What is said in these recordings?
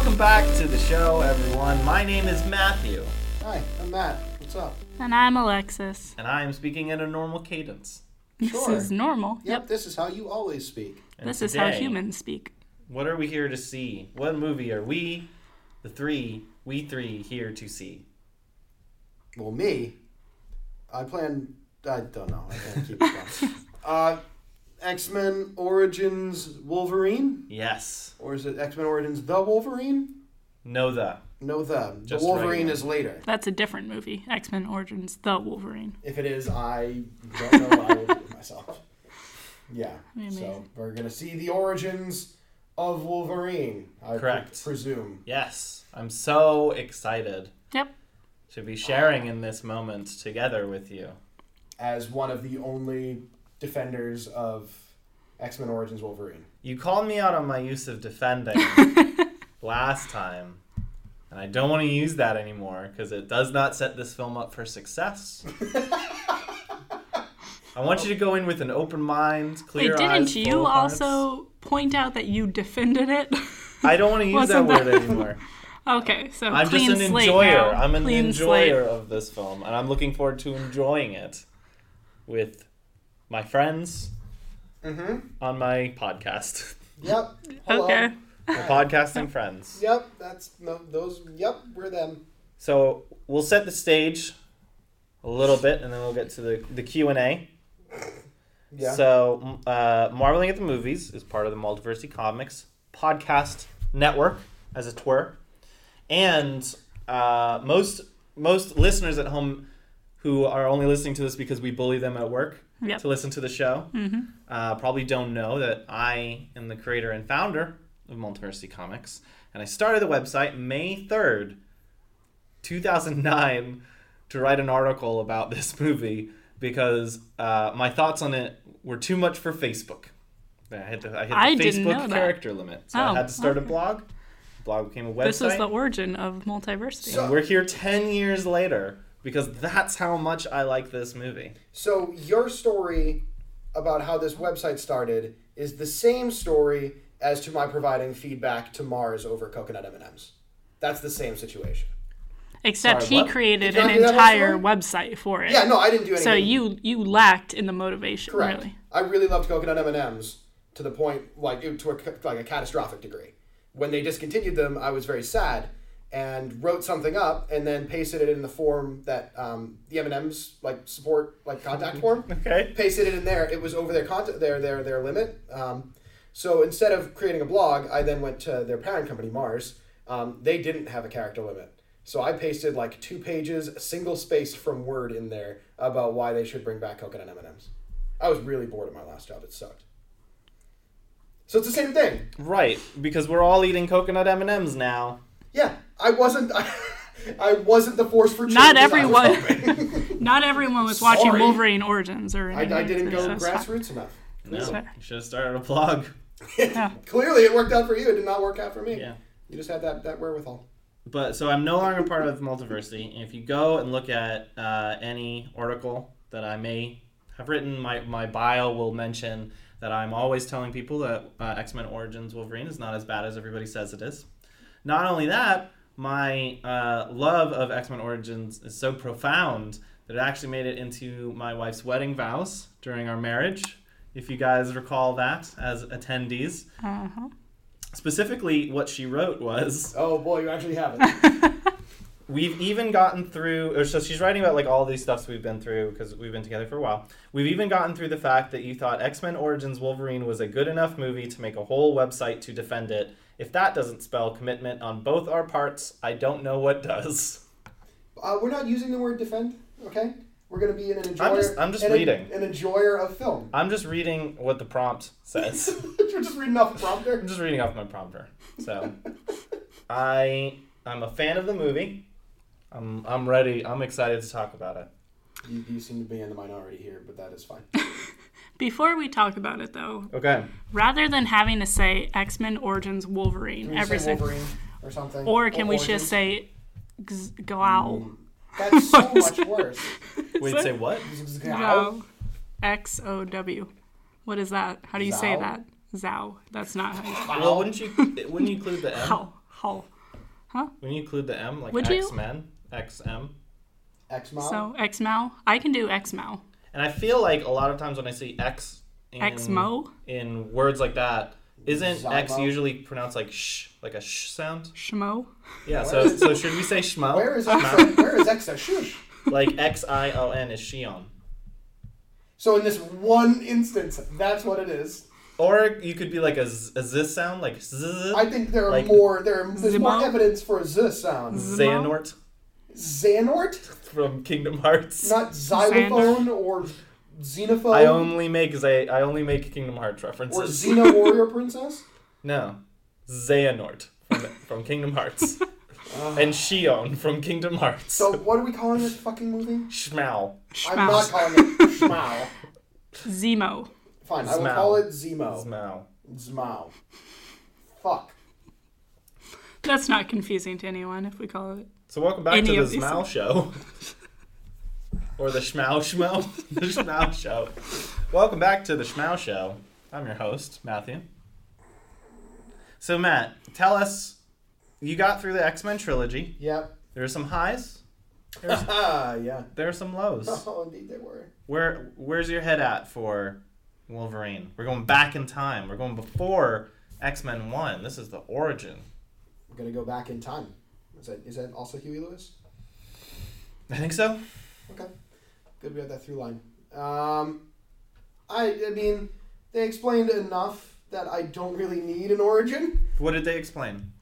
to the show, everyone. My name is Matthew, Hi, I'm Matt. What's up? And I'm Alexis. and I am speaking at a normal cadence. This Sure. is normal. Yep, this is how you always speak. And this is how today, humans speak. What are we here to see? What movie are we, the three, we three, here to see? Well, me, I plan. I don't know. I can't keep it going. Uh, X Men Origins Wolverine, Yes. or is it X Men Origins The Wolverine? No, the. No, the the Just Wolverine regular. is later. That's a different movie. X Men Origins, The Wolverine. If it is, I don't know what I would do with myself. Yeah. So Amazing. we're gonna see the origins of Wolverine. I Correct. presume. Yes. I'm so excited Yep. to be sharing in this moment together with you. as one of the only defenders of X Men Origins Wolverine. You called me out on my use of defending last time, and I don't want to use that anymore because it does not set this film up for success. I want you to go in with an open mind, Wait, clear eyes. didn't you full hearts. also point out that you defended it? I don't want to use that Wasn't word that- anymore. okay, so I'm clean just an slate enjoyer. now. I'm an clean enjoyer Slate. of this film, and I'm looking forward to enjoying it with my friends Mm-hmm. on my podcast. Yep. Hello. Okay. my podcasting friends. Yep. That's no, those. Yep. We're them. So we'll set the stage a little bit, and then we'll get to the the Q and A. Yeah. So, uh, marveling at the movies is part of the Multiversity Comics podcast network, as it were, and uh, most most listeners at home who are only listening to this because we bully them at work Yep. to listen to the show uh, probably don't know that I am the creator and founder of Multiversity Comics, and I started the website May third, two thousand nine, to write an article about this movie because uh, my thoughts on it were too much for Facebook. I had to I hit the I Facebook didn't know that. character limit, so I Oh, had to start a okay. blog. blog became a website. This is the origin of multiversity. So- and we're here ten years later because that's how much I like this movie. So your story about how this website started is the same story as to my providing feedback to Mars over coconut M and M's. That's the same situation. Except sorry, he what? created Did I an do that entire wrong? website for it. Yeah. No, I didn't do anything. so you you lacked in the motivation, Correct. really. I really loved coconut M and M's to the point, like it- to a, like a catastrophic degree. When they discontinued them, I was very sad and wrote something up and then pasted it in the form that um, the M and M's like support like contact form. Okay. Pasted it in there. It was over their contact their their their limit. Um, so instead of creating a blog, I then went to their parent company Mars. Um, they didn't have a character limit. So I pasted like two pages, single spaced from Word in there about why they should bring back coconut M and M's. I was really bored at my last job. It sucked. So it's the same thing. Right, because we're all eating coconut M and M's now. Yeah, I wasn't. I, wasn't the force for change. Not that I was everyone- Not everyone was watching Sorry. Wolverine Origins or hoping. anything. I, I didn't go so it's fine. grassroots enough. No, That's you fair. should have started a blog. Yeah. Clearly, it worked out for you. It did not work out for me. Yeah. You just had that that wherewithal. But so I'm no longer part of Multiversity. And if you go and look at uh, any article that I may have written, my, my bio will mention that I'm always telling people that uh, X Men Origins Wolverine is not as bad as everybody says it is. Not only that, my uh, love of X Men Origins is so profound that it actually made it into my wife's wedding vows during our marriage. If you guys recall that as attendees, Uh-huh. specifically what she wrote was. Oh boy, you actually have it. We've even gotten through, or so she's writing about like all these stuffs we've been through because we've been together for a while. We've even gotten through the fact that you thought X Men Origins Wolverine was a good enough movie to make a whole website to defend it. If that doesn't spell commitment on both our parts, I don't know what does. Uh, we're not using the word defend, okay? We're going to be an enjoyer. just- I'm just an, reading. An enjoyer of film. I'm just reading what the prompt says. We're just reading off the prompter. I'm just reading off my prompter. So, I I'm a fan of the movie. I'm I'm ready. I'm excited to talk about it. You, you seem to be in the minority here, but that is fine. Before we talk about it, though, Okay. rather than having to say X Men Origins Wolverine Can we every say single, Wolverine or something? or can we just Origins? Mm. say X- Gow? That's so much worse. Wait. Say what? Gow. X O W. What is that? How do you say Zow? that? Zow. That's not how you Well, wouldn't you wouldn't you include the M? How. How. Huh? When you include the M, like Would you? X Men, X M. X mom. So Xmao. I can do Xmao. And I feel like a lot of times when I see X in, Mm. Xmo? in words like that, isn't X Zymo? usually pronounced like sh, like a sh sound? Shmo. Yeah. So so should we say schmo? where is X? where is X? Shush. like X I O N is Shion. So in this one instance, that's what it is. Or you could be like a, z- a z sound, like z. I think there are Like- more. There are, there's more Zimo? evidence for a Z sound. Xehanort Xanort, from Kingdom Hearts. not xylophone or xenophone I only make Zay, I only make Kingdom Hearts or references. Xena warrior princess. no, Xehanort from, from Kingdom Hearts, Ah. and Shion from Kingdom Hearts. So what are we calling this fucking movie? Shmal. I'm not Shmao. calling it Zmao. Zemo. Fine, I will Zmao. call it Zemo. Zmao. Zmao. Fuck. That's not confusing to anyone if we call it. So welcome back Any to of the these Zmao show. or the Schmau Schmo. the Schmau show. Welcome back to the Schmau show. I'm your host, Matthew. So Matt, tell us you got through the X-Men trilogy. Yep. There are some highs, Ah, yeah. there are some lows. Oh, indeed they were. Where where's your head at for Wolverine? We're going back in time. We're going before X-Men 1. This is the origin. We're gonna go back in time. Is that is that also Huey Lewis? I think so. Okay. Good we have that through line. Um, I I mean, they explained enough that I don't really need an origin. What did they explain?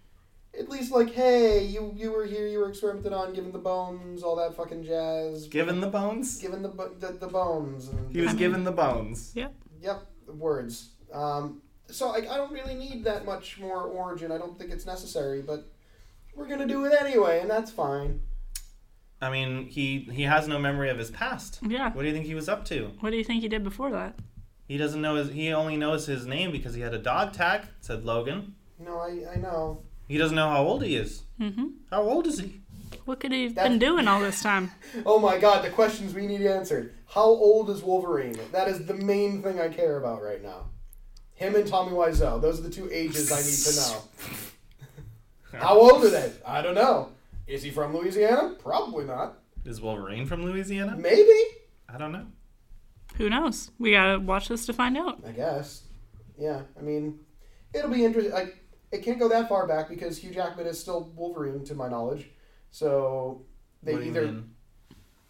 At least like, hey, you you were here, you were experimented on, given the bones, all that fucking jazz. Given the bones? Given the bo- the, the bones. And He was given the bones. Yep, words. Um, so I, I don't really need that much more origin. I don't think it's necessary, but we're gonna do it anyway, and that's fine. I mean, he he has no memory of his past. Yeah. What do you think he was up to? What do you think he did before that? He doesn't know his. He only knows his name because he had a dog tag. Said Logan. No, I, I know. He doesn't know how old he is. Mm-hmm. How old is he? What could he have That- been doing all this time? Oh my god, the questions we need answered. How old is Wolverine? That is the main thing I care about right now. Him and Tommy Wiseau. Those are the two ages I need to know. How old are they? I don't know. Is he from Louisiana? Probably not. Is Wolverine from Louisiana? Maybe. I don't know. Who knows? We gotta watch this to find out. I guess. Yeah, I mean, it'll be interesting. Like, it can't go that far back because Hugh Jackman is still Wolverine, to my knowledge. So they What do you either mean?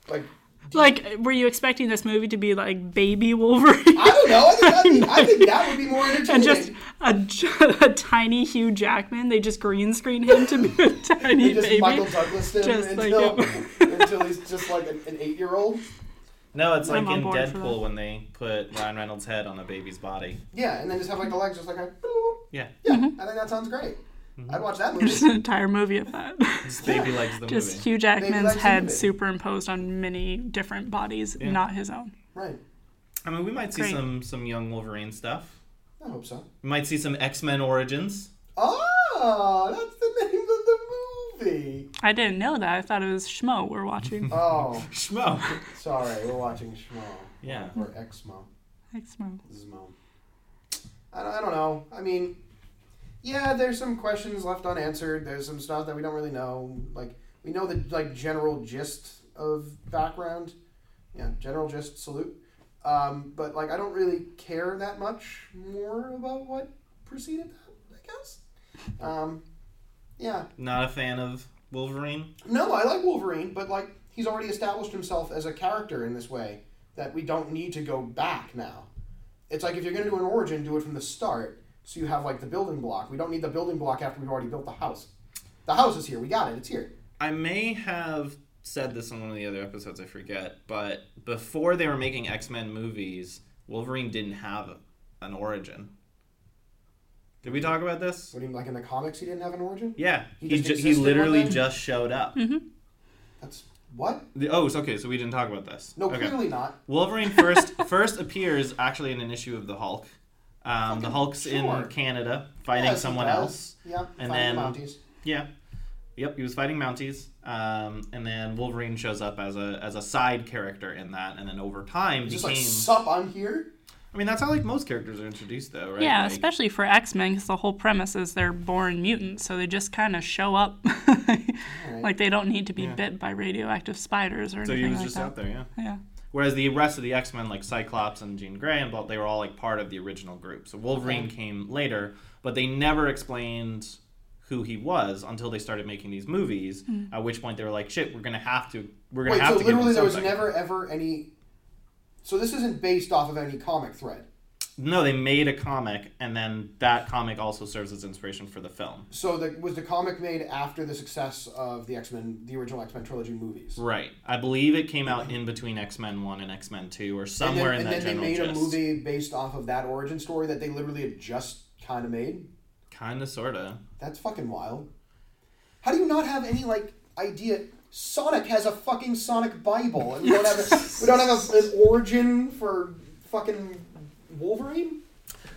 like Like, were you expecting this movie to be like baby Wolverine I don't know. I think, I think, I think that would be more entertaining. and just a, j- a tiny Hugh Jackman? They just green screen him to be a They tiny just baby. Michael Douglas him Just like until until he's just like an, an eight year old. No, it's I'm like on in board for Deadpool that. when they put Ryan Reynolds' head on a baby's body. Yeah, and then just have like the legs just like a, Yeah. yeah. Mm-hmm. I think that sounds great. I'd watch that There's movie. an entire movie of that. It's baby legs the Just movie. Hugh Baby Jackman's likes head movie. superimposed on many different bodies, Yeah. not his own. right. I mean, we might see Great. some some young Wolverine stuff. I hope so. We might see some X Men origins. Oh, that's the name of the movie. I didn't know that. I thought it was Schmo we're watching. Oh, Schmo. sorry. We're watching Schmo. yeah. or Exmo, Xmo. Zmo. I don't, I don't know. I mean, yeah, there's some questions left unanswered. There's some stuff that we don't really know. Like we know the like general gist of background. Yeah, general gist. Salute. Um, but like, I don't really care that much more about what preceded that. I guess. Um, yeah. Not a fan of Wolverine. No, I like Wolverine, but like he's already established himself as a character in this way that we don't need to go back now. It's like if you're going to do an origin, do it from the start, so you have like the building block. We don't need the building block after we've already built the house. The house is here. We got it. It's here. I may have said this in one of the other episodes, I forget, but before they were making X Men movies, Wolverine didn't have an origin. Did we talk about this? What do you like in the comics? He didn't have an origin. Yeah, He he just ju- he existed one literally day? just showed up. That's what? The- oh, so- okay, so we didn't talk about this. No, okay. clearly not. Wolverine first first appears actually in an issue of the Hulk. Um, the Hulk's sure. in Canada fighting Yes, he someone does. else. Yeah. And fighting the then- Mounties. Yeah. Yep, he was fighting Mounties, um, and then Wolverine shows up as a as a side character in that, and then over time He's just became like sup, I'm here. I mean, that's how like most characters are introduced, though, right? Yeah, Like, especially for X Men, because the whole premise is they're born mutants, so they just kind of show up. Like they don't need to be bit by radioactive spiders or So he anything was like just that. out there, yeah. Yeah. Whereas the rest of the X Men, like Cyclops and Jean Grey and blah, they were all like part of the original group. So Wolverine came later, but they never explained who he was until they started making these movies. At which point they were like, "Shit, we're gonna have to, we're gonna Wait, have so to." give him literally there was something." never ever any. So this isn't based off of any comic thread. No, they made a comic, and then that comic also serves as inspiration for the film. So the, was the comic made after the success of the X Men, the original X Men trilogy movies? Right. I believe it came out in between X Men One and X Men Two, or somewhere and in then, that and then general they made gist. a movie based off of that origin story that they literally had just kind of made. Kinda, sorta. That's fucking wild. How do you not have any like idea? Sonic has a fucking Sonic Bible, and we don't have a, we don't have a, an origin for fucking Wolverine.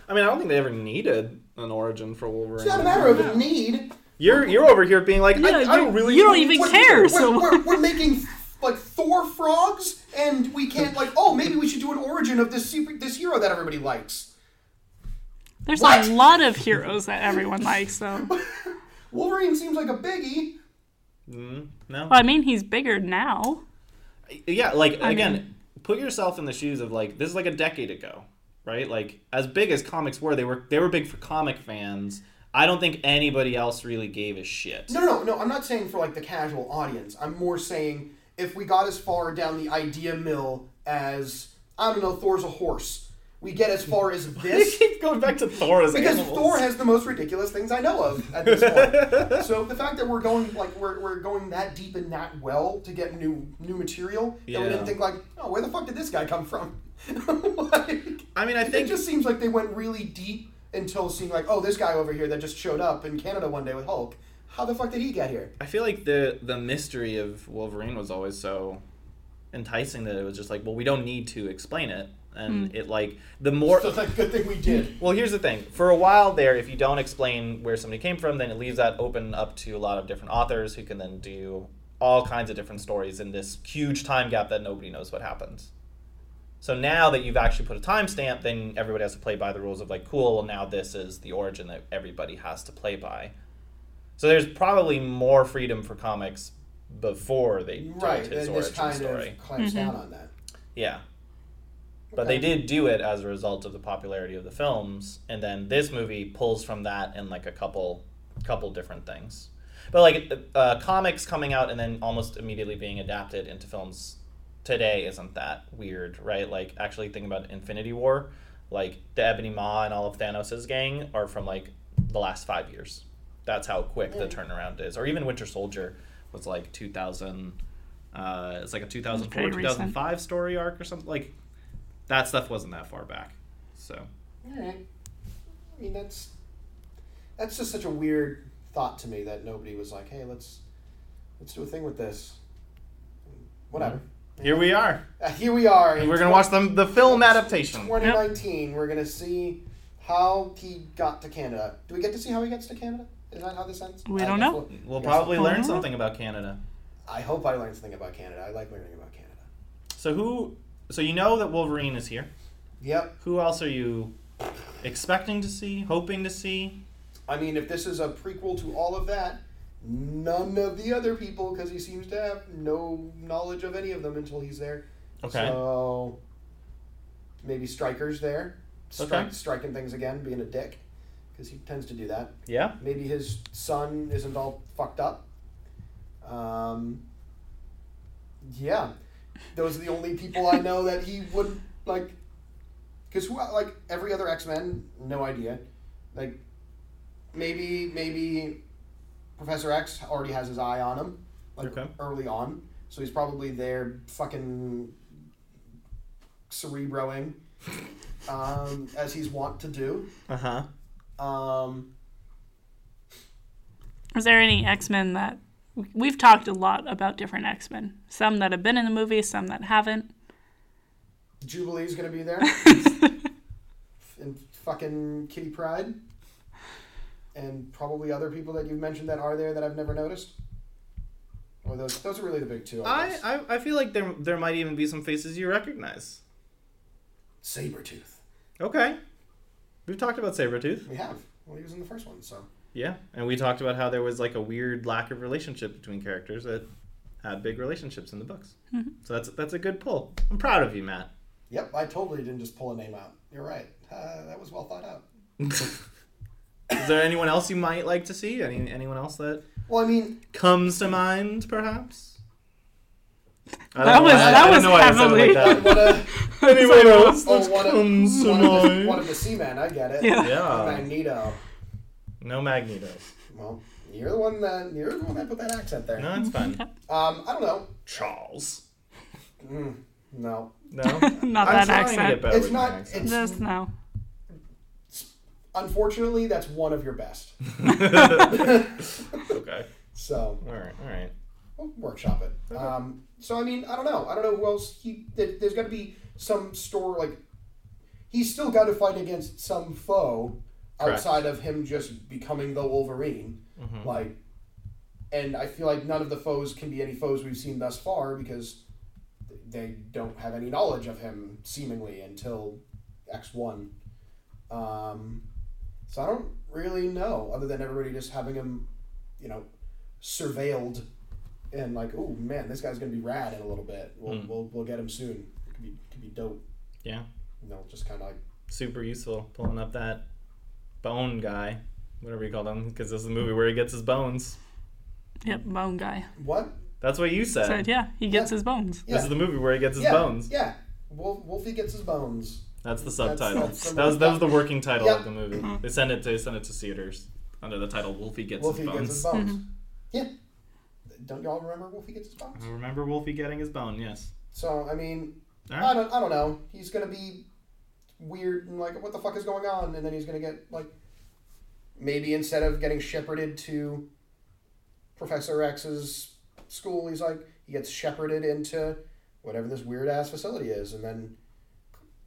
I mean, I don't think they ever needed an origin for Wolverine. It's not a matter of need. You're you're over here being like, Yeah, I, I you- don't really. you don't even We're- care, We're, so- we're, we're making like Thor frogs, and we can't like. Oh, maybe we should do an origin of this super, this hero that everybody likes. There's What? a lot of heroes that everyone likes, though. Well, Wolverine seems like a biggie. No. I mean, he's bigger now. Yeah, like again, put yourself in the shoes of like this is like a decade ago, right? Like as big as comics were, they were they were big for comic fans. I don't think anybody else really gave a shit. No, no, no, no. I'm not saying for like the casual audience. I'm more saying if we got as far down the idea mill as I don't know, Thor's a horse. We get as far as They this keep going back to Thor as because animals. Thor has the most ridiculous things I know of at this point. so the fact that we're going like we're, we're going that deep and that well to get new new material that we Yeah. didn't think like, oh, where the fuck did this guy come from? like, I mean, I it think just seems like they went really deep until seeing like, oh, this guy over here that just showed up in Canada one day with Hulk. How the fuck did he get here? I feel like the the mystery of Wolverine was always so enticing that it was just like, well, we don't need to explain it, and it like the more So that's a good thing we did. Well, here's the thing. For a while there, if you don't explain where somebody came from, then it leaves that open up to a lot of different authors who can then do all kinds of different stories in this huge time gap that nobody knows what happens. So now that you've actually put a timestamp, then everybody has to play by the rules of like, cool, well, now this is the origin that everybody has to play by. So there's probably more freedom for comics before they told Right, his and this origin kind story. of clamps down on that. Yeah. But they did do it as a result of the popularity of the films, and then this movie pulls from that and like a couple, couple different things. But like uh, comics coming out and then almost immediately being adapted into films today isn't that weird, right? Like actually think about Infinity War, like the Ebony Maw and all of Thanos' gang are from like the last five years. That's how quick the turnaround is. Or even Winter Soldier was like 2000. Uh, it's like a 2004, pretty recent. 2005 story arc or something. Like that stuff wasn't that far back. So All right. I mean, that's that's just such a weird thought to me that nobody was like, "Hey, let's let's do a thing with this." Whatever. here we are. Uh, here we are. in Mm-hmm. We're gonna watch the the film adaptation. 2019. We're gonna see how he got to Canada. Do we get to see how he gets to Canada? Is that how this ends? We I don't guess know. We'll I guess- probably learn Mhm. something about Canada. I hope I learned something about Canada. I like learning about Canada. So who? So you know that Wolverine is here. Yep. Who else are you expecting to see? Hoping to see? I mean, if this is a prequel to all of that, none of the other people, because he seems to have no knowledge of any of them until he's there. Okay. So maybe Striker's there, stri- Okay. striking things again, being a dick, because he tends to do that. yeah. Maybe his son isn't all fucked up. Um, yeah, those are the only people I know that he would like. Because who like every other X Men? No idea. Like maybe maybe Professor X already has his eye on him, like Okay. early on. So he's probably there, fucking cerebroing, um, as he's wont to do. Uh huh. Um, Was there any X Men that we've talked a lot about different X Men? Some that have been in the movie, some that haven't. Jubilee's gonna be there. and fucking Kitty Pride. And probably other people that you've mentioned that are there that I've never noticed. Or those those are really the big two. I, I, guess. I I feel like there there might even be some faces you recognize. Sabretooth. Okay. We've talked about Sabretooth. We have. Well, he was in the first one, so. Yeah. And we talked about how there was like a weird lack of relationship between characters that had big relationships in the books. So that's that's a good pull. I'm proud of you, Matt. Yep, I totally didn't just pull a name out. You're right. Uh, that was well thought out. Is there anyone else you might like to see? Any anyone else that Well, I mean, comes to mind, perhaps? I That don't know was- why- I that don't was know why I said it like heavily- what a. that. Anyone else Oh, that one of, comes to one, of the, one mind? of the Seamen, I get it. Yeah. Yeah. Magneto. No Magneto. Well, you're the one that you're the one that put that accent there. No, it's fine. Um, I don't know. Charles. No, No. Not I'm trying to that get accent. better It's with my not- accent. it's- Just no. unfortunately, that's one of your best. okay. So All right. All right. we'll workshop it. Um, so I mean, I don't know. I don't know who else he. There, there's got to be some store like. He's still got to fight against some foe Correct. outside of him just becoming the Wolverine. Like, and I feel like none of the foes can be any foes we've seen thus far because they don't have any knowledge of him seemingly until X one. Um, so I don't really know, other than everybody just having him, you know, surveilled, and like, oh man, this guy's gonna be rad in a little bit. We'll Hmm. we'll, we'll get him soon. Could be could be dope. Yeah. You know, just kind of like Super useful pulling up that bone guy, whatever you call him, because this is the movie where he gets his bones. Yep, bone guy. what? That's what you said. So yeah, he gets Yeah. his bones. This is the movie where he gets his yeah, bones. Yeah. Wolf, Wolfie gets his bones. That's the That's- subtitle. that's the- that was that was the working title Yeah. of the movie. They sent it to they sent it to theaters under the title Wolfie gets Wolfie his bones. gets his bones. Yeah. Don't y'all remember Wolfie gets his bones? I remember Wolfie getting his bone. Yes. So I mean, All I right. don't I don't know. He's gonna be weird and like, what the fuck is going on? And then he's gonna get like, maybe instead of getting shepherded to Professor X's school, he's like he gets shepherded into whatever this weird ass facility is, and then.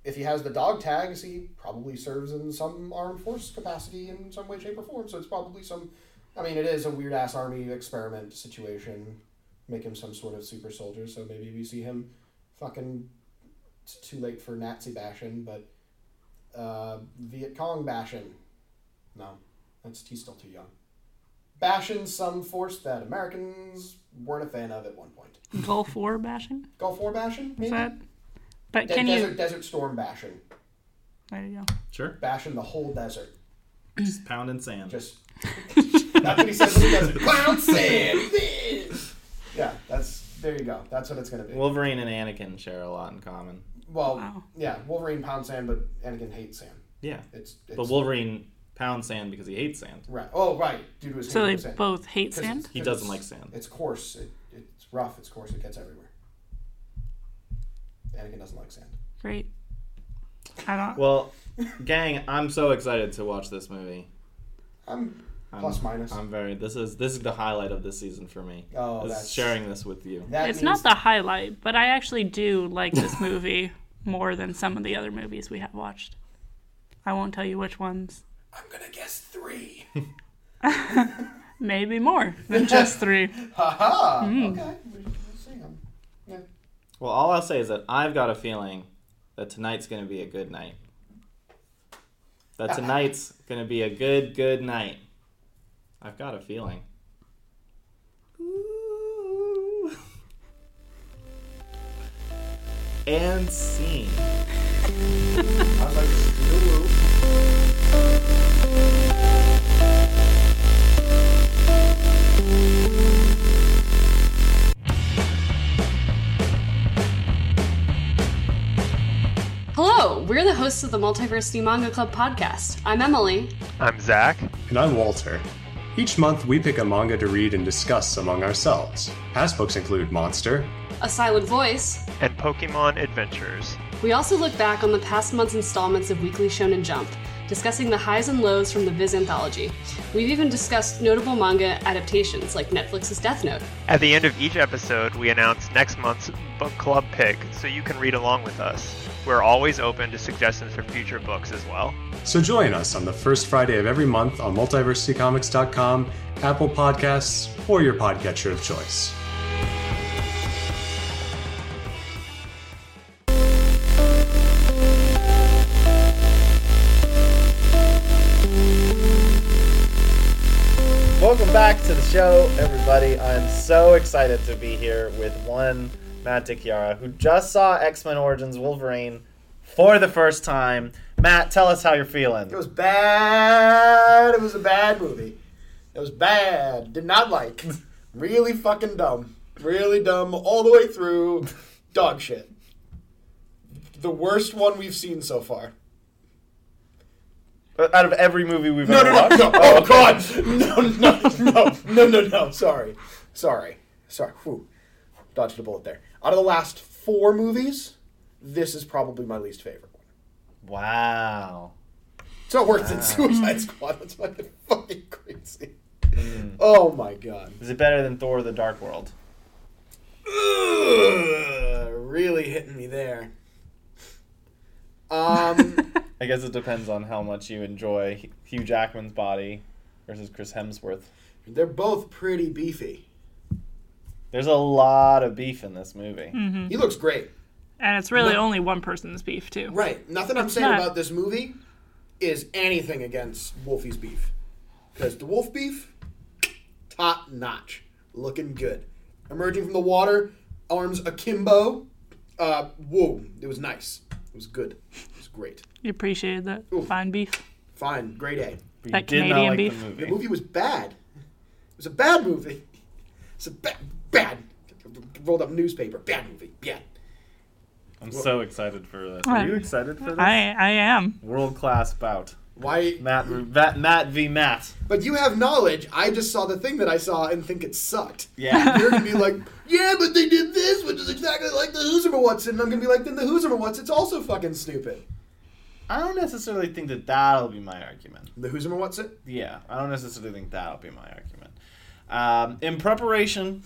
If he has the dog tags, he probably serves in some armed force capacity in some way, shape, or form. So it's probably some. I mean, it is a weird ass army experiment situation. Make him some sort of super soldier. So maybe we see him fucking it's too late for Nazi bashing, but uh, Viet Cong bashing. No, that's he's still too young. Bashing some force that Americans weren't a fan of at one point. Gulf War bashing. Gulf War bashing, maybe. Is that? But De- can desert, you? desert storm bashing, There you go. Sure. bashing the whole desert. Just pounding sand. Just that's what he says in the desert. Clown sand. yeah, that's there you go. That's what it's gonna be. Wolverine and Anakin share a lot in common. Well, Wow. yeah, Wolverine pounds sand, but Anakin hates sand. Yeah. It's, it's But Wolverine pounds sand because he hates sand. right. Oh, right, dude was So they hating sand. both hate 'Cause sand. it's- He 'cause doesn't it's- like sand. It's coarse. It, it's rough. It's coarse. It gets everywhere. Anakin doesn't like sand. Great. I don't. Well, gang, I'm so excited to watch this movie. I'm I'm, plus minus. I'm very. This is this is the highlight of this season for me. Oh, This- that's- sharing this with you. That means- it's not the highlight, but I actually do like this movie more than some of the other movies we have watched. I won't tell you which ones. I'm gonna guess three. Hmm. Maybe more than just three. Haha. Okay. we- We'll see. I'm, yeah. Well, all I'll say is that I've got a feeling that tonight's going to be a good night. That tonight's going to be a good good night. I've got a feeling. Ooh. And scene. I was like, "Ooh." Hello, we're the hosts of the Multiversity Manga Club podcast. I'm Emily. I'm Zach. And I'm Walter. Each month, we pick a manga to read and discuss among ourselves. Past books include Monster, A silent voice. And Pokemon Adventures. We also look back on the past month's installments of Weekly Shonen Jump, discussing the highs and lows from the Viz anthology. We've even discussed notable manga adaptations like Netflix's Death Note. At the end of each episode, we announce next month's book club pick so you can read along with us. We're always open to suggestions for future books as well. so join us on the first Friday of every month on multiversitycomics.com, Apple Podcasts, or your podcatcher of choice. show, everybody. I'm so excited to be here with one Matt DiChiara, who just saw X Men Origins Wolverine for the first time. Matt, tell us how you're feeling. It was bad. It was a bad movie. It was bad. Did not like. Really fucking dumb. Really dumb all the way through. Dog shit. The worst one we've seen so far. Out of every movie we've No, ever no, no, watched. no. Oh, God. No, no, no, no, no, no. Sorry. Sorry. Sorry. Whew. Dodged a bullet there. Out of the last four movies, this is probably my least favorite one. Wow. It's not worse than Suicide Squad. That's fucking, fucking crazy. Oh, my God. Is it better than Thor: The Dark World? Ugh, really hitting me there. Um, I guess it depends on how much you enjoy Hugh Jackman's body versus Chris Hemsworth. they're both pretty beefy. There's a lot of beef in this movie. Hmm. He looks great. And it's really only one person's beef, too. Right. Nothing I'm saying not- about this movie is anything against Wolfie's beef. Because the wolf beef, top notch. Looking good. Emerging from the water, arms akimbo. Uh, whoa. It was nice. It was good. It was great. You appreciated that fine beef. Fine. Great A. But That you did not Canadian like beef. the movie. The movie was bad. It was a bad movie. It's a bad, bad. Rolled up newspaper. Bad movie. Bad. I'm so excited for this. What? Are you excited for this? I I am. World class bout. Why? Matt, Matt, Matt v. Matt. But you have knowledge. I just saw the thing that I saw and think it sucked. Yeah. You're gonna be like, yeah, but they did this, which is exactly like the Hoosier Watson. And I'm gonna be like, then the Hoosier Watson's also fucking stupid. I don't necessarily think that that'll be my argument. The Hoosier Watson. Yeah, I don't necessarily think that'll be my argument. Um, in preparation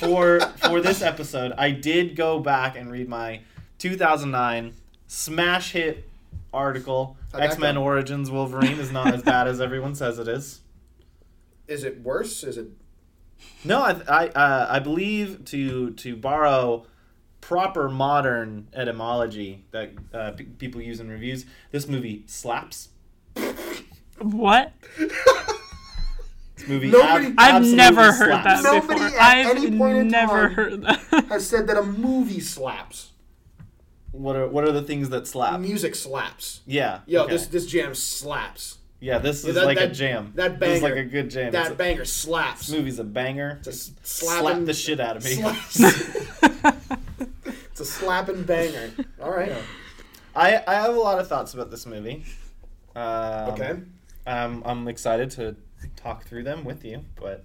for for this episode, I did go back and read my 2009 smash hit article. How'd that X Men go? Origins Wolverine is not as bad as everyone says it is. Is it worse? Is it? No, I I, uh, I believe to to borrow proper modern etymology that uh, pe people use in reviews, this movie slaps. What? This movie Nobody- ab- I've absolutely never heard slaps. that Nobody before. at I've any point in never time heard that. Has said that a movie slaps. What are what are the things that slap? Music slaps. Yeah. Yo, okay. this this jam slaps. yeah, this is that- like a that- jam. that This is like banger. a good jam. That It's a- banger slaps. this movie's a banger. It's a Slap slapping- the shit out of me. it's a slapping banger. All right. I, I have a lot of thoughts about this movie. Um, Okay. Um, I'm excited to talk through them with you, but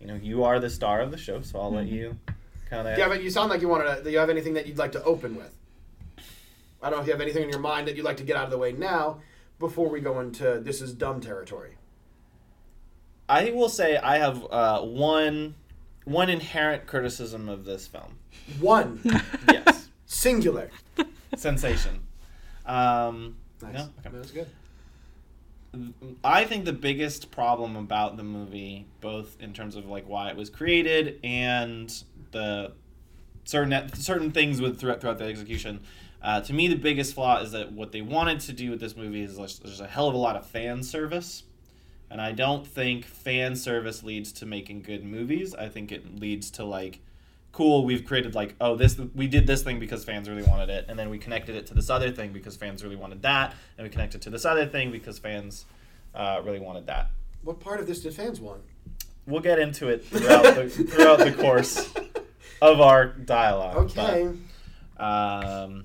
you know you are the star of the show, so I'll let you kind of. Mm-hmm. Yeah, but you sound like you wanted to. Do you have anything that you'd like to open with? I don't know if you have anything in your mind that you'd like to get out of the way now before we go into this is dumb territory. I will say I have uh, one one inherent criticism of this film. One, Yes, singular. sensation. Um, No? Okay. That was good. I think the biggest problem about the movie, both in terms of like why it was created and the certain certain things with throughout, throughout the execution, uh, to me the biggest flaw is that what they wanted to do with this movie is there's there's a hell of a lot of fan service, and I don't think fan service leads to making good movies. I think it leads to like cool we've created like oh this we did this thing because fans really wanted it and then we connected it to this other thing because fans really wanted that and we connected to this other thing because fans uh, really wanted that What part of this did fans want? we'll get into it throughout the, throughout the course of our dialogue Okay. but, um,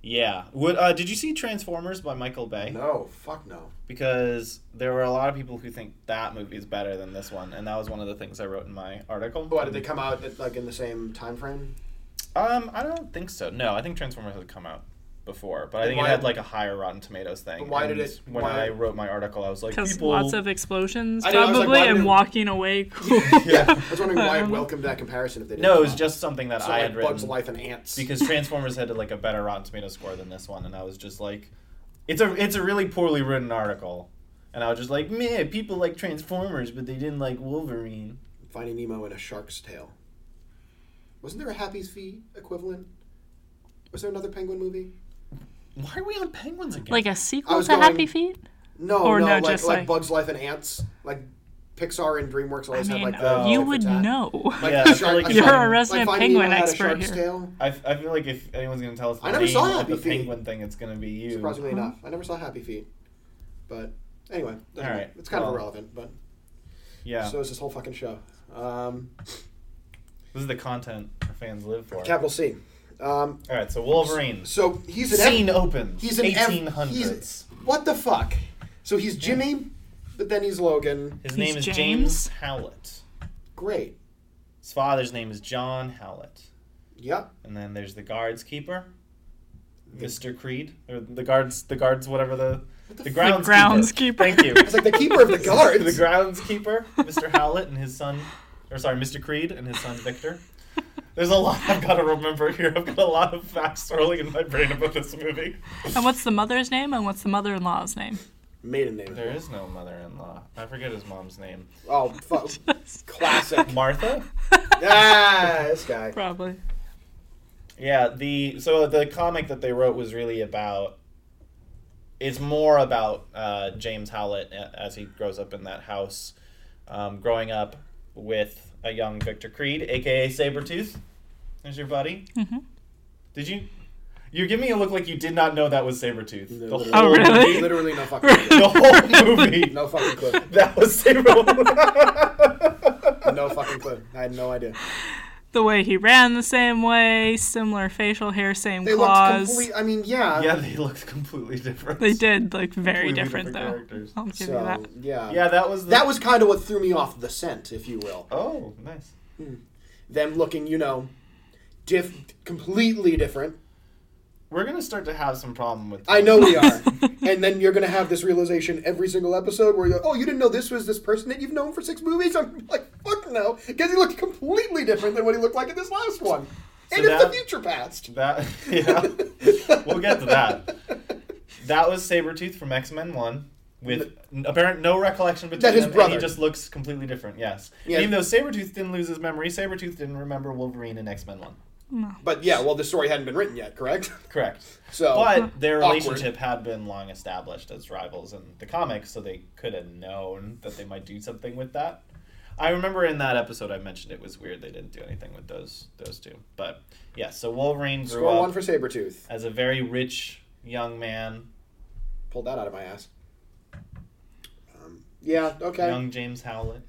yeah would uh, did you see transformers by michael bay No, fuck no. because there were a lot of people who think that movie is better than this one and that was one of the things i wrote in my article Why did they come out at, like in the same time frame? Um, I don't think so. No, I think Transformers had come out before, but I think why- it had like a higher Rotten Tomatoes thing. But why did and it- When why- I wrote my article, I was like, Because people. lots of explosions, I know, I was like, probably, why and did- walking away. Yeah. I was wondering why I welcomed that comparison if they didn't. no, it come was out. just something that So, I like, had written Bugs Life and Ants. because Transformers had like a better Rotten Tomatoes score than this one, and I was just like, it's a it's a really poorly written article, and I was just like, man, people like Transformers, but they didn't like Wolverine. Finding Nemo and a shark's tail. Wasn't there a Happy's Feet equivalent? Was there another penguin movie? Why are we on Penguins again? like a I sequel was to going- Happy Feet? No, Or no, no, like, just like like- Bugs Life and Ants, like Pixar and DreamWorks I always mean, had like uh, oh, the you tit for would tat. know. Like Yeah, the I shark- feel like like You're a finding- resident like finding penguin Nemo had a expert shark's here. Tail. I, I feel like if anyone's gonna tell us the I never name saw of Happy the Feet. penguin thing, it's gonna be you. Surprisingly Uh-huh. enough, I never saw Happy Feet, but anyway, anyway, right, it's kind well, of irrelevant. But Yeah, so is this whole fucking show. Um, this is the content our fans live for. capital C. Um, All right, so Wolverine. so he's an Scene ev- opens. he's an ev- eighteen hundreds. he's- What the fuck? So he's Jimmy, but then he's Logan. His He's name is James. James. Howlett. Great. His father's name is John Howlett. Yep. And then there's the guards keeper, Mister Creed, or the guards, the guards, whatever the the, groundskeeper. groundskeeper. Thank you. It's like the keeper of the guards. the groundskeeper, Mr. Howlett, and his son, or sorry, Mr. Creed and his son Victor. There's a lot I've got to remember here. I've got a lot of facts swirling in my brain about this movie. And what's the mother's name and what's the mother-in-law's name? Maiden name. There is no mother-in-law. I forget his mom's name. Oh, fuck. Classic. Martha. ah, this guy. Probably. Yeah, the so the comic that they wrote was really about. It's more about uh, James Howlett a- as he grows up in that house, um, growing up with a young Victor Creed, aka Sabretooth. There's your buddy. Mm-hmm. Did you? You give me a look like you did not know that was Sabretooth. The whole, Oh, really? Literally no fucking clue. the whole movie. No fucking clue. That was Sabretooth. No fucking clue. I had no idea. The way he ran the same way, similar facial hair, same They looked claws. complete. I mean, yeah. yeah, they looked completely different. They did look very Completely different, though. Oh. characters. I'll give you So that. yeah. Yeah, that was the, That was kind of what threw me off the scent, if you will. Oh, nice. Them looking, you know, diff completely different. We're gonna start to have some problem with. I know we are. and then you're gonna have this realization every single episode where you're, oh, you didn't know this was this person that you've known for six movies. I'm like, fuck no, because he looked completely different than what he looked like in this last one. And it's that- the future past. That yeah, we'll get to that. That was Sabretooth from X Men One, with n- apparent no recollection between That his them, and brother. he just looks completely different. Yes, Yeah. even though Sabretooth didn't lose his memory, Sabretooth didn't remember Wolverine in X Men One. But yeah, well, the story hadn't been written yet, correct? Correct, So, but their Awkward. relationship had been long established as rivals in the comics, so they could have known that they might do something with that. I remember in that episode I mentioned it was weird they didn't do anything with those those two, but yeah. So Wolverine grew score up. one for Sabretooth. as a very rich young man, Pulled that out of my ass. Um, yeah, okay. young James Howlett.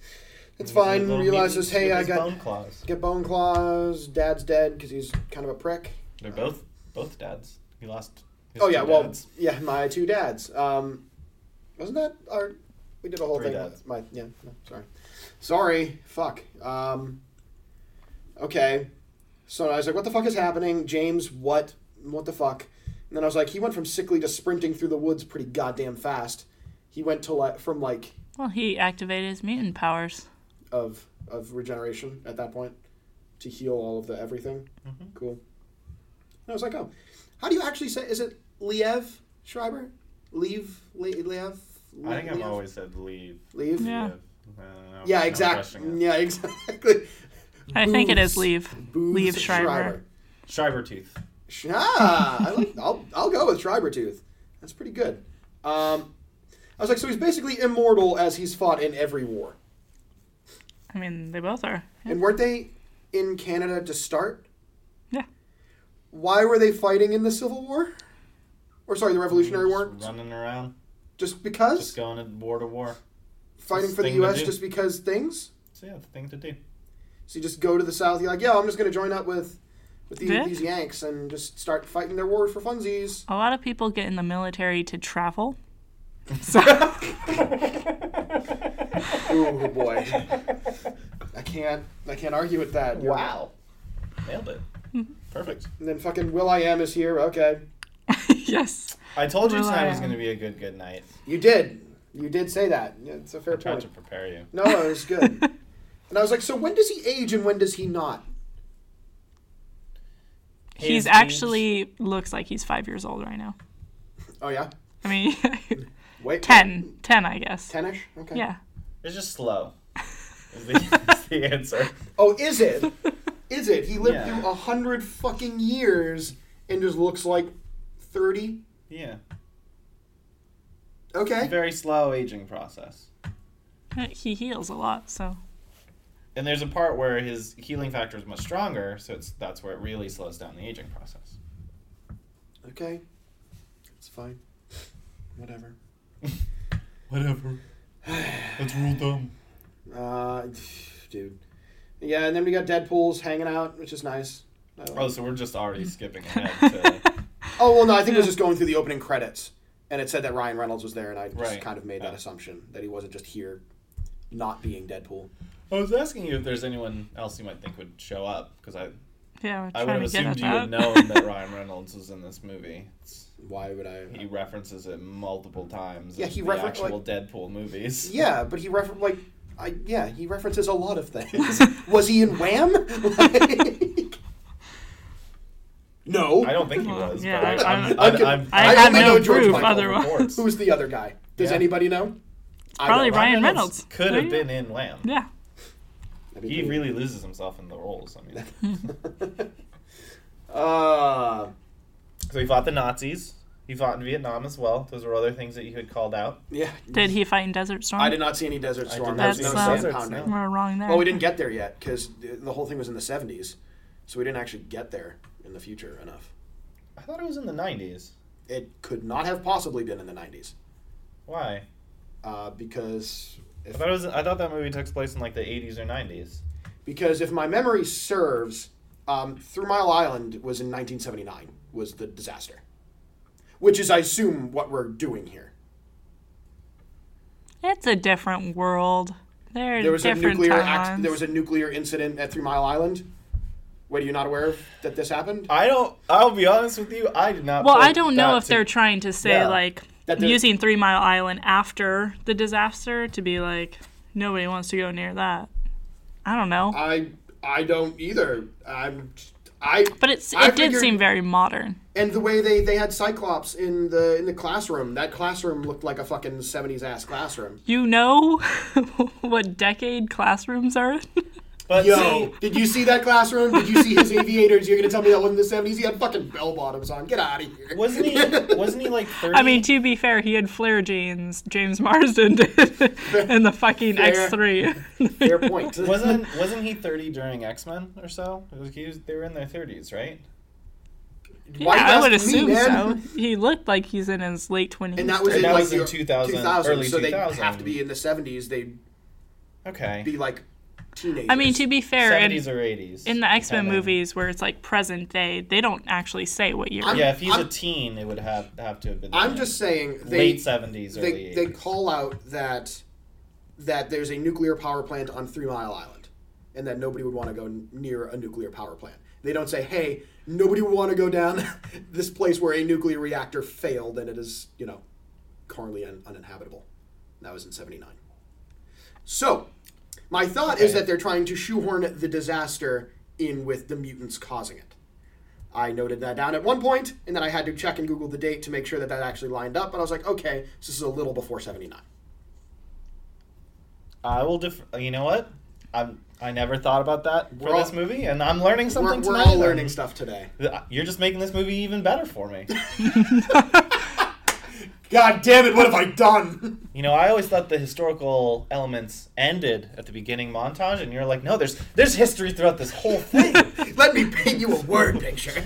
He's it's a fine. little Realizes, mutant hey, with I his got bone claws. get bone claws. Dad's dead because he's kind of a prick. They're both both dads. He lost. His Oh yeah, two well, dads. yeah, my two dads. Um, wasn't that our? We did a whole Three thing. dads. My yeah, no, sorry, sorry, fuck. Um, okay, so I was like, what the fuck is happening, James? What, what the fuck? And then I was like, he went from sickly to sprinting through the woods pretty goddamn fast. He went to like from like Well, he activated his mutant powers. of of regeneration at that point to heal all of the everything. Mm-hmm. Cool. And I was like, oh, how do you actually say? Is it Liev Schreiber? Leave Le- Liev. I think I've Liev? always said Uh, leave. Leave. Yeah. Live. I don't know. Yeah, I'm exactly. questioning it. Yeah, exactly. I think it is Booths. leave. Booths leave Schreiber. Schreiber tooth. Sch- Ah, I like, I'll I'll go with Schreiber Tooth. That's pretty good. Um, I was like, so he's basically immortal as he's fought in every war. I mean, they both are. Yeah. And weren't they in Canada to start? Yeah. Why were they fighting in the Civil War? Or sorry, the Revolutionary War? Just running around, Just because? just going to war to war. fighting just for the thing to U.S. do. just because things? So yeah, the thing to do. So you just go to the South. You're like, yo, I'm just gonna join up with with the, Yeah. these Yanks and just start fighting their war for funsies. A lot of people get in the military to travel. Oh boy, I can't I can't argue with that. You're- Wow, nailed it. Perfect. And then fucking Will I Am is here. Okay, yes. I told you Well, tonight was um, going to be a good good night. you did you did say that. Yeah, It's a fair I tried point. to prepare you. No, it was good. and I was like, so when does he age and when does he not? His He's age- actually looks like he's five years old right now. Oh yeah, I mean, wait, ten, ten, I guess. Tenish. Okay. Yeah. It's just slow. Is the, is the answer. Oh, is it? Is it? He lived Yeah. through a hundred fucking years and just looks like thirty. Yeah. Okay. very slow aging process. He heals a lot, so And there's a part where his healing factor is much stronger, so it's that's where it really slows down the aging process. Okay. It's fine. Whatever. Whatever. That's rule dumb. Uh, dude. Yeah, and then we got Deadpool's hanging out, which is nice. I like- Oh, so we're just already skipping ahead to Oh well, no, I think it was just going through the opening credits, and it said that Ryan Reynolds was there, and I just Right. kind of made that Yeah. assumption that he wasn't just here, not being Deadpool. I was asking you if there's anyone else you might think would show up because I yeah, we're I trying would have to get at assumed you that. would known that Ryan Reynolds was in this movie. It's- Why would I? he references it multiple times. Yeah, in he the refer- actual Deadpool movies. Yeah, but he refer like, I yeah, he references a lot of things. was he in Wham? Like- no. I don't think he was. Yeah, but I- I, I'm, I'm- I'm, I'm- I'm, I I- have I know no George proof Michael otherwise. reports. Who's the other guy? Does Yeah. anybody know? I don't Probably know. Ryan Reynolds. could There have you been in Wham. go. Yeah. That'd be He pretty- really loses himself in the roles. I mean, Uh, so he fought the Nazis. He fought in Vietnam as well. Those were other things that you had called out. yeah. Did he fight in Desert Storm? I did not see any Desert I Storm. did There not was see no any sand Desert pounding. Storm. We're wrong there. Well, we didn't get there yet because the whole thing was in the 70s, so we didn't actually get there in the future enough. I thought it was in the 90s. It could not have possibly been in the 90s Why? uh, because I if, thought it was. I thought that movie took place in like the 80s or 90s. because if my memory serves, um, Through Mile Island was in 1979 was the disaster, which is I assume what we're doing here. It's a different world. They're There was a different nuclear timelines. act, there was a nuclear incident at Three Mile Island. What are you not aware of that this happened? I don't. I'll be honest with you. I did not. well, put I don't know that if they're trying to say Yeah. like That they're- using Three Mile Island after the disaster to be like nobody wants to go near that. I don't know, I I don't either. I'm I but it's I it did figured- seem very modern. And the way they, they had Cyclops in the in the classroom, that classroom looked like a fucking seventies ass classroom. You know what decade classrooms are? in? But Yo, see, did you see that classroom? Did you see his aviators? You're gonna tell me that was in the seventies? He had fucking bell bottoms on. Get out of here. wasn't he? Wasn't he like 30? I mean, to be fair, he had flare jeans. James Marsden did in the fucking X three. Fair point. wasn't wasn't he 30 during X Men or so? It was, he was, they were in their 30s, right? Why you yeah, I would asking me, assume so. man? He looked like he's in his late twenties. And that was And in that like was in the 2000, early so they 2000. have to be in the seventies. They'd Okay. be like teenagers. I mean, to be fair, in- 70s or 80s. in the X Men depending. movies where it's like present day, they don't actually say what year. I'm- Yeah, if he's a I'm- teen, it would have have to have been. I'm the just saying they late 70s, early they, 80s. they call out that that there's a nuclear power plant on Three Mile Island, and that nobody would want to go n- near a nuclear power plant. They don't say, "Hey, nobody would want to go down this place where a nuclear reactor failed and it is, you know, currently un- uninhabitable." That was in '79. So, my thought is Okay. that they're trying to shoehorn the disaster in with the mutants causing it. I noted that down at one point, and then I had to check and Google the date to make sure that that actually lined up. But I was like, okay, so this is a little before '79. I will def- You know what? I'm. I never thought about that for We're all- this movie, and I'm learning We're, something we're tonight. all learning I'm- stuff today. You're just making this movie even better for me. God damn it! What have I done? You know, I always thought the historical elements ended at the beginning montage, and you're like, no, there's there's history throughout this whole thing. Let me paint you a word picture.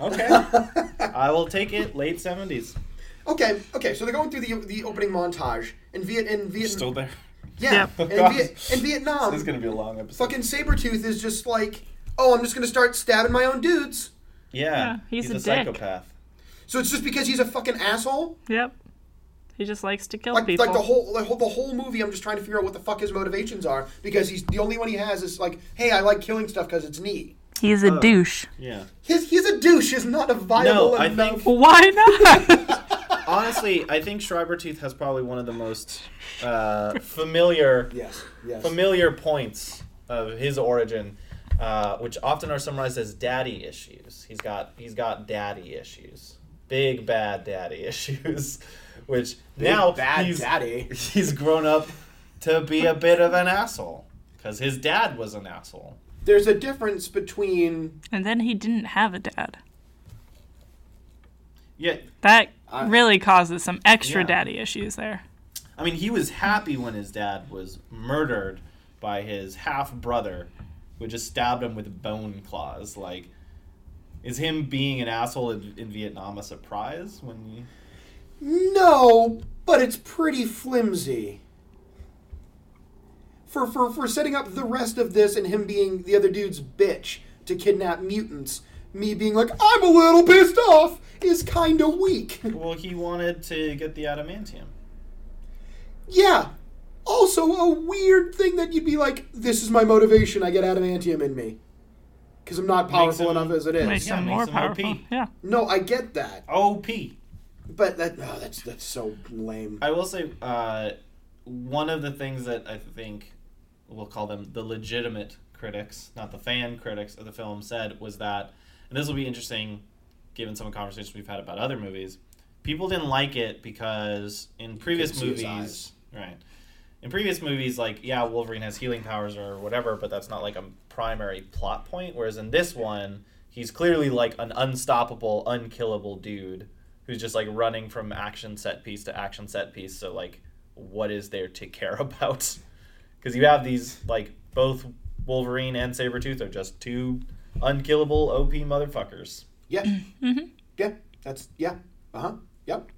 okay, I will take it. Late seventies, okay, okay. So they're going through the the opening montage in Viet in Viet still there. yeah, Yep. in, God. Viet, in Vietnam. This is gonna be a long episode. fucking Sabretooth is just like, oh, I'm just gonna start stabbing my own dudes. yeah, Yeah, he's a dick. psychopath. So it's just because he's a fucking asshole. Yep. He just likes to kill Like, people. like the whole, the whole the whole movie, I'm just trying to figure out what the fuck his motivations are because he's the only one he has is like, hey, I like killing stuff because it's neat. He's Uh. a douche. Yeah. His he's a douche is not a viable No, I think enough. Why not? honestly, I think Schreibertooth has probably one of the most uh, familiar yes, yes. familiar points of his origin, uh, which often are summarized as daddy issues. He's got he's got daddy issues, big bad daddy issues, which now bad he's, daddy. he's grown up to be a bit of an asshole because his dad was an asshole. There's a difference between and then he didn't have a dad. Yeah, That really causes some extra Yeah. daddy issues there. I mean, he was happy when his dad was murdered by his half brother, who just stabbed him with bone claws. Like, is him being an asshole in, in Vietnam a surprise when you? No, but it's pretty flimsy. For, for, for setting up the rest of this and him being the other dude's bitch to kidnap mutants, me being like, I'm a little pissed off, is kind of weak. Well, he wanted to get the adamantium. yeah. Also, a weird thing that you'd be like, this is my motivation, I get adamantium in me. Because I'm not powerful him- enough as it is. Makes Yeah, him makes more him OP. powerful. Yeah. No, I get that. OP. But that oh, that's that's so lame. I will say uh, one of the things that I think we'll call them the legitimate critics, not the fan critics of the film, said was that, and this will be interesting given some conversations we've had about other movies, people didn't like it because in previous Couldn't see his movies, right? In previous movies, like yeah, Wolverine has healing powers or whatever, but that's not like a primary plot point. Whereas in this one, he's clearly like an unstoppable, unkillable dude who's just like running from action set piece to action set piece. So like, what is there to care about? Because you have these like both Wolverine and Sabretooth are just two unkillable OP motherfuckers. Yeah. Yeah. That's yeah. Uh huh. Yep.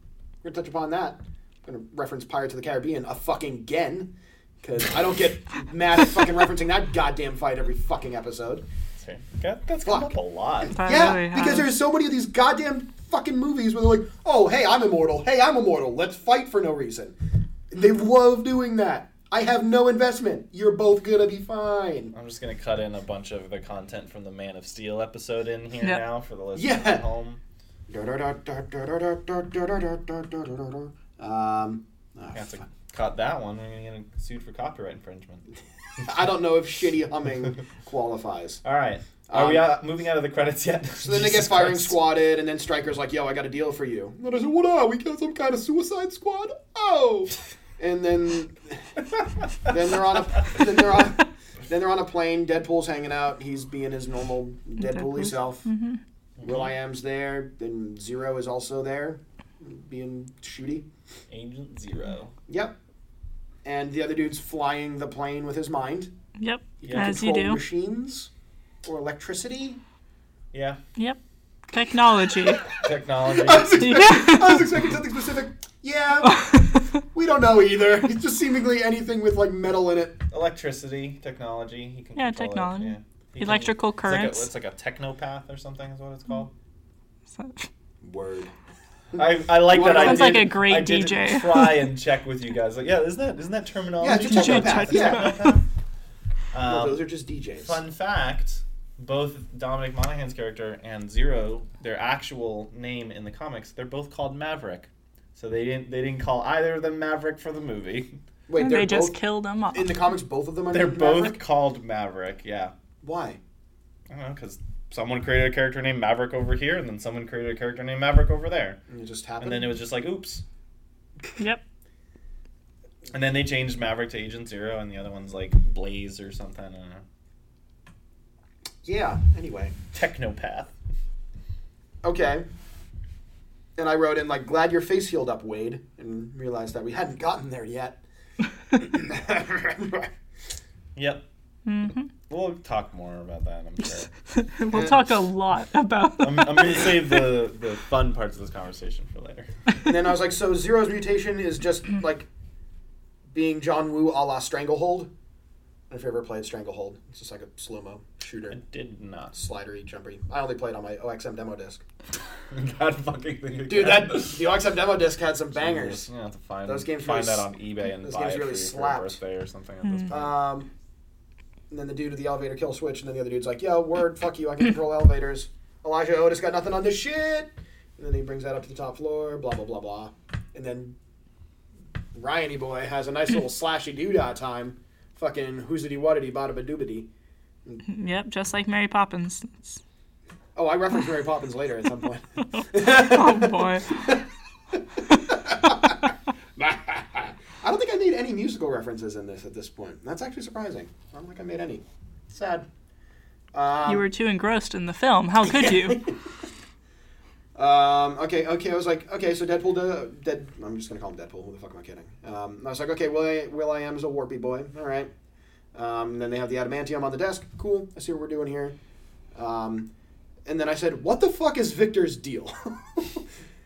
We're gonna touch upon that. I'm gonna reference Pirates of the Caribbean a fucking again, because I don't get mad at fucking referencing that goddamn fight every fucking episode. So, God, that's come Fuck. up a lot. That yeah, really because has- there's so many of these goddamn fucking movies where they're like, "Oh, hey, I'm immortal. Hey, I'm immortal. Let's fight for no reason." They love doing that. I have no investment. You're both gonna be fine. I'm just gonna cut in a bunch of the content from the Man of Steel episode in here Yep. now for the listeners Yeah. at home. Um, oh, Have to cut that one. We're gonna get sued for copyright infringement. I don't know if shitty humming qualifies. All right, are we out, moving out of the credits yet? Um, So then they get firing squatted, and then Stryker's like, "Yo, I got a deal for you." And I said, "What are we? Got some kind of suicide squad?" Oh, and then then they're on a then they're on then they're on a plane. Deadpool's hanging out. He's being his normal Deadpool-y self. Mm-hmm. Will I am's there. Then Zero is also there, being shooty. Agent Zero. Yep. And the other dude's flying the plane with his mind. Yep. Yeah. As you Control do. Machines or electricity. Yeah, Yep. Technology. technology. yeah. I was expecting something specific. Yeah, we don't know either. It's just seemingly anything with like metal in it. electricity, technology. He can control Yeah, it, technology. yeah. He can- Electrical it's like a- currents. It's like, a, technopath or something. Is what it's called. So- Word. Hmm. I, I like that. I Sounds did, like a great I did DJ. Try and check with you guys. Like, yeah, isn't that isn't that terminology? Yeah, it's a technopath. Technopath. Yeah, Um, Oh, those are just DJs. Fun fact: both Dominic Monaghan's character and Zero, their actual name in the comics, they're both called Maverick. So they didn't they didn't call either of them Maverick for the movie. Wait, they're they just both killed him off. in the comics. Both of them are They're named both Maverick? called Maverick. Yeah, Why? I don't know because someone created a character named Maverick over here, and then someone created a character named Maverick over there, And it just happened. and then it was just like, oops. Yep. And then they changed Maverick to Agent Zero, and the other one's like Blaze or something. I don't know. yeah. Anyway. Technopath. Okay. And I wrote in like, "Glad your face healed up, Wade," and realized that we hadn't gotten there yet. Yep. We'll talk more about that. I'm sure. We'll talk a lot about I'm, I'm going to save the, the fun parts of this conversation for later. And then I was like, so Zero's mutation is just like being John Woo a la Stranglehold. I don't know if you ever played Stranglehold. It's just like a slow mo shooter, Did not. slidery, jumpy. I only played on my OXM demo disc. That fucking thing. Again. Dude, that the OXM demo disc had some bangers. You have to find Those games find really that on s- eBay and those buy games it for really your- for your slapped. birthday or something at this point. Um, and then the dude with the elevator kill switch, and then the other dude's like, yo, word, fuck you, I can control elevators. Elijah Otis got nothing on this shit. And then he brings that up to the top floor, blah, blah, blah, blah. And then Ryany boy has a nice little slashy doodah time. Fucking who's it he what it he bada doobity. Yep, just like Mary Poppins. It's- Oh, I reference Mary Poppins later at some point. Oh boy. I don't think I made any musical references in this at this point. That's actually surprising. I don't think I made any. Sad. you were too engrossed in the film. How could you? Um, okay, okay. I was like, okay, so Deadpool, uh, Dead. I'm just gonna call him Deadpool. Who the fuck am I kidding? Um, I was like, okay, Will I, Will I am is a warpy boy. All right. Um, and then they have the adamantium on the desk. Cool. I see what we're doing here. Um, and then I said, what the fuck is Victor's deal?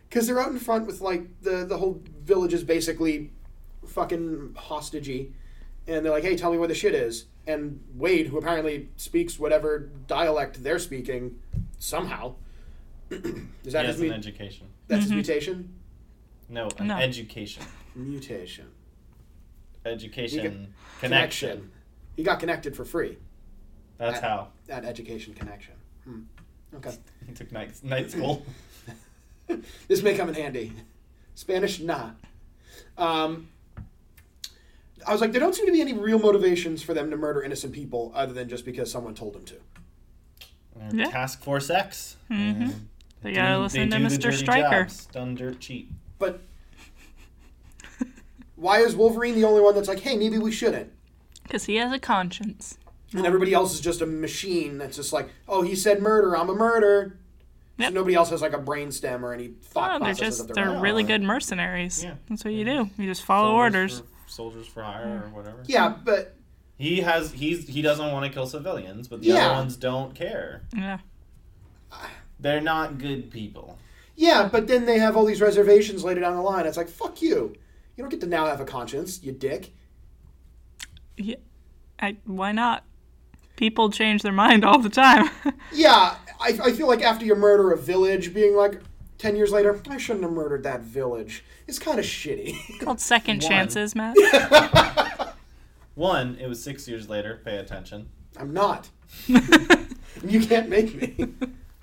Because they're out in front with like the the whole village is basically fucking hostagey, and they're like, hey, tell me where the shit is. And Wade, who apparently speaks whatever dialect they're speaking, somehow. is that he his has an mu- education. that's his mutation? No, an No. education. Mutation. Education You connection. He got connected for free That's how. at Education Connection. Hmm. Okay. He took night, night school. this may come in handy. Spanish, nah. Um, I was like, there don't seem to be any real motivations for them to murder innocent people other than just because someone told them to. And Yeah. Task Force X. And They gotta do- listen to do the Mr. dirty Stryker. jobs, Done dirt cheap. But why is Wolverine the only one that's like, hey, maybe we shouldn't? Because he has a conscience. And everybody else is just a machine that's just like, oh, he said murder, I'm a murderer. Yep. So nobody else has like a brain stem or any thought No, Oh, they're processes just of their they're own. really good mercenaries. Yeah. That's what you do. You just follow orders. For, soldiers for hire or whatever. Yeah, but He has. He's. He doesn't want to kill civilians, but the Yeah. other ones don't care. Yeah. They're not good people. Yeah, but then they have all these reservations later down the line. It's like, fuck you. You don't get to now have a conscience, you dick. yeah. I, why not? People change their mind all the time. Yeah, I, I feel like after you murder a village, being like, 10 years later, I shouldn't have murdered that village. It's kind of shitty. Called second One. chances, Matt. One, it was six years later. Pay attention. I'm not. you can't make me.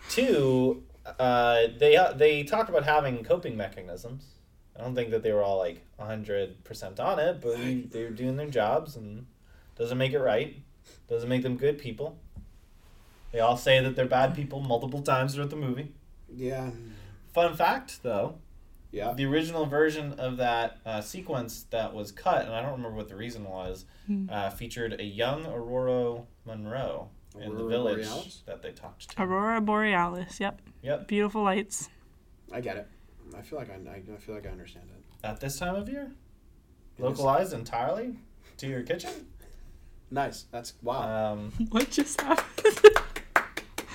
Two, uh, they they talked about having coping mechanisms. I don't think that they were all like hundred percent on it, but they, they were doing their jobs, and doesn't make it right. Doesn't make them good people. They all say that they're bad people multiple times throughout the movie. Yeah. Fun fact, though, Yeah. the original version of that uh, sequence that was cut, and I don't remember what the reason was, uh, featured a young Aurora Monroe in the Aurora village Borealis? that they talked to. Aurora Borealis. Yep. Yep. Beautiful lights. I get it. I feel like I, I, I feel like I understand it. At this time of year? is. Localized entirely to your kitchen? Nice. That's wow. Um, What just happened?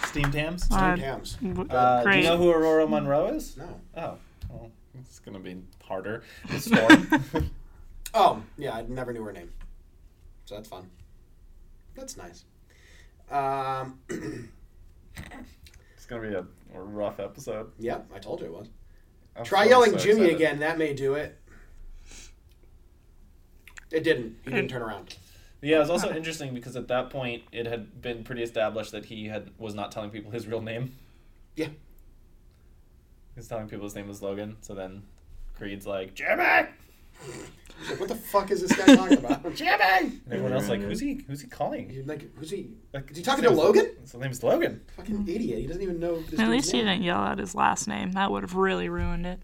steamed hams? Uh, Uh, hams. w- Uh, do great. you know who Aurora Monroe is? No. Oh. Well, it's going to be harder. The storm. Oh, yeah, I never knew her name. So that's fun. That's nice. Um, it's going to be a, a rough episode. yeah, I told you it was. I'm Try so- yelling so Jimmy excited. again. That may do it. It didn't. He didn't turn around. Yeah, it Oh, was also interesting because at that point it had been pretty established that he had was not telling people his real name. Yeah. He was telling people his name was Logan. So then Creed's like, Jimmy! He's like, what the fuck is this guy talking about? Jimmy! And everyone else like, who's he? Who's he calling? He's like, who's he? Like, Is he talking to Logan? His name's Logan. Fucking idiot. He doesn't even know this At dude's least he name. didn't yell out his last name. That would have really ruined it.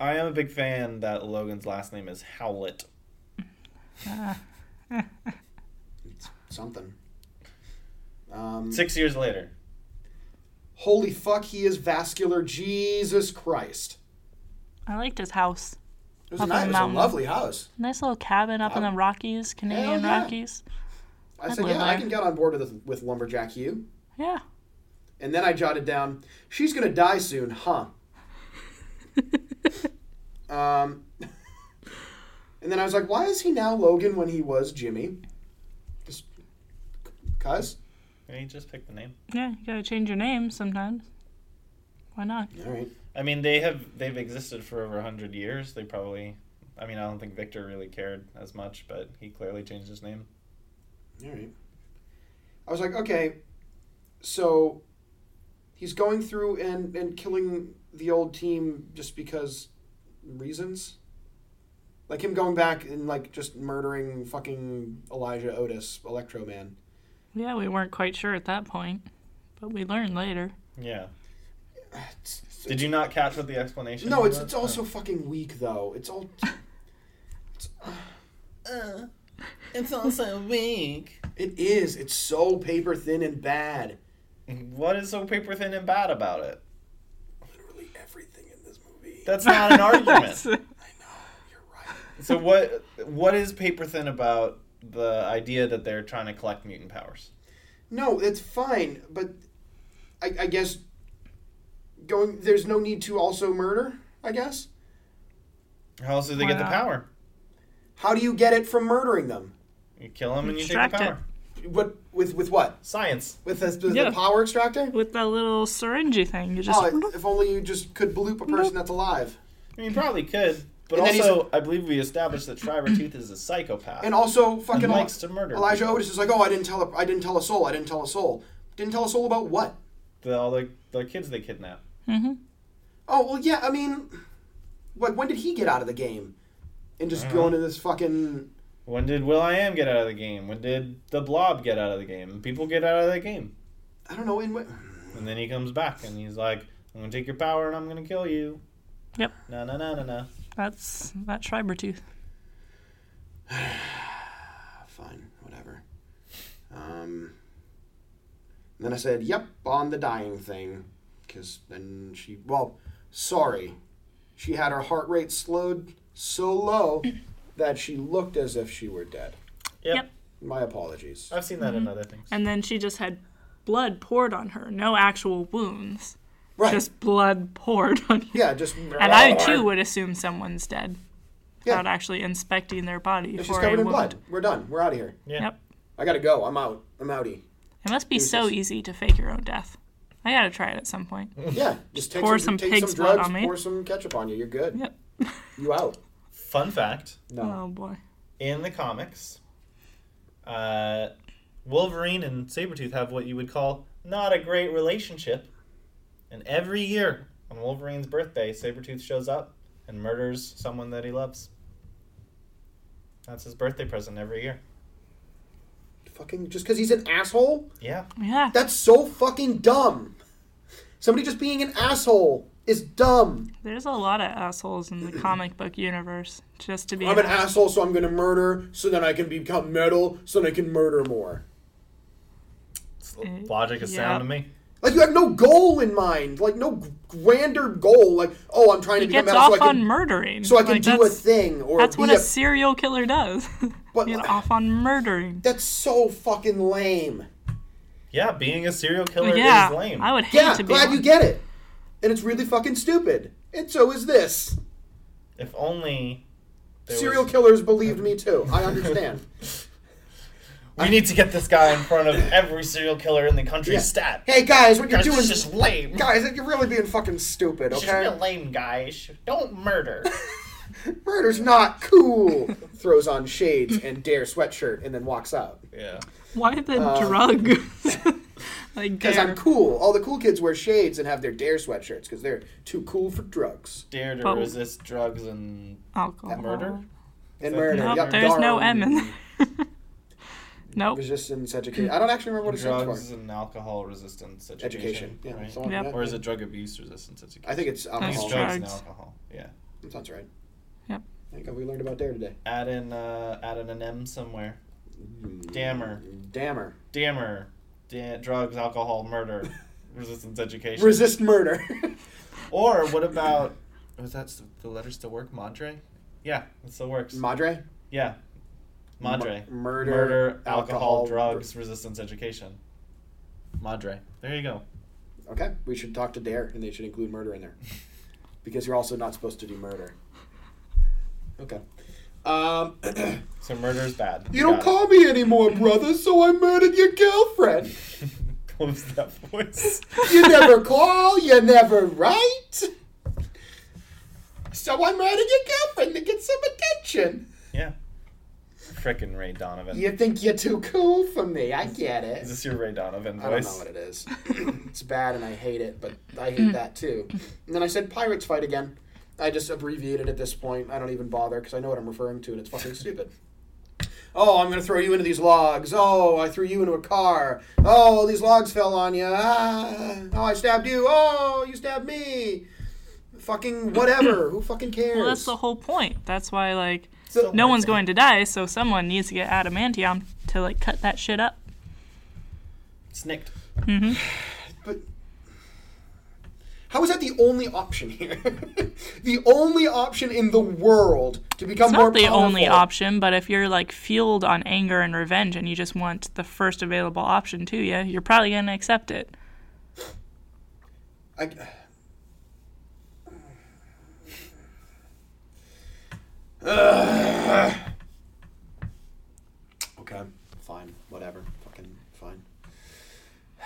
I am a big fan that Logan's last name is Howlett. It's something. Um, Six years later. holy fuck, he is vascular. Jesus Christ. I liked his house. It was, Up on nice. the It was a mountain. lovely house. Nice little cabin up in the Rockies, Canadian yeah. Rockies. I I'd said, live yeah, I there. can get on board with, with Lumberjack Hugh. Yeah. And then I jotted down, she's going to die soon, huh? um, and then I was like, why is he now Logan when he was Jimmy? Just cuz? He just picked the name. Yeah, you gotta change your name sometimes. Why not? All right. I mean, they have they've existed for over hundred years. They probably. I mean, I don't think Victor really cared as much, but he clearly changed his name. All right. I was like, okay, so he's going through and, and killing the old team just because reasons? Like him going back and like just murdering fucking Elijah Otis, Electro Man. Yeah, we weren't quite sure at that point, but we learned later. Yeah. It's- it's- Did you not catch what the explanation? No, it's was? it's also fucking weak though. It's all Uh, It's also weak. it is. It's so paper thin and bad. What is so paper thin and bad about it? That's not an argument. That's- so what what is paper thin about the idea that they're trying to collect mutant powers? No, it's fine, but I, I guess going there's no need to also murder. I guess. How else do they Why get the not? power? How do you get it from murdering them? You kill them and you take the Extract it. power. What with with what? Science. With the, the, Yeah. power extractor? With that little syringy thing, you just Oh, if only you just could bloop a person that's alive. I mean, you probably could, but And then he's- also I believe we established that Shriver Tooth is a psychopath. And also, fucking And Eli- likes to murder Elijah people. Otis is like, oh, I didn't tell, a, I didn't tell a soul. I didn't tell a soul. Didn't tell a soul about what? the, all the the kids they kidnap. Oh well, yeah. I mean, like when did he get out of the game? And just Mm-hmm. go into this fucking. When did Will I Am get out of the game? When did the Blob get out of the game? People get out of the game, I don't know. In what? and then he comes back and he's like, "I'm gonna take your power and I'm gonna kill you." Yep. No, no, no, no, no. that's that Schreiber tooth. ah, Fine, whatever. Um. and Then I said, "Yep, on the dying thing," because then she. Well, sorry, she had her heart rate slowed so low that she looked as if she were dead. Yep. Yep. My apologies. I've seen that in Mm-hmm. other things. And then she just had blood poured on her, no actual wounds, Right. just blood poured on you. yeah, just. And I too would assume someone's dead Yeah. without actually inspecting their body She's for covered a in wound. blood. We're done. We're out of here. Yep. I gotta go. I'm out. I'm outie. It must be so easy to fake your own death. I gotta try it at some point. Yeah, just take pour some, some take pig's some blood drugs, on me. pour some ketchup on you. You're good. Yep. You out. Fun fact: No. Oh boy. in the comics, uh, Wolverine and Sabretooth have what you would call not a great relationship. And every year on Wolverine's birthday, Sabretooth shows up and murders someone that he loves. That's his birthday present every year. Fucking just because he's an asshole? Yeah. Yeah. That's so fucking dumb. Somebody just being an asshole is dumb. There's a lot of assholes in the comic book universe. Just to be I'm an honest. asshole, so I'm gonna murder, so then I can become metal, so then I can murder more. Uh, It's- Logic is sound to me. Like you have no goal in mind, like no grander goal. Like oh, I'm trying to He become gets metal, off so I can on murdering. so I can Like, do a that's- thing or That's be what a a serial killer does. But- Get off on murdering. That's so fucking lame. Yeah, being a serial killer yeah, is lame. I would hate Yeah, to be. glad one. you get it. And it's really fucking stupid. And so is this. if only. there Serial was- killers believed me too. I understand. We need to get this guy in front of every serial killer in the country. Yeah. Stat. hey guys, what you're Guys, doing this is lame. Guys, you're really being fucking stupid, This is real okay? lame, guys. Don't murder. Murder's not cool. Throws on shades and dare sweatshirt and then walks out. yeah. Why the drugs? like, Because Uh, I'm dare. cool. All the cool kids wear shades and have their dare sweatshirts because they're too cool for drugs. Dare to But- resist drugs and alcohol. murder? And that murder. the- Nope, Yup, there's no darn. M in there. nope. Resistance education. I don't actually remember what it stands Drugs for. and alcohol resistance education. Education. Yeah, right? something like Yep. that. Or is it drug abuse resistance education? I think it's It's alcohol. drugs and drugs. alcohol. Yeah. That sounds right. Yep. I think we learned about dare today. Add in uh, add in an M somewhere. Dammer. Dammer. Dammer. Da- drugs, alcohol, murder, resistance education. Resist murder. or what about was that s- the letter still work? Madre? Yeah, it still works. Madre. yeah. Madre. Mu- murder, Murder, alcohol, alcohol, drugs, resistance education. Madre. There you go. Okay, we should talk to Dare, and they should include murder in there, because you're also not supposed to do murder. Okay. Um, So murder's bad. you don't Got it. call me anymore, brother, so I murdered your girlfriend. what was that voice? You never call, you never write. So I murdered your girlfriend to get some attention. yeah. Frickin' Ray Donovan. You think you're too cool for me? I get Is it. this your Ray Donovan I don't know voice? what it is. it's bad and I hate it, but I Mm. hate that too. And then I said pirates fight again. I just abbreviated at this point. I don't even bother because I know what I'm referring to and it's fucking stupid. Oh, I'm going to throw you into these logs. Oh, I threw you into a car. Oh, these logs fell on you. Ah, oh, I stabbed you. Oh, you stabbed me. Fucking whatever. Who fucking cares? Well, that's the whole point. That's why, like, So- no one's going to die, so someone needs to get adamantium to, like, cut that shit up. Snicked. But How is that the only option here? the only option in the world to become It's more not the powerful. only option, but if you're like fueled on anger and revenge and you just want the first available option to you, you're probably going to accept it. I, Ugh. okay, fine, whatever, fucking fine.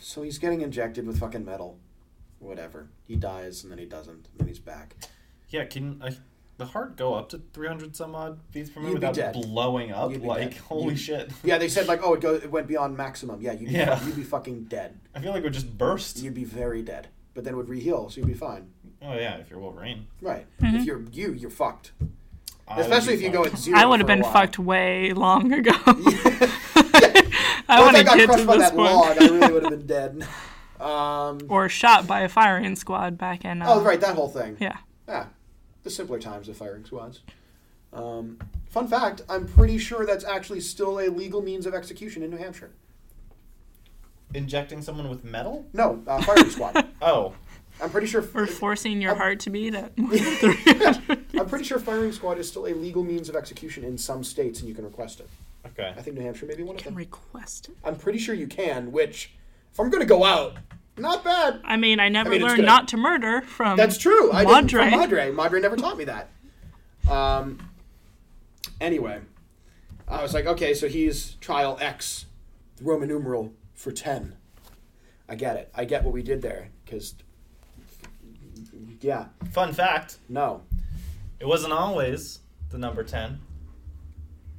So he's getting injected with fucking metal, whatever. He dies and then he doesn't, and then he's back. Yeah, can I, the heart go up to 300 some odd beats per You'd minute be without dead. blowing up? You'd be Like, dead. holy You'd- shit. Yeah, they said like, oh, it go, it went beyond maximum. Yeah, you'd be, Yeah. you'd be fucking dead. I feel like it would just burst. You'd be very dead, but then it would reheal, so you'd be fine. oh, yeah, if you're Wolverine. Right? Mm-hmm. If you're you, you're fucked. I would Especially if be you fine. go at zero. I would have for a been while. fucked way long ago. I Once want I to got get to crushed by this that log, point. I really would have been dead. Um, or shot by a firing squad back in. Uh, oh, right, that whole thing. Yeah. Yeah, the simpler times of firing squads. Um, fun fact: I'm pretty sure that's actually still a legal means of execution in New Hampshire. Injecting someone with metal? No, uh, firing squad. Oh. I'm pretty sure. Or forcing your heart to beat at I'm pretty sure firing squad is still a legal means of execution in some states, and you can request it. Okay. I think New Hampshire may be one of them. Request it. I'm pretty sure you can. Which, if I'm gonna go out, not bad. I mean, I never mean, it's learned gonna- not to murder from That's true. I didn't Madre. from Madre. Madre never taught me that. Um, anyway, I was like, okay, so he's trial X, the Roman numeral for 10. I get it. I get what we did there. Because, yeah, Fun fact no. it wasn't always the number 10.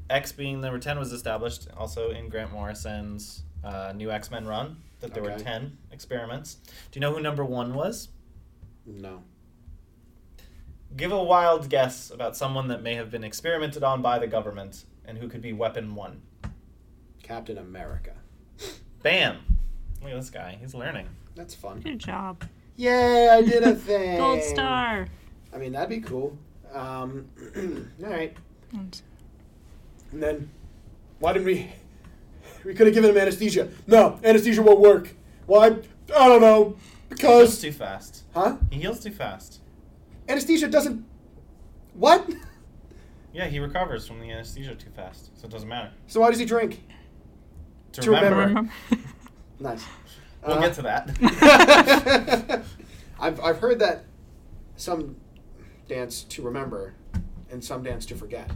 X being number 10 was established also in Grant Morrison's uh, new X Men run, that there were Okay. 10 experiments. Do you know who number one was? No. Give a wild guess about someone that may have been experimented on by the government and who could be weapon one. Captain America. Bam! Look at this guy. He's learning. That's fun. Good job. Yay, I did a thing. Gold star. I mean, that'd be cool. Um, all right. And- And then, why didn't we? We could have given him anesthesia. No, anesthesia won't work. Why? I don't know. He heals Because. too fast. Huh? He heals too fast. Anesthesia doesn't. What? Yeah, he recovers from the anesthesia too fast, so it doesn't matter. So why does he drink? To, To remember, remember. Remember? Nice. we'll Uh, get to that. I've, I've heard that some dance to remember and some dance to forget.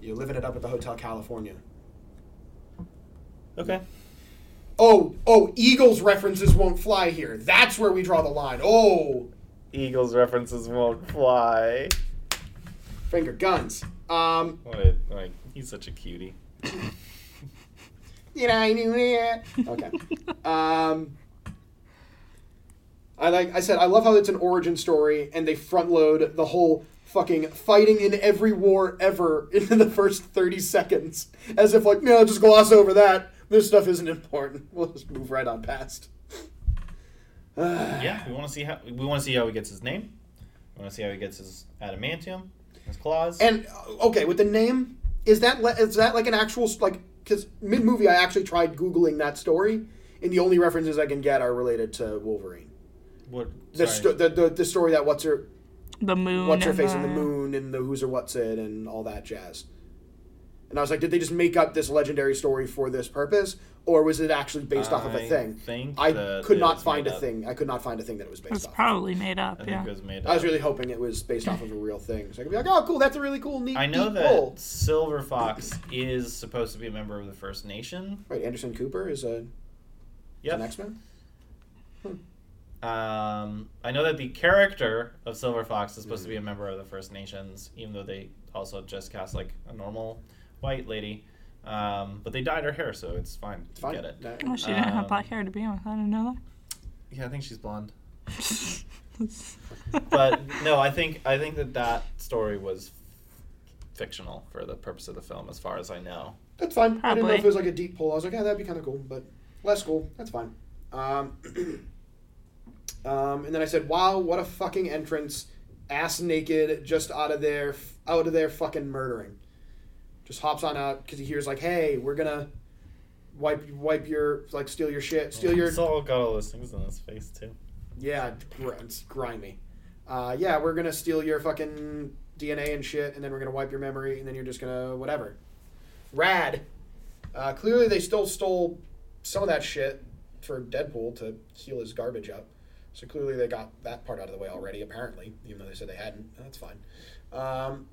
You're living it up at the Hotel California. okay. Oh, oh, Eagles references won't fly here. That's where we draw the line. Oh, Eagles references won't fly. finger guns. Um, What a, like, he's such a cutie. you know, I knew it. Okay. Um, I like. I said, I love how it's an origin story, and they front load the whole fucking fighting in every war ever into the first thirty seconds, as if like, no, just gloss over that. This stuff isn't important. We'll just move right on past. Yeah, we want to see how we want to see how he gets his name. We want to see how he gets his adamantium, his claws. And uh, okay, with the name, is that le- is that like an actual s- like? Because mid movie, I actually tried googling that story, and the only references I can get are related to Wolverine. what? sorry. The, sto- the, the the story that what's her the moon. what's her and face and the moon and the who's her what's it and all that jazz. And I was like, did they just make up this legendary story for this purpose, or was it actually based off of I a thing? think I that could it not was find made a up. thing. I could not find a thing that it was It's based off. probably made up, I think yeah. it was made. I was up. really hoping it was based off of a real thing, so I could be like, oh, cool, that's a really cool, neat, I know neat that pull. Silver Fox is supposed to be a member of the First Nation. Right, Anderson Cooper is a Yep. an X Men. Um, I know that the character of Silver Fox is supposed to be Mm-hmm. a member of the First Nations, even though they also just cast like a normal white lady. Um, but they dyed her hair, so it's fine. It's fine. Get it? That- Oh, she didn't Um, have black hair to begin with. I didn't know Yeah, I think she's blonde. that. But no, I think I think that that story was fictional for the purpose of the film, as far as I know. that's fine. I didn't know Probably. if it was like a deep pull. I was like, yeah, that'd be kind of cool, but less cool. That's fine. Um, um, and then I said, wow, what a fucking entrance, ass naked, just out of there, out of there, fucking murdering. Just hops on out because he hears like, hey, we're gonna, wipe wipe your like steal your shit, Oh, steal your Saul got all those things on his face too. yeah, gr- it's grimy. Uh, yeah, we're gonna steal your fucking DNA and shit, and then we're gonna wipe your memory, and then you're just gonna whatever. Rad. Uh, clearly, they still stole some of that shit for Deadpool to heal his garbage up. So clearly, they got that part out of the way already. Apparently, even though they said they hadn't, that's fine. Um,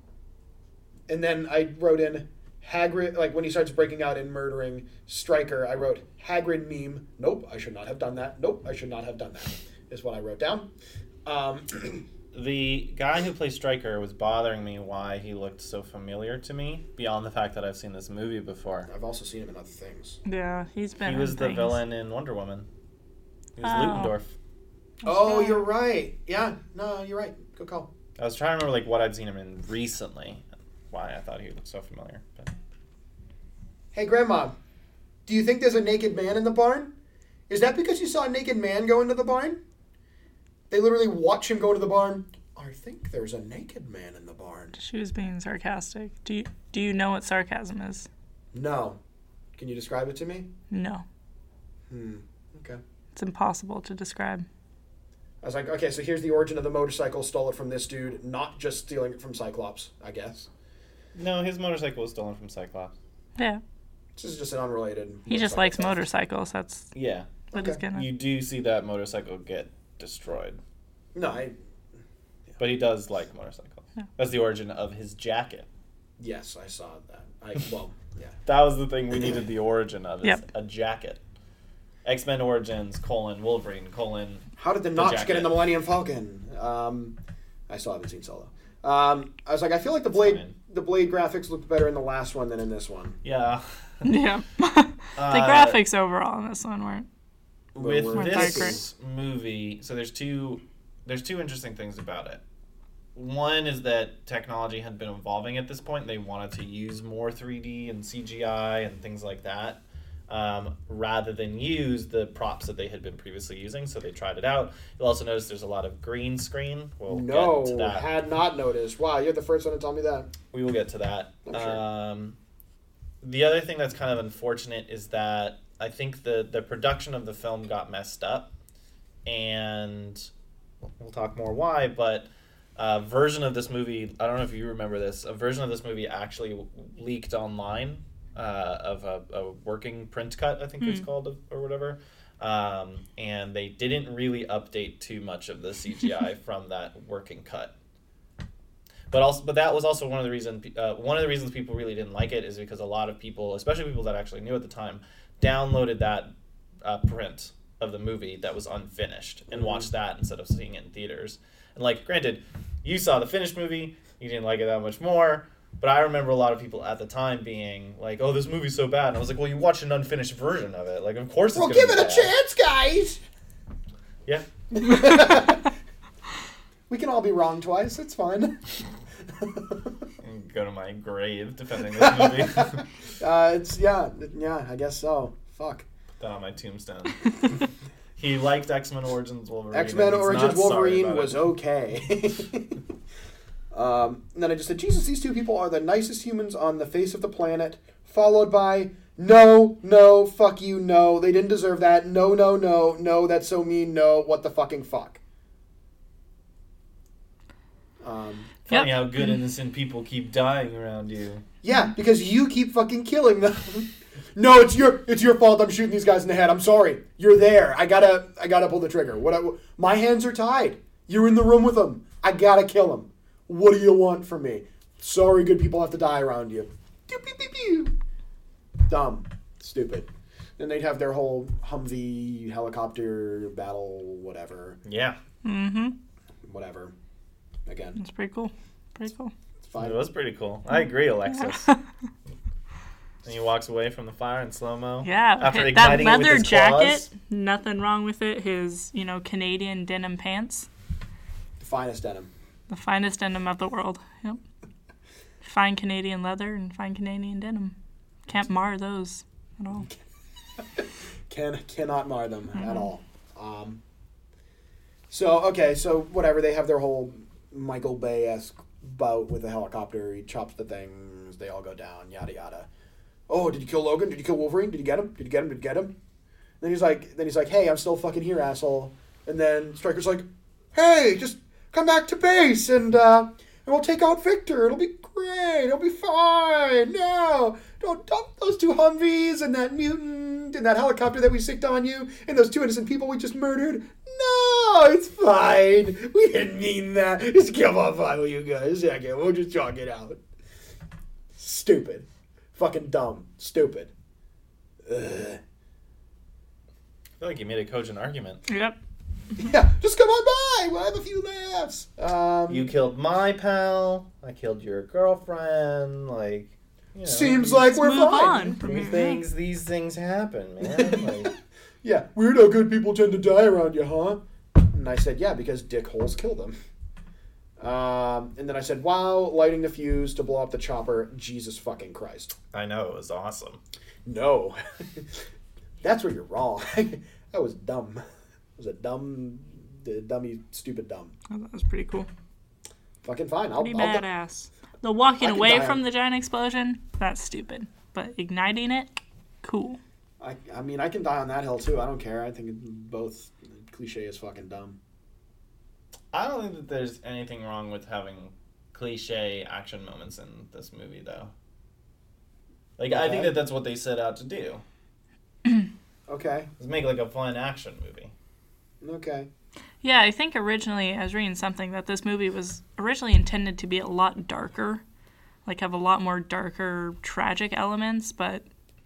and then I wrote in Hagrid, like when he starts breaking out and murdering Stryker, I wrote Hagrid meme. Nope, I should not have done that. Nope, I should not have done that. Is what I wrote down. Um, The guy who plays Stryker was bothering me why he looked so familiar to me, beyond the fact that I've seen this movie before. I've also seen him in other things. Yeah, he's been. He in was the things. villain in Wonder Woman. He was Oh. Ludendorff. Oh, you're right. Yeah, no, you're right. Good call. I was trying to remember like what I'd seen him in recently, why I thought he looked so familiar. But Hey, Grandma, do you think there's a naked man in the barn? Is that because you saw a naked man go into the barn? They literally watch him go to the barn. I think there's a naked man in the barn. She was being sarcastic. Do you do you know what sarcasm is? No. Can you describe it to me? No, Okay. it's impossible to describe. I was like, okay, so here's the origin of the motorcycle. Stole it from this dude, not just stealing it from Cyclops, I guess. no, his motorcycle was stolen from Cyclops. Yeah, This is just an unrelated. he just motorcycle likes theft. motorcycles. That's Yeah, what he's gonna. you do see that motorcycle get destroyed, No, I, but he does like motorcycles. That's the origin of his jacket. yes, I saw that. I well, yeah. That was the thing we needed the origin of. Is Yep. A jacket. X Men Origins colon Wolverine colon. How did the Knox jacket. get in the Millennium Falcon? Um, I still haven't seen Solo. Um, I was like, I feel like the blade, fine. the blade graphics looked better in the last one than in this one. Yeah. Yeah, the Uh, graphics overall in this one weren't. with Where we're- this movie so there's two there's two interesting things about it one is that technology had been evolving at this point they wanted to use more 3d and cgi and things like that um, rather than use the props that they had been previously using so they tried it out you'll also notice there's a lot of green screen we'll no, get to that had not noticed. Wow, you're the first one to tell me that. we will get to that. Oh, sure. Um, the other thing that's kind of unfortunate is that I think the the production of the film got messed up, and we'll talk more why. But a version of this movie, I don't know if you remember this, a version of this movie actually w- leaked online uh, of a, a working print cut, I think it's called or whatever. Um, and they didn't really update too much of the CGI from that working cut but also but that was also one of the reason uh, one of the reasons people really didn't like it is because a lot of people especially people that actually knew at the time downloaded that uh, print of the movie that was unfinished and watched that instead of seeing it in theaters and like granted you saw the finished movie you didn't like it that much more but I remember a lot of people at the time being like, "Oh, this movie's so bad," and I was like, "Well, you watched an unfinished version of it. Like, of course it's Well, gonna give be it a bad." chance, guys. Yeah, We can all be wrong twice. It's fine. go to my grave defending this movie. Put Uh, it's yeah, yeah. I guess so. Fuck. that on my tombstone. He liked X Men Origins Wolverine. X Men and he's Origins not sorry Wolverine about was it. okay. um, and then I just said, Jesus, these two people are the nicest humans on the face of the planet. Followed by, no, no, fuck you, no, they didn't deserve that. No, no, no, no, that's so mean. No, what the fucking fuck. Um, Funny how good innocent people keep dying around you. yeah, because you keep fucking killing them. no, it's your it's your fault. I'm shooting these guys in the head. I'm sorry. You're there. I gotta I gotta pull the trigger. What? I, my hands are tied. You're in the room with them. I gotta kill them. What do you want from me? Sorry, good people have to die around you. Pew, pew, pew, pew. Dumb, stupid. Then they'd have their whole Humvee helicopter battle, whatever, Yeah, whatever. Again, It's pretty cool. Pretty cool. it's it fine. was pretty cool. I agree, Alexis. and he walks away from the fire in slow mo. Yeah, after hi- that igniting it with leather his jacket, claws. nothing wrong with it. His, you know, Canadian denim pants, Finest denim. the finest denim of the world. Yep. Fine Canadian leather and fine Canadian denim. Can't mar those at all. can cannot mar them at all. Um, so okay, so whatever they have their whole Michael Bay esque bout with a helicopter. He chops the things. They all go down. Yada yada. "Oh, did you kill Logan? Did you kill Wolverine? Did you get him? Did you get him? Did you get him?" Then he's like, then he's like, "Hey, I'm still fucking here, asshole." And then Stryker's like, "Hey, just come back to base and uh, and we'll take out Victor. It'll be great. It'll be fine. No, don't dump those two Humvees and that mutant and that helicopter that we sicked on you and those two innocent people we just murdered. No, it's fine. We didn't mean that. Just come on by with you guys. a second. We'll just talk it out." Stupid. Fucking dumb. Stupid. I feel like you made a cogent argument. Yep. Yeah, just come on by. We'll have a few laughs. Um, Mm. You killed my pal. I killed your girlfriend. Like, you know, seems these- like we're Move fine. on. these things. These things happen, man. Like, Yeah, weird how good people tend to die around you, huh? And I said, yeah, because dick holes kill them. Um, and then I said, wow, lighting the fuse to blow up the chopper. Jesus fucking Christ. I know it was awesome. No. That's where you're wrong. that was dumb. It was a dumb, d- dummy, stupid dumb. Oh, that was pretty cool. Fucking fine. I'll, Pretty I'll d- badass. The walking I could away die. from the giant explosion, that's stupid. But igniting it, cool. I, I mean, I can die on that hill too. I don't care. I think both cliche is fucking dumb. I don't think that there's anything wrong with having cliche action moments in this movie, though. Like, I think Okay. that that's what they set out to do: Okay. is make like a fun action movie. Okay. Yeah, I think originally I was reading something that this movie was originally intended to be a lot darker, like have a lot more darker tragic elements, but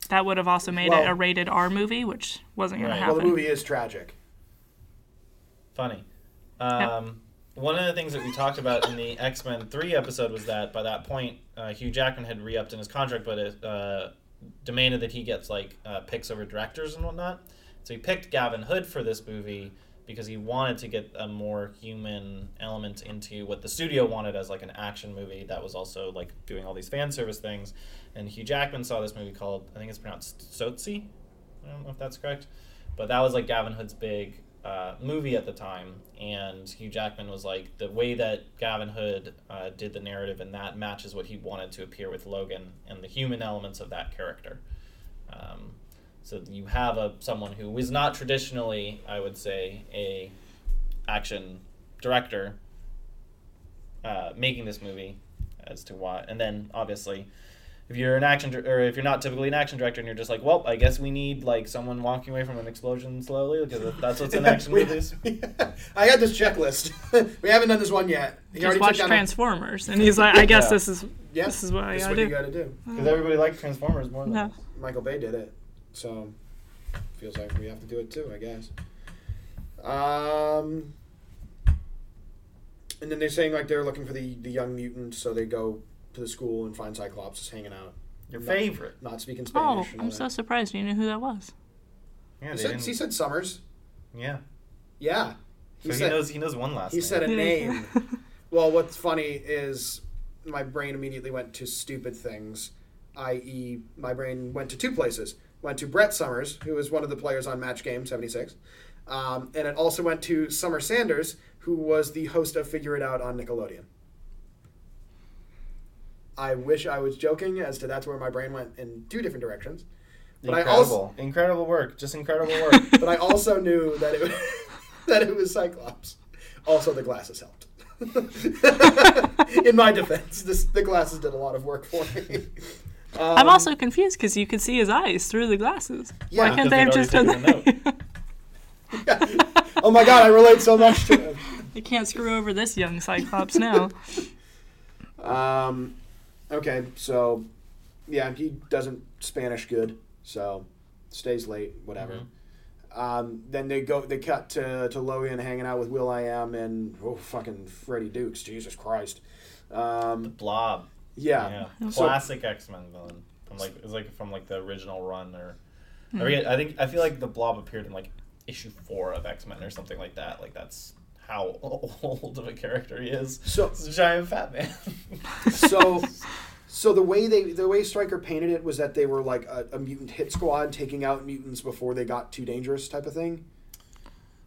that would have also made it Well- a rated R movie, which wasn't going Right. Well, to Well, the happen. movie is tragic. Funny. Um, One of the things that we talked about in the X Men Three episode was that by that point, uh, Hugh Jackman had re-upped in his contract, but it uh, demanded that he gets like uh, picks over directors and whatnot. So he picked Gavin Hood for this movie because he wanted to get a more human element into what the studio wanted as like an action movie that was also like doing all these fan service things. And Hugh Jackman saw this movie called I think it's pronounced Sozi. I don't know if that's correct, but that was like Gavin Hood's big uh, movie at the time, and Hugh Jackman was like the way that Gavin Hood uh, did the narrative, and that matches what he wanted to appear with Logan and the human elements of that character. Um, so you have a someone who is not traditionally, I would say, a action director uh, making this movie as to why, and then obviously if you're an action dir- or if you're not typically an action director and you're just like, well, I guess we need like someone walking away from an explosion slowly because that's what's in action We- movies. I had this checklist. we haven't done this one yet. You Just watch down Transformers, and he's like, I guess Yeah. this is Yeah, this is what I this is gotta what do. Mm. you got to do. Because everybody liked Transformers more than Yeah. us. Michael Bay did it, so feels like we have to do it too, I guess. Um, and then they're saying like they're looking for the the young mutant, so they go to the school and find Cyclops just hanging out, your No. favorite. not speaking Spanish. Oh, and all I'm that. so surprised you knew who that was. Yeah, He they said, he didn't, said Summers. yeah. Yeah, So he he, said knows he knows one last. he name. said a name. Well, what's funny is my brain immediately went to stupid things, i.e., my brain went to two places. Went to Brett Summers, who was one of the players on Match Game 76, um, and it also went to Summer Sanders, who was the host of Figure It Out on Nickelodeon. I wish I was joking as to that's where my brain went in two different directions. But I incredible, also incredible work, just incredible work. but I also knew that it that it was Cyclops. Also, the glasses helped. In my defense, this, the glasses did a lot of work for me. I'm also confused because you could see his eyes through the glasses. Um, Yeah, Why because can't they they'd have just done already taken that? Oh my god, I relate so much to him. they can't screw over this young Cyclops now. Um, okay, so yeah, he doesn't Spanish good, so stays late, whatever. Mm-hmm. Um, then they go, they cut to to Logan hanging out with Will I Am and oh fucking Freddie Dukes, Jesus Christ. Um, Blob. Yeah, So- classic X Men villain. From like it's like from like the original run or I forget. I think I feel like the Blob appeared in like issue four of X Men or something like that. Like that's how old of a character he is. So- it's a giant fat man. so so the way they the way Stryker painted it was that they were like a, a mutant hit squad taking out mutants before they got too dangerous type of thing.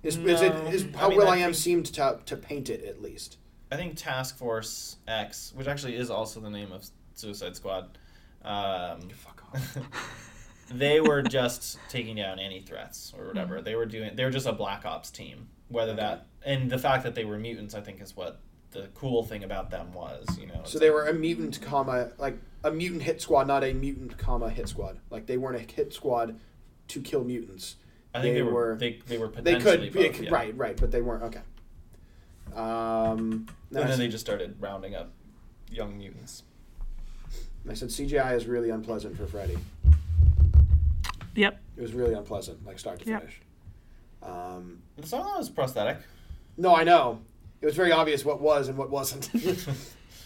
Is, is it No. is I how mean, Will I I Am think- seemed to to paint it at least. I think Task Force X, which actually is also the name of Suicide Squad, Um, Fuck off. they were just taking down any threats or whatever. They were doing. They were just a black ops team. Whether that and the fact that they were mutants, I think, is what the cool thing about them was. You know. So they were a mutant comma like a mutant hit squad, not a mutant comma hit squad. Like they weren't a hit squad to kill mutants. I think they they, were, were- They, they were They potentially could, both, be yeah. right, right, but they weren't okay. Um, And no, I, then they said, just started rounding up young mutants. I said CGI is really unpleasant for Freddy. Yep. It was really unpleasant, like start to Yeah. finish. Um, And Some of that was prosthetic. no, I know. It was very obvious what was and what wasn't.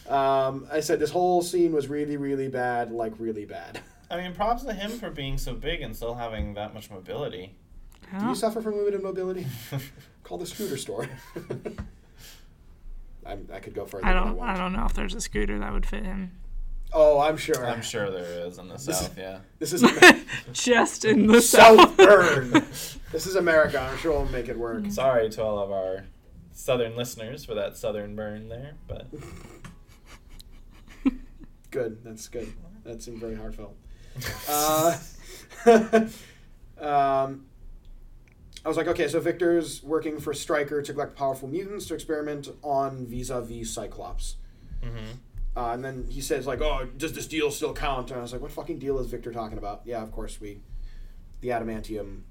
um, I said this whole scene was really, really bad, like really bad. I mean, props to him for being so big and still having that much mobility. Do Yeah. you suffer from limited mobility? Call the scooter store. I'm, I could go further. I than don't. want. I don't know if there's a scooter that would fit him. Oh, I'm sure. I'm sure there is in the south. Yeah. This is Just in the south. Southern. this is America. I'm sure we'll make it work. Mm. Sorry to all of our southern listeners for that southern burn there, but Good. That's good. That seemed very heartfelt. Uh, um, I was like, okay, so Victor's working for Stryker to collect powerful mutants to experiment on vis-a-vis Cyclops. Uh, and then he says, like, oh, does this deal still count? And I was like, what fucking deal is Victor talking about? Yeah, of course we, the adamantium,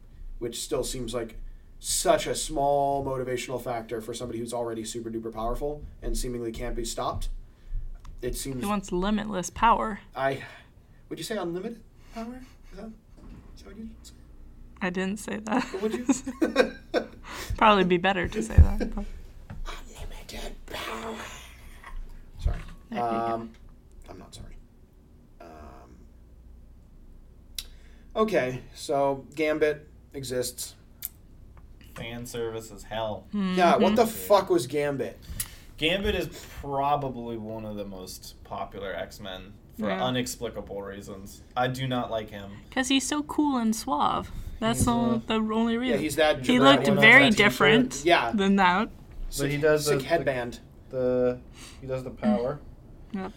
which still seems like such a small motivational factor for somebody who's already super duper powerful and seemingly can't be stopped. It seems He wants limitless power. I would you say unlimited power? Is that, is that what you say? I didn't say that. Would you? Probably be better to say that. but- unlimited power. Sorry. There you go. Um, I'm not sorry. Um, okay, so Gambit exists. fan service is hell. Yeah, Mm-hmm. what the fuck was Gambit? Gambit is probably one of the most popular X Men for Yeah. unexplicable reasons. I do not like him. Because he's so cool and suave. That's the, uh, the only Yeah, reason. he's that. he that looked one on very that different t-shirt. Yeah, than that. sick, he does the- sick the- headband. The he does the power. Mm. Yep.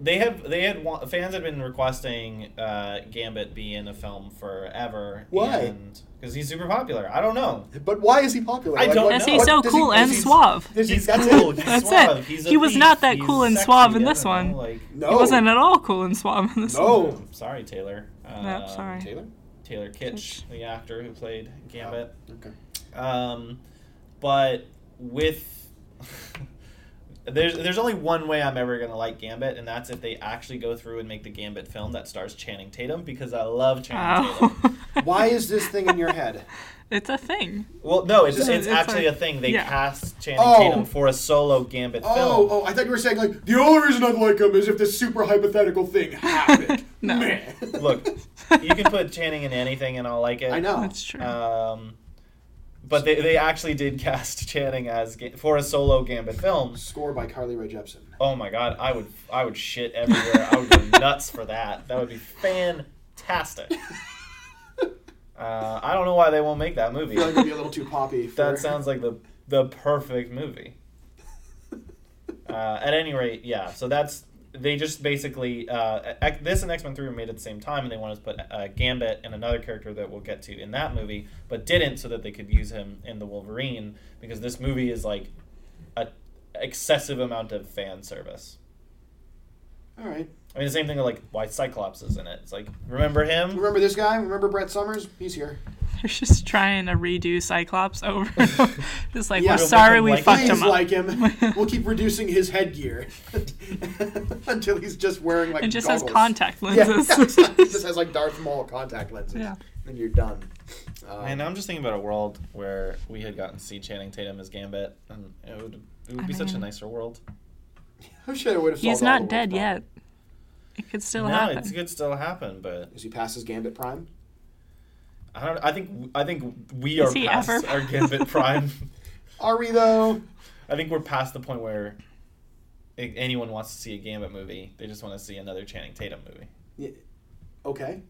They have they had wa- fans had been requesting uh, Gambit be in a film forever. Why? Because he's super popular. I don't know. But why is he popular? I don't what- Because know. he's what so Oh, does he- cool does and he- suave. does he- He's that's cool. it. He's That's suave. it. He's a He was thief. not that He's cool and sexy. suave in I this don't one. know, Like, No. He wasn't at all cool and suave in this one. No. I'm sorry, Taylor. Um, No, sorry. Taylor. Taylor Kitsch, the actor who played Gambit. Okay. Um, but with there's there's only one way I'm ever gonna like Gambit, and that's if they actually go through and make the Gambit film that stars Channing Tatum because I love Channing Tatum. Oh. Why is this thing in your head? it's a thing. Well, no, it's, It's it's, a- it's actually like- a thing. They yeah. cast Channing Oh. Tatum for a solo Gambit Oh, film. oh, I thought you were saying like the only reason I'd like him is if this super hypothetical thing happened. No. Man. Look, you can put Channing in anything, and I'll like it. I know. That's true. Uh. Um, but they, they actually did cast Channing as Ga- for a solo Gambit film. Score by Carly Rae Jepsen. Oh my god, I would I would shit everywhere. I would go nuts for that. That would be fantastic. Uh, I don't know why they won't make that movie. I feel like it'd be a little too poppy. For... That sounds like the the perfect movie. Uh, at any rate, yeah. So that's they just basically uh, X- this and X Men Three were made at the same time, and they wanted to put uh, Gambit and another character that we'll get to in that movie, but didn't, so that they could use him in the Wolverine because this movie is like a excessive amount of fan service. All right. I mean, the same thing with, like why Cyclops is in it. It's like remember him? Remember this guy? Remember Brett Summers? He's here. They're just trying to redo Cyclops over and over. Just like, Yeah. we're We'll make sorry him we like- fucked Please him up. like him. We'll keep reducing his headgear until he's just wearing like it just goggles. has contact Yeah. lenses. he just has like Darth Maul contact lenses. Yeah. Then you're done. Um, And I'm just thinking about a world where we had gotten to see Channing Tatum as Gambit, and it would it would be such a mean- nicer world. I'm sure it would have He's solved all the not world's dead problems. yet. It could still No, happen. it could still happen, but Is he past his Gambit Prime? I don't. I think I think we Is are he past ever- our Gambit Prime. Are we though? I think we're past the point where i- anyone wants to see a Gambit movie. They just want to see another Channing Tatum movie. Yeah. Okay.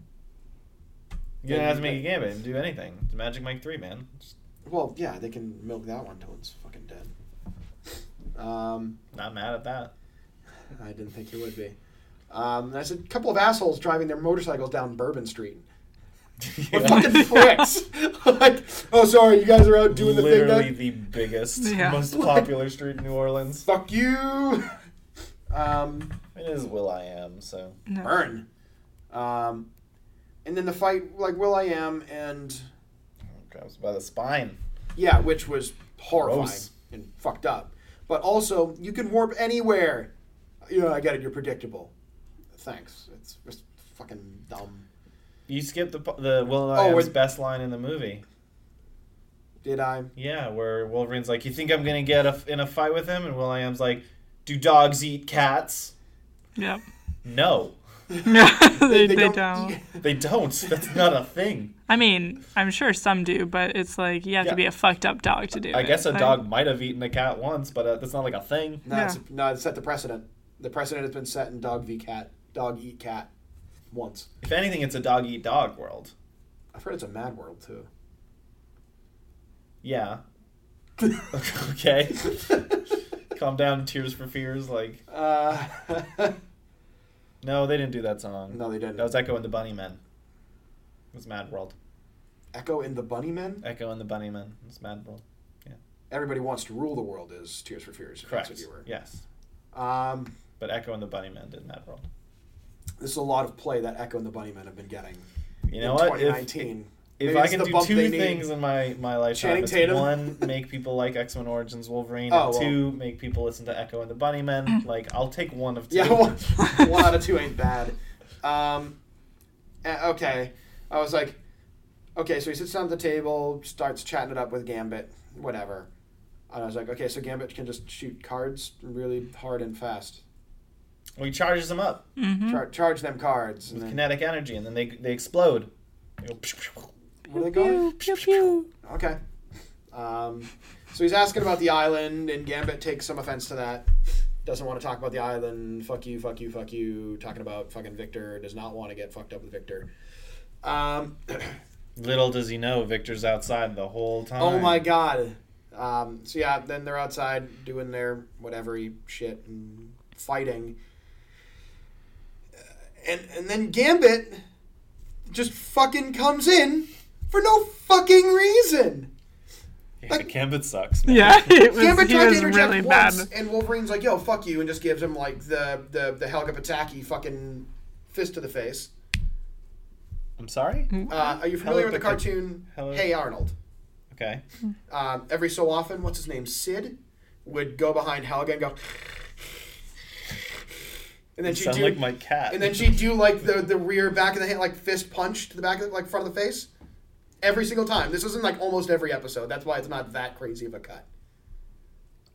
You don't have to make a Gambit and do anything. It's Magic Mike Three, man. Just Well, yeah, they can milk that one till it's fucking Um, dead. Um, not mad at that. I didn't think it would be. Um, that's a couple of assholes driving their motorcycles down Bourbon Street. What fucking pricks! like, oh, sorry, you guys are out doing the Literally thing. That, the biggest, Yeah. most popular street in New Orleans. fuck you. um, It is Will I Am, so burn. Um, and then the fight, like Will I Am, and grabs by the spine. yeah, which was horrifying Gross. and fucked up. But also, you can warp anywhere. Yeah, I get it. You're predictable. Thanks. It's just fucking dumb. You skipped the p- the Will I Oh, Am's it- best line in the movie. Did I? Yeah, where Wolverine's like, "You think I'm gonna get a f in a fight with him?" And Will I Am's like, "Do dogs eat cats?" Yep. No, they, they don't. they don't. That's not a thing. I mean, I'm sure some do, but it's like you have Yeah. to be a fucked up dog to do I it. guess a Like, dog might have eaten a cat once, but uh, that's not like a thing. No, Yeah. it's, no, it's set the precedent. The precedent has been set in dog v cat, dog eat cat, once. If anything, it's a dog eat dog world. I've heard it's a mad world too. Yeah. okay. Calm down, Tears for Fears. Like, Uh, no, they didn't do that song. no, they didn't. That was Echo and the Bunnymen. It was Mad World. Echo in the Bunnymen. Echo and the Bunnymen. It was Mad World. Everybody wants to rule the world is Tears for Fears. if Correct. That's what you were. Yes. Um, But Echo and the Bunnymen did Mad World. this is a lot of play that Echo and the Bunnymen have been getting You know in what? If, 2019. if Maybe I it's can the do bump two they need. things in my, my lifetime, Channing it's Tatum. one, make people like X Men Origins Wolverine, Oh, and well. two, make people listen to Echo and the Bunnymen. Like, I'll take one of two. Yeah, one, one out of two ain't bad. Um, eh, okay, I was like, okay, so he sits down at the table, starts chatting it up with Gambit, whatever. And I was like, okay, so Gambit can just shoot cards really hard and fast. Well, he charges them up Char- charge them cards. And with then, kinetic energy, and then they they explode. They go where are they going? Okay. Um, so he's asking about the island, and Gambit takes some offense to that. Doesn't want to talk about the island. Fuck you, fuck you, fuck you. Talking about fucking Victor. Does not want to get fucked up with Victor. Um, Little does he know, Victor's outside the whole time. Oh my god. Um, so yeah, then they're outside doing their whatever shit and fighting. Uh, And and then Gambit just fucking comes in for no fucking reason. Yeah, Gambit sucks, man. Yeah, it was, Gambit he tried to was interject really bad. once, and Wolverine's like, "Yo, fuck you," and just gives him like the the the Helga Pataki fucking fist to the face. I'm sorry. Uh, are you familiar Helga with the Pataki- cartoon Helga- Hey Arnold? Okay. um, every so often, what's his name, Sid, would go behind Helga and go, and then You she sound do, like my cat. and then she do like the the rear back of the hand, like fist punch to the back of the, like front of the face, every single time. This isn't like almost every episode. That's why it's not that crazy of a cut.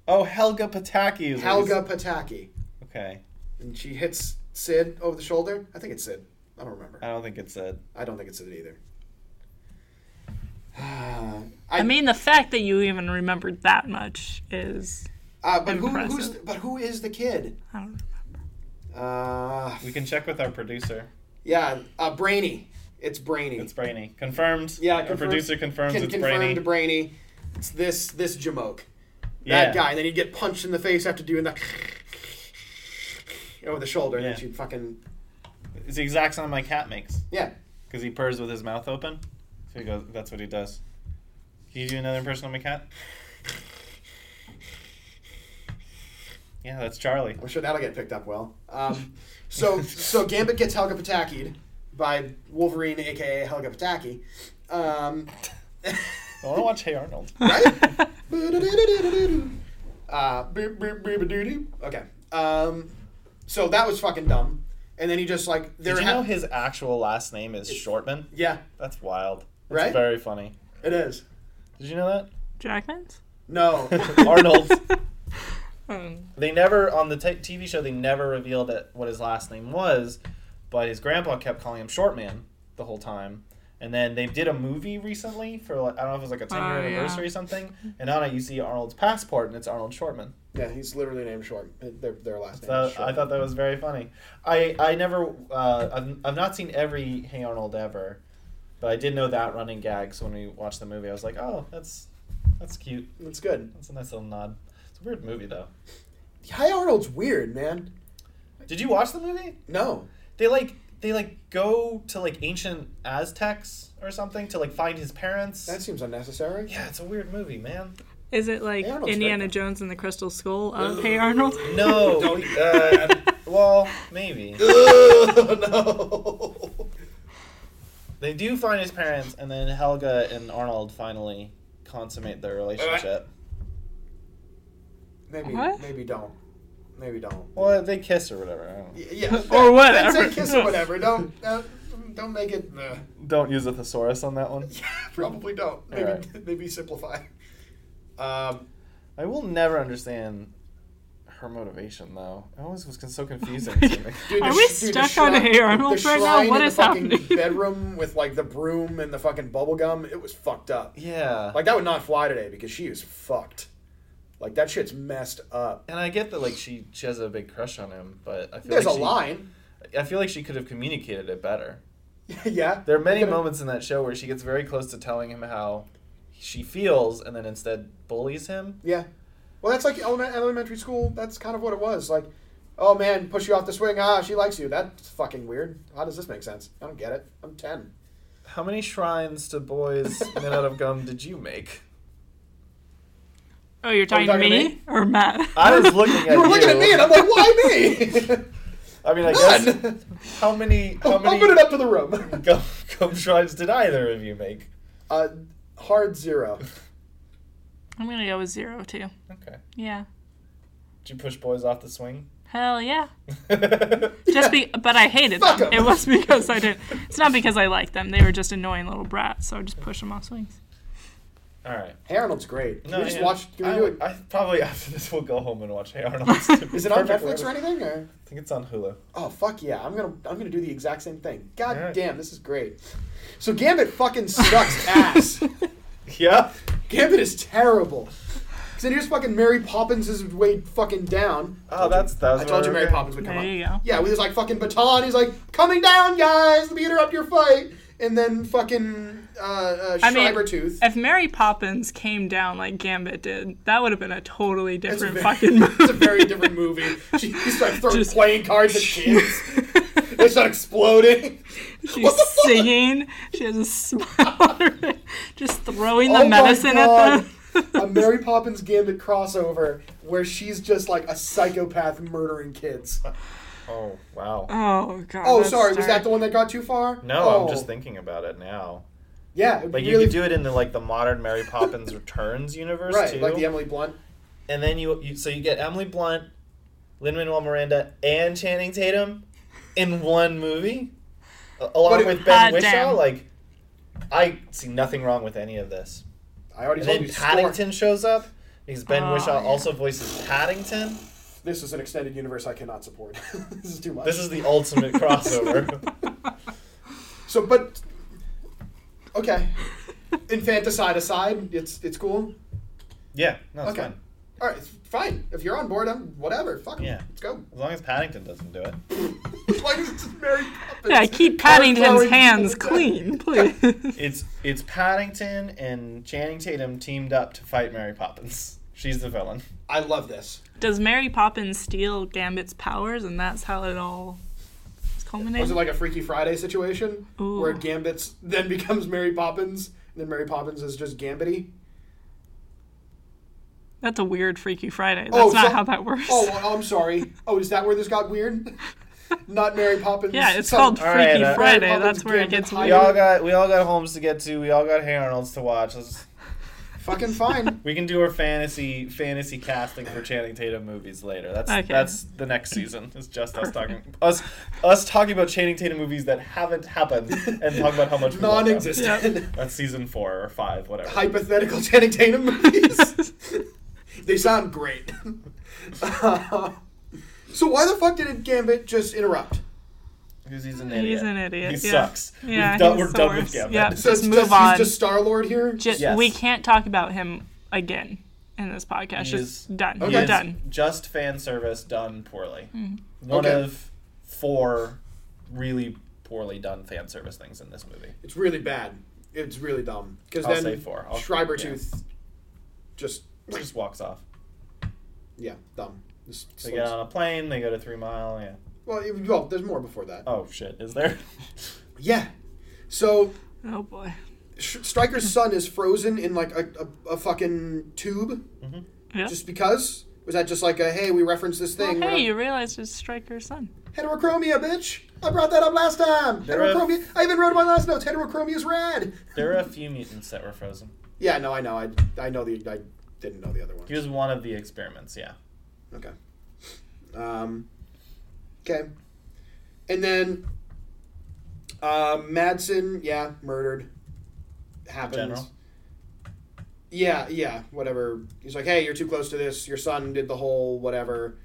Oh, Helga Pataki is. what he's- Helga Pataki, Okay. and she hits Sid over the shoulder. I think it's Sid. I don't remember. I don't think it's a. I don't think it's Sid either. I mean, the fact that you even remembered that much is Uh, but who, Impressive. who's but who is the kid? I don't Uh, We can check with our producer. yeah, uh, Brainy. It's Brainy. It's Brainy. Confirmed. Yeah, Our confirmed- producer confirms can it's confirm Brainy. to Brainy. It's this this Jamoke, yeah. that guy, and then he'd get punched in the face after doing that over the shoulder, and Yeah. then she'd fucking It's the exact sound my cat makes yeah. because he purrs with his mouth open. So he goes. That's what he does. Can you do another impression of my cat? Yeah, that's Charlie. I'm sure that'll get picked up well. Um, so so Gambit gets Helga Pataki'd by Wolverine, aka Helga Pataki. Um, Oh, I want to watch Hey Arnold. right? uh, boop, boop, boop, doo-doo. okay. Um, so that was fucking dumb. And then he just like Did there you know his actual last name is Shortman? yeah, That's wild. That's Right? very funny. it is. Did you know Jackman's? No, that? Arnold. Um, They never, on the t- TV show, they never revealed that what his last name was, but his grandpa kept calling him Shortman the whole time. And then they did a movie recently for, like, I don't know if it was like a 10 year Oh, yeah. anniversary or something. And on it, you see Arnold's passport, and it's Arnold Shortman. Yeah, he's literally named Short. Their, their last name. So is Short. I thought that was very funny. I, I never, uh, I've, I've not seen every Hey Arnold ever, but I did know that running gag. So when we watched the movie, I was like, oh, that's that's cute. that's good. That's a nice little nod. It's a weird movie, though. Hi Arnold's weird, man. Did you watch the movie? No. They like they like go to like ancient Aztecs or something to like find his parents. That seems unnecessary. yeah, it's a weird movie, man. Is it like Hey Arnold's Indiana right. Jones and the Crystal Skull of Hey Arnold? No. uh, well, maybe. Oh, no. They do find his parents, and then Helga and Arnold finally consummate their relationship. Maybe, What? maybe don't. Maybe don't. Well, they kiss or whatever. I don't, know. Y- Yeah. Or That's whatever. a kiss or whatever. Don't uh, don't make it. Uh, don't use a thesaurus on that one. probably don't. Maybe Alright. maybe simplify. Um, I will never understand her motivation, though. It always was so confusing to me. dude, Are the we sh- dude, the stuck on shrine- Hey Arnold the right now? shrine What in is the fucking happening? Bedroom with like the broom and the fucking bubble gum. It was fucked up. Yeah. Like that would not fly today because she is fucked. Like that shit's messed up. And I get that like she she has a big crush on him, but I feel There's like a she, line. I feel like she could have communicated it better. yeah. There are many moments in that show where she gets very close to telling him how she feels, and then instead bullies him. Yeah. Well, that's like elemen- elementary school. That's kind of what it was. Like, oh man, push you off the swing. Ah, she likes you. That's fucking weird. How does this make sense? I don't get it. I'm 10. How many shrines to boys made out of gum did you make? Oh, you're talking, talking to me? me? or Matt? I was looking at you. You were looking at me and I'm like, why me? I mean, I guess None. how many how many Open it up to the room. gum gum shrines did either of you make? Uh, hard zero. I'm gonna go with zero too. Okay. Yeah. Did you push boys off the swing? Hell yeah. That's Just be, but I hated Fuck them. 'em. It was because I didn't. It's not because I liked them. They were just annoying little brats, so I just pushed them off swings. all right. Hey Arnold's great. Can we just yeah. watch? Can we I, do it? I probably after this we'll go home and watch Hey Arnold. I Is it on Perfect Netflix or anything? Or? think it's on Hulu. Oh fuck yeah! I'm gonna I'm gonna do the exact same thing. God Alright. damn, this is great. So Gambit fucking sucks ass. Yeah. Gambit is terrible. Cause then here's fucking Mary Poppins is way fucking down. Oh, that's that was I told you Mary okay. Poppins would come There up. you go. Yeah, with his like fucking baton, he's like coming down, guys. Let me interrupt your fight. And then fucking uh, uh, I mean, Schreibertooth. If Mary Poppins came down like Gambit did, that would have been a totally It's a different very- fucking movie. It's a very different movie. She, she starts throwing Just- playing cards at kids. they start exploding. She's singing. She has a smile. on her face, just throwing the Oh my medicine at God. them. A Mary Poppins Gambit crossover where she's just like a psychopath murdering kids. Oh wow. Oh god. Oh, that's sorry, was dark. that the one that got too far? No, oh, I'm just thinking about it now. Yeah, it'd Like be you really- could do it in the like the modern Mary Poppins Returns universe right, too. like the Emily Blunt. and then you, you so you get Emily Blunt, Lin Manuel Miranda, and Channing Tatum in one movie, a- along But it- with Ben Hot Whishaw. damn. Like, I see nothing wrong with any of this. I already And told then you. Score. Paddington shows up because Ben Oh, Whishaw yeah. also voices Paddington. This is an extended universe I cannot support. this is too much. This is the ultimate crossover. so, but okay. Infanticide aside, it's it's cool. yeah, no, it's Okay. fine. All right, it's fine. If you're on board, I'm whatever. Fuck 'em. Yeah. Let's go. As long as Paddington doesn't do it. As long as it's Mary Poppins. Yeah, keep Or Paddington's throwing- hands clean, please. It's it's Paddington and Channing Tatum teamed up to fight Mary Poppins. She's the villain. I love this. Does Mary Poppins steal Gambit's powers, and that's how it all is Was culminated? it like a Freaky Friday situation Ooh. where Gambit's then becomes Mary Poppins, and then Mary Poppins is just Gambity? That's a weird Freaky Friday. That's Oh, not so- how that works. Oh, well, I'm sorry. Oh, is that where this got weird? Not Mary Poppins. yeah, it's some- called All right, Freaky uh, Friday. Mary Poppins That's where it Gambit gets hide- We weird. all got we all got homes to get to. We all got Hey Arnold's to watch. Let's, fucking fine. we can do our fantasy fantasy casting for Channing Tatum movies later. That's Okay. that's the next season. It's just us talking us us talking about Channing Tatum movies that haven't happened and talking about how much we love them. Non-existent. That's season four or five, whatever. Hypothetical Channing Tatum movies. they sound great. so why the fuck did Gambit just interrupt? Because he's an idiot. He's an idiot. He yeah. sucks. Yeah, We've done, he's we're the done with worst. Gambit. Yeah, So just it's move on. He's just Star Lord here. Ju- Yes. We can't talk about him again in this podcast. He is- just done. He We're is done. Just fan service done poorly. Mm-hmm. One Okay. of four really poorly done fan service things in this movie. It's really bad. It's really dumb. Because I'll then say four. I'll- Schreiber Tooth just Just walks off. yeah dumb. Just They slips. uh, get on a plane. They go to Three Mile. Yeah. Well, it- well, there's more before that. Oh shit! Is there? Yeah. So Oh boy. Sh- Stryker's son is frozen in like a, a, a fucking tube, Yeah. just because. Was that just like a hey, we referenced this Well, thing? hey, we're- you realized it's Striker's son. Heterochromia, bitch! I brought that up last time. There are- Heterochromia. I even wrote in my last notes. Heterochromia is rad. There are a few mutants that were frozen. Yeah, no, I know. I I know the I didn't know the other one. He was one of the experiments. Yeah. Okay. Um, okay. And then uh, Madsen, yeah, murdered. Happens. General? Yeah, yeah, whatever. He's like, hey, you're too close to this. Your son did the whole whatever.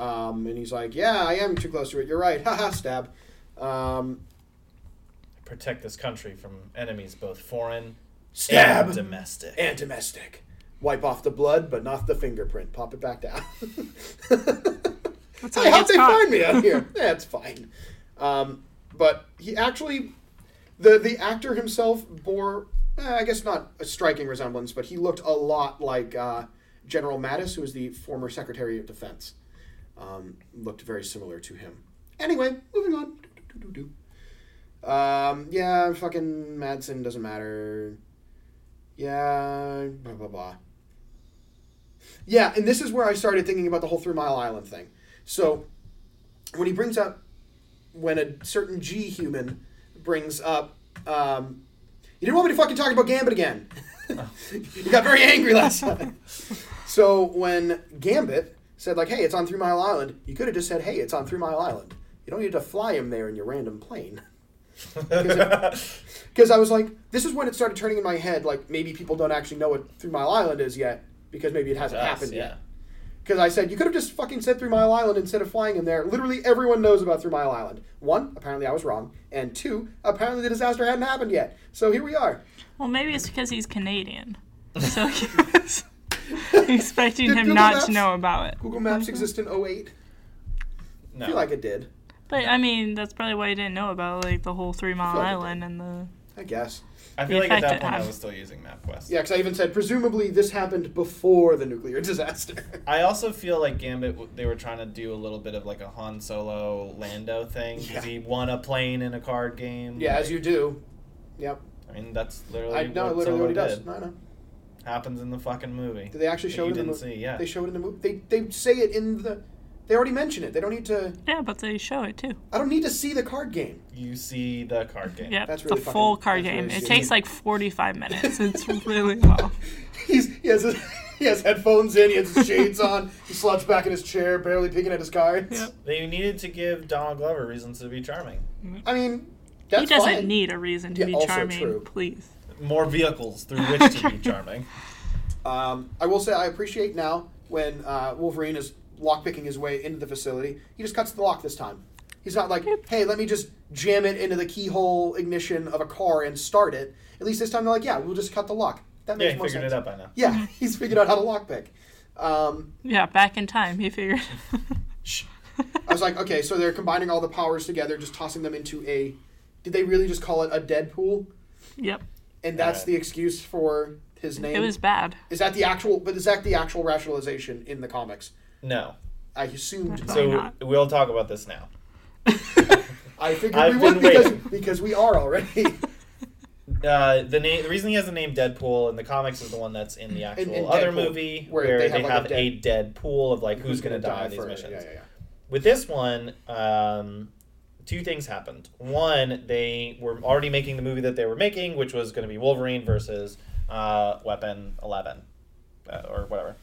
Um, and he's like, yeah, I am too close to it. You're right. Haha, stab. Um, Protect this country from enemies both foreign stab! and domestic. and domestic. Wipe off the blood, but not the fingerprint. Pop it back down. That's how hey, he how'd gets they caught. find me out here? That's fine. Um, but he actually, the the actor himself bore, eh, I guess not a striking resemblance, but he looked a lot like uh, General Mattis, who was the former Secretary of Defense. Um, looked very similar to him. Anyway, moving on. Do, do, do, do, do. Um, yeah, fucking Madsen doesn't matter. Yeah, blah blah blah. Yeah, and this is where I started thinking about the whole Three Mile Island thing. So when he brings up when a certain G human brings up, um, you didn't want me to fucking talk about Gambit again. you got very angry last time. so when Gambit said like, "Hey, it's on Three Mile Island," you could have just said, "Hey, it's on Three Mile Island." You don't need to fly him there in your random plane. Because I was like, this is when it started turning in my head, like maybe people don't actually know what Three Mile Island is yet, because maybe it hasn't happened yeah. yet. Because I said, you could have just fucking said Three Mile Island instead of flying him there. Literally everyone knows about Three Mile Island. One, apparently I was wrong. And two, apparently the disaster hadn't happened yet. So here we are. Well, maybe it's because he's Canadian. So he was expecting Did him Google not Maps- to know about it. Google Maps existed in 08. No. I feel like it did. But I mean, that's probably why he didn't know about like the whole Three Mile Sure. Island and the. I guess. I feel like In at fact, that it point I has- was still using MapQuest. Yeah, because I even said, presumably this happened before the nuclear disaster. I also feel like Gambit, w- they were trying to do a little bit of like a Han Solo Lando thing because Yeah. he won a plane in a card game. yeah, as you do. Yep. I mean, that's literally I know what literally Solo what he does. did. No, I know. Happens in the fucking movie. Did they actually that show you it in the didn't movie? see, yeah. They show it in the movie. They, they say it in the. They already mention it. They don't need to. Yeah, but they show it too. I don't need to see the card game. You see the card game. Yeah, That's the really full fucking- card that's game. really it stupid. takes like 45 minutes. It's really long. He's, he, has his, he has headphones in, he has his shades on, he slouched back in his chair, barely picking at his cards. Yep. They needed to give Donald Glover reasons to be charming. I mean, that's he doesn't fine. need a reason to Yeah, be also charming, true. please. More vehicles through which to be charming. Um, I will say I appreciate now when uh, Wolverine is lockpicking his way into the facility, he just cuts the lock this time. He's not like, hey, let me just jam it into the keyhole ignition of a car and start it. At least this time they're like, yeah, we'll just cut the lock. Yeah, That makes he more figured sense. it out by now. Yeah, he's figured out how to lockpick. Um, Yeah, back in time, he figured. I was like, okay, so they're combining all the powers together, just tossing them into a. Did they really just call it a Deadpool? yep, And that's Alright. the excuse for his name. it was bad. is that the actual? But is that the actual rationalization in the comics? No. I assumed. Why So not? we'll talk about this now. I figured I've we would been because waiting. because we are already. Uh, the name, the reason he has the name Deadpool in the comics is the one that's in the actual in other Deadpool, movie where where, they they, have, have, like, a a, dead pool of like who's, gonna, die in these for- missions. Yeah, yeah, yeah. With this one, um, two things happened. One, they were already making the movie that they were making, which was going to be Wolverine versus uh, Weapon Eleven uh, or whatever.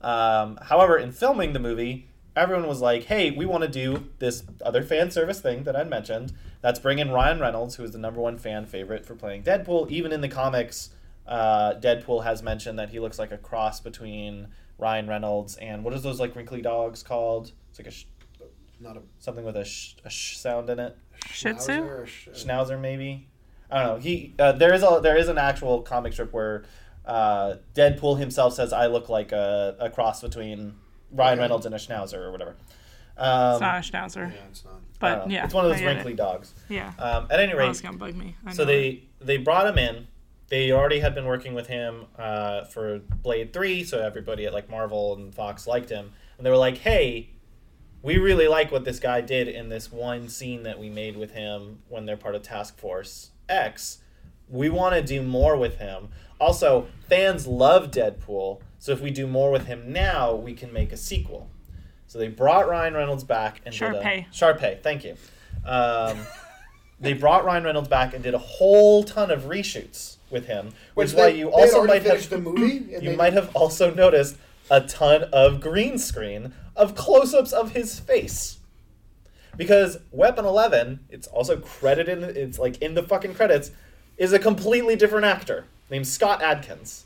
Um, however, in filming the movie, everyone was like, "Hey, we want to do this other fan service thing that I mentioned. That's bring in Ryan Reynolds, who is the number one fan favorite for playing Deadpool. Even in the comics, uh, Deadpool has mentioned that he looks like a cross between Ryan Reynolds and what is those like wrinkly dogs called? It's like a sh- Not a something with a sh, a sh sound in it. Shih schnauzer Tzu? or a sh- Schnauzer, maybe. I don't know. He uh, there is a there is an actual comic strip where uh, Deadpool himself says, "I look like a, a cross between Ryan Reynolds and a Schnauzer or whatever." Um, It's not a schnauzer, Yeah, it's not. I don't but know. yeah. Uh, it's one of I those get it. wrinkly dogs. Yeah. Um, at any Well, rate, it's gonna bug me. I so know it. they they brought him in. They already had been working with him uh, for Blade Three, so everybody at like Marvel and Fox liked him, and they were like, "Hey, we really like what this guy did in this one scene that we made with him when they're part of Task Force X. We want to do more with him. Also, fans love Deadpool, so if we do more with him now, we can make a sequel. So they brought Ryan Reynolds back and did Sharpay. a, Sharpay, thank you. Um, they brought Ryan Reynolds back and did a whole ton of reshoots with him, which is why they- you they had also already might have finished the movie. and you they- might have also noticed a ton of green screen of close ups of his face. Because Weapon 11, it's also credited, it's like in the fucking credits, is a completely different actor named Scott Adkins.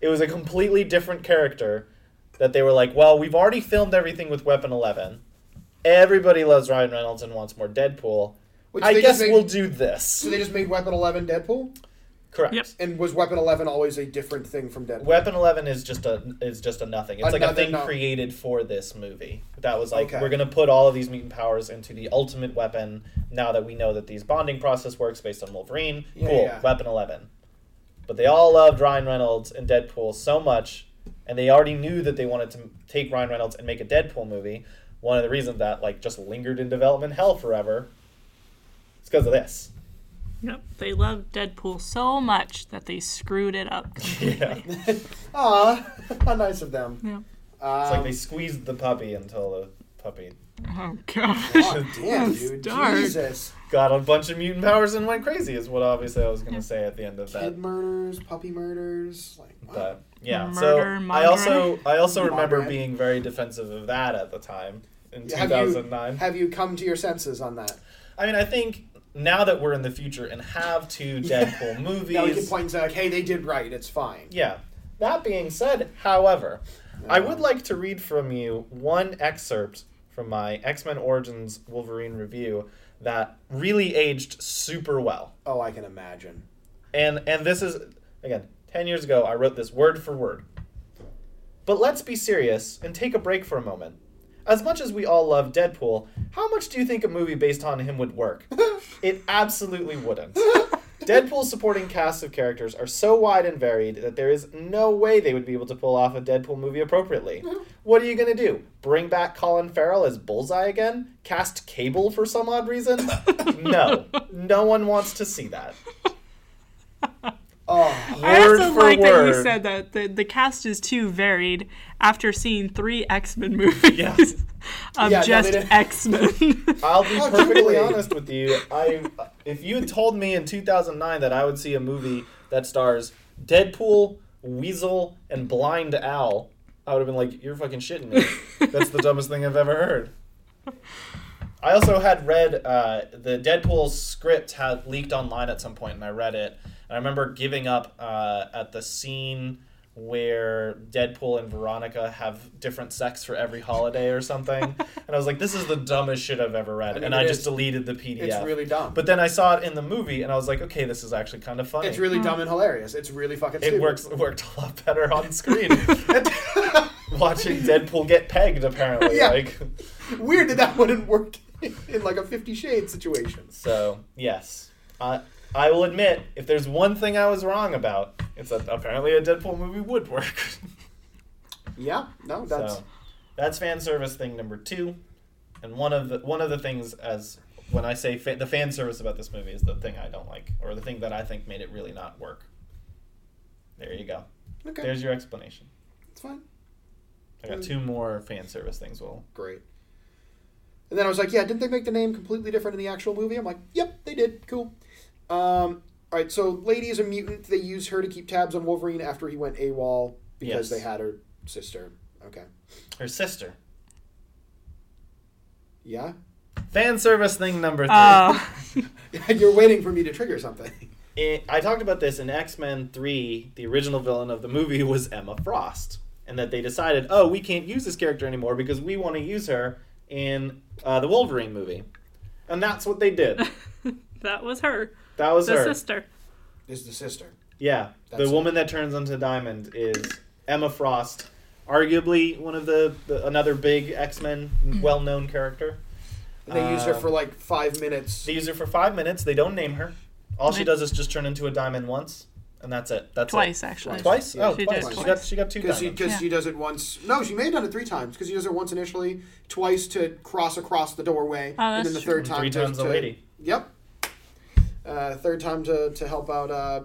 It was a completely different character that they were like, well, we've already filmed everything with Weapon 11. Everybody loves Ryan Reynolds and wants more Deadpool. Which I they guess just made- we'll do this. So they just made Weapon Eleven Deadpool, Correct. Yep. and was Weapon Eleven always a different thing from Deadpool? Weapon Eleven is just a is just a nothing. It's like a Another thing no- created for this movie. That was like Okay. we're gonna put all of these mutant powers into the ultimate weapon. Now that we know that these bonding process works based on Wolverine, Yeah, cool. yeah. Weapon Eleven. But they all loved Ryan Reynolds and Deadpool so much, and they already knew that they wanted to m- take Ryan Reynolds and make a Deadpool movie. One of the reasons that like just lingered in development hell forever. It's because of this. Yep. They loved Deadpool so much that they screwed it up. Yeah, it's Aw, Ah, how nice of them. Yeah. Um, like they squeezed the puppy until the puppy Oh gosh. oh, damn, dude. dark. Jesus. got a bunch of mutant powers and went crazy is what obviously I was gonna say at the end of that. Kid murders, puppy murders. Like, wow. But yeah, Murder, so I also I also remember Murder. being very defensive of that at the time in Have you- 2009. Have you come to your senses on that? I mean, I think now that we're in the future and have two Deadpool movies, Now we can point to like, hey, they did right. It's fine. yeah. That being said, however, I would like to read from you one excerpt from my X-Men Origins Wolverine review that really aged super well. Oh, I can imagine. And and this is again, 10 years ago I wrote this word for word. But let's be serious and take a break for a moment. As much as we all love Deadpool, how much do you think a movie based on him would work? it absolutely wouldn't. Deadpool's supporting cast of characters are so wide and varied that there is no way they would be able to pull off a Deadpool movie appropriately. What are you going to do? Bring back Colin Farrell as Bullseye again? Cast Cable for some odd reason? no. No one wants to see that. Oh, I Word also for like that you word. said that the, the cast is too varied after seeing three X Men movies Yeah. of Yeah, no, just they didn't- X Men. I'll be Oh, perfectly Jubilee. honest with you. I if you had told me in 2009 that I would see a movie that stars Deadpool, Weasel, and Blind Owl, I would have been like, "You're fucking shitting me. That's the dumbest thing I've ever heard." I also had read uh, the Deadpool script had leaked online at some point, and I read it. And I remember giving up uh, at the scene where Deadpool and Veronica have different sex for every holiday or something. and I was like, "This is the dumbest shit I've ever read," mean, and it I is. just deleted the PDF. it's really dumb. But then I saw it in the movie, and I was like, "Okay, this is actually kind of funny." it's really dumb and hilarious. It's really fucking. it stupid. works it worked a lot better on screen. Watching Deadpool get pegged, apparently, Yeah. like. Weird that that wouldn't work in like a Fifty Shades situation. So yes, I I will admit if there's one thing I was wrong about, it's that apparently a Deadpool movie would work. Yeah. No, that's. so that's fan service thing number two, and one of the one of the things as when I say fa- the fan service about this movie is the thing I don't like, or the thing that I think made it really not work. There you go. Okay. There's your explanation. it's fine. I got two more fan service things. Well, Great. And then I was like, yeah, didn't they make the name completely different in the actual movie? I'm like, yep, they did. Cool. Um, all right, so Lady is a mutant. They use her to keep tabs on Wolverine after he went AWOL Yes. because they had her sister. Okay. her sister. Yeah? Fan service thing number three. Oh, You're waiting for me to trigger something. it, I talked about this in X Men 3. The original villain of the movie was Emma Frost. And that they decided, oh, we can't use this character anymore because we want to use her in uh, the Wolverine movie. And that's what they did. that was her, That was the her. sister. Is the sister. Yeah. That's the it. woman that turns into Diamond is Emma Frost, arguably one of the, the another big X Men Mm. well known character. And they used her Um, for like five minutes. They use her for five minutes. They don't name her. All she does is just turn into a diamond once. and that's it. That's Twice, it. actually. Twice. Yeah, oh, she twice. She did got twice. she got two Because he, diamonds. cause he Yeah. does it once. No, she may have done it three times. Because he does it once initially, twice to cross across the doorway, and then Oh, that's the true. third time Three to, times the to- lady. Yep. Uh, third time to, to help out uh,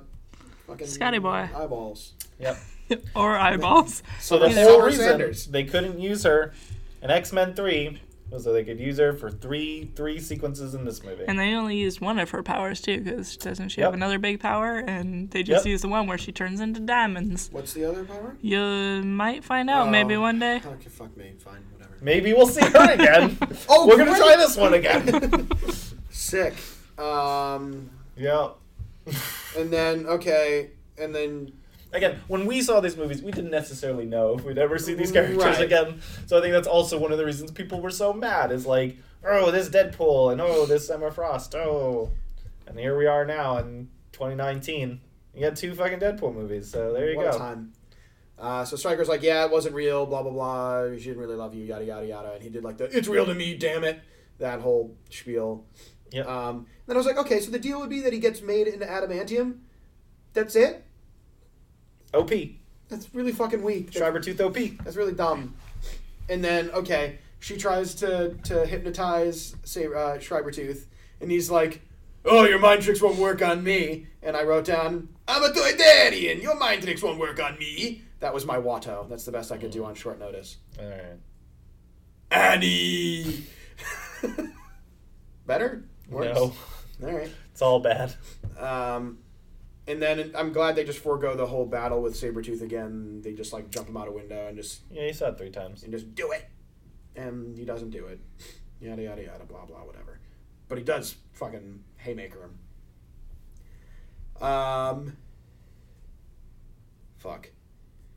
fucking Scotty boy. eyeballs. Yep. or eyeballs. So the Either whole Summer reason Sanders. they couldn't use her in X Men Three was that they could use her for three three sequences in this movie. And they only used one of her powers too, because doesn't she Yep. have another big power? And they just Yep. use the one where she turns into diamonds. What's the other power? You might find out maybe Oh. one day. Okay, fuck me. Fine, whatever. Maybe we'll see her again. Oh, we're gonna great. try this one again. Sick. Um, yeah. and then okay, and then Again, when we saw these movies, we didn't necessarily know if we'd ever see these characters Right. again. So I think that's also one of the reasons people were so mad. Is like, oh, this Deadpool, and oh, this Emma Frost, oh, and here we are now in 2019. You got two fucking Deadpool movies, so there you what go. a time. Uh, so Stryker's like, yeah, it wasn't real, blah blah blah. She didn't really love you, yada yada yada. And he did like the "It's real to me, damn it," that whole spiel. Yep. Um, then I was like, okay, so the deal would be that he gets made into adamantium. That's it. OP. That's really fucking weak. That- Shriver Tooth OP. That's really dumb. And then okay, she tries to to hypnotize say uh, Tooth, and he's like, "Oh, your mind tricks won't work on me." And I wrote down, "I'm a Toydarian. Your mind tricks won't work on me." That was my Watto. That's the best I could do on short notice. Alright. Annie. Better. Worse? No. All right. It's all bad. Um, and then I'm glad they just forego the whole battle with Sabretooth again. They just like jump him out a window and just Yeah, you saw it three times. and just do it. And he doesn't do it. Yada yada yada blah blah whatever. But he does fucking haymaker him. Um fuck.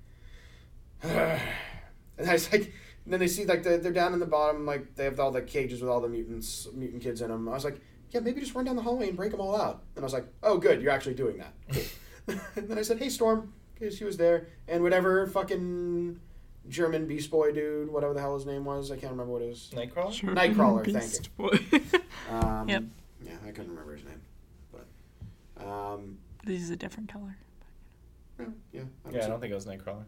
and I was like and then they see like they're, they're down in the bottom like they have all the cages with all the mutants mutant kids in them. I was like, yeah, maybe just run down the hallway and break them all out. And I was like, oh good, you're actually doing that. Cool. and then I said, hey Storm, because she was there and whatever fucking German Beast Boy dude, whatever the hell his name was, I can't remember what his Nightcrawler? Nightcrawler, thank Beast Boy. um, Yep. Yeah, I couldn't remember his name, but um, this is a different color. yeah, yeah. I Yeah, I see- don't think it was Nightcrawler.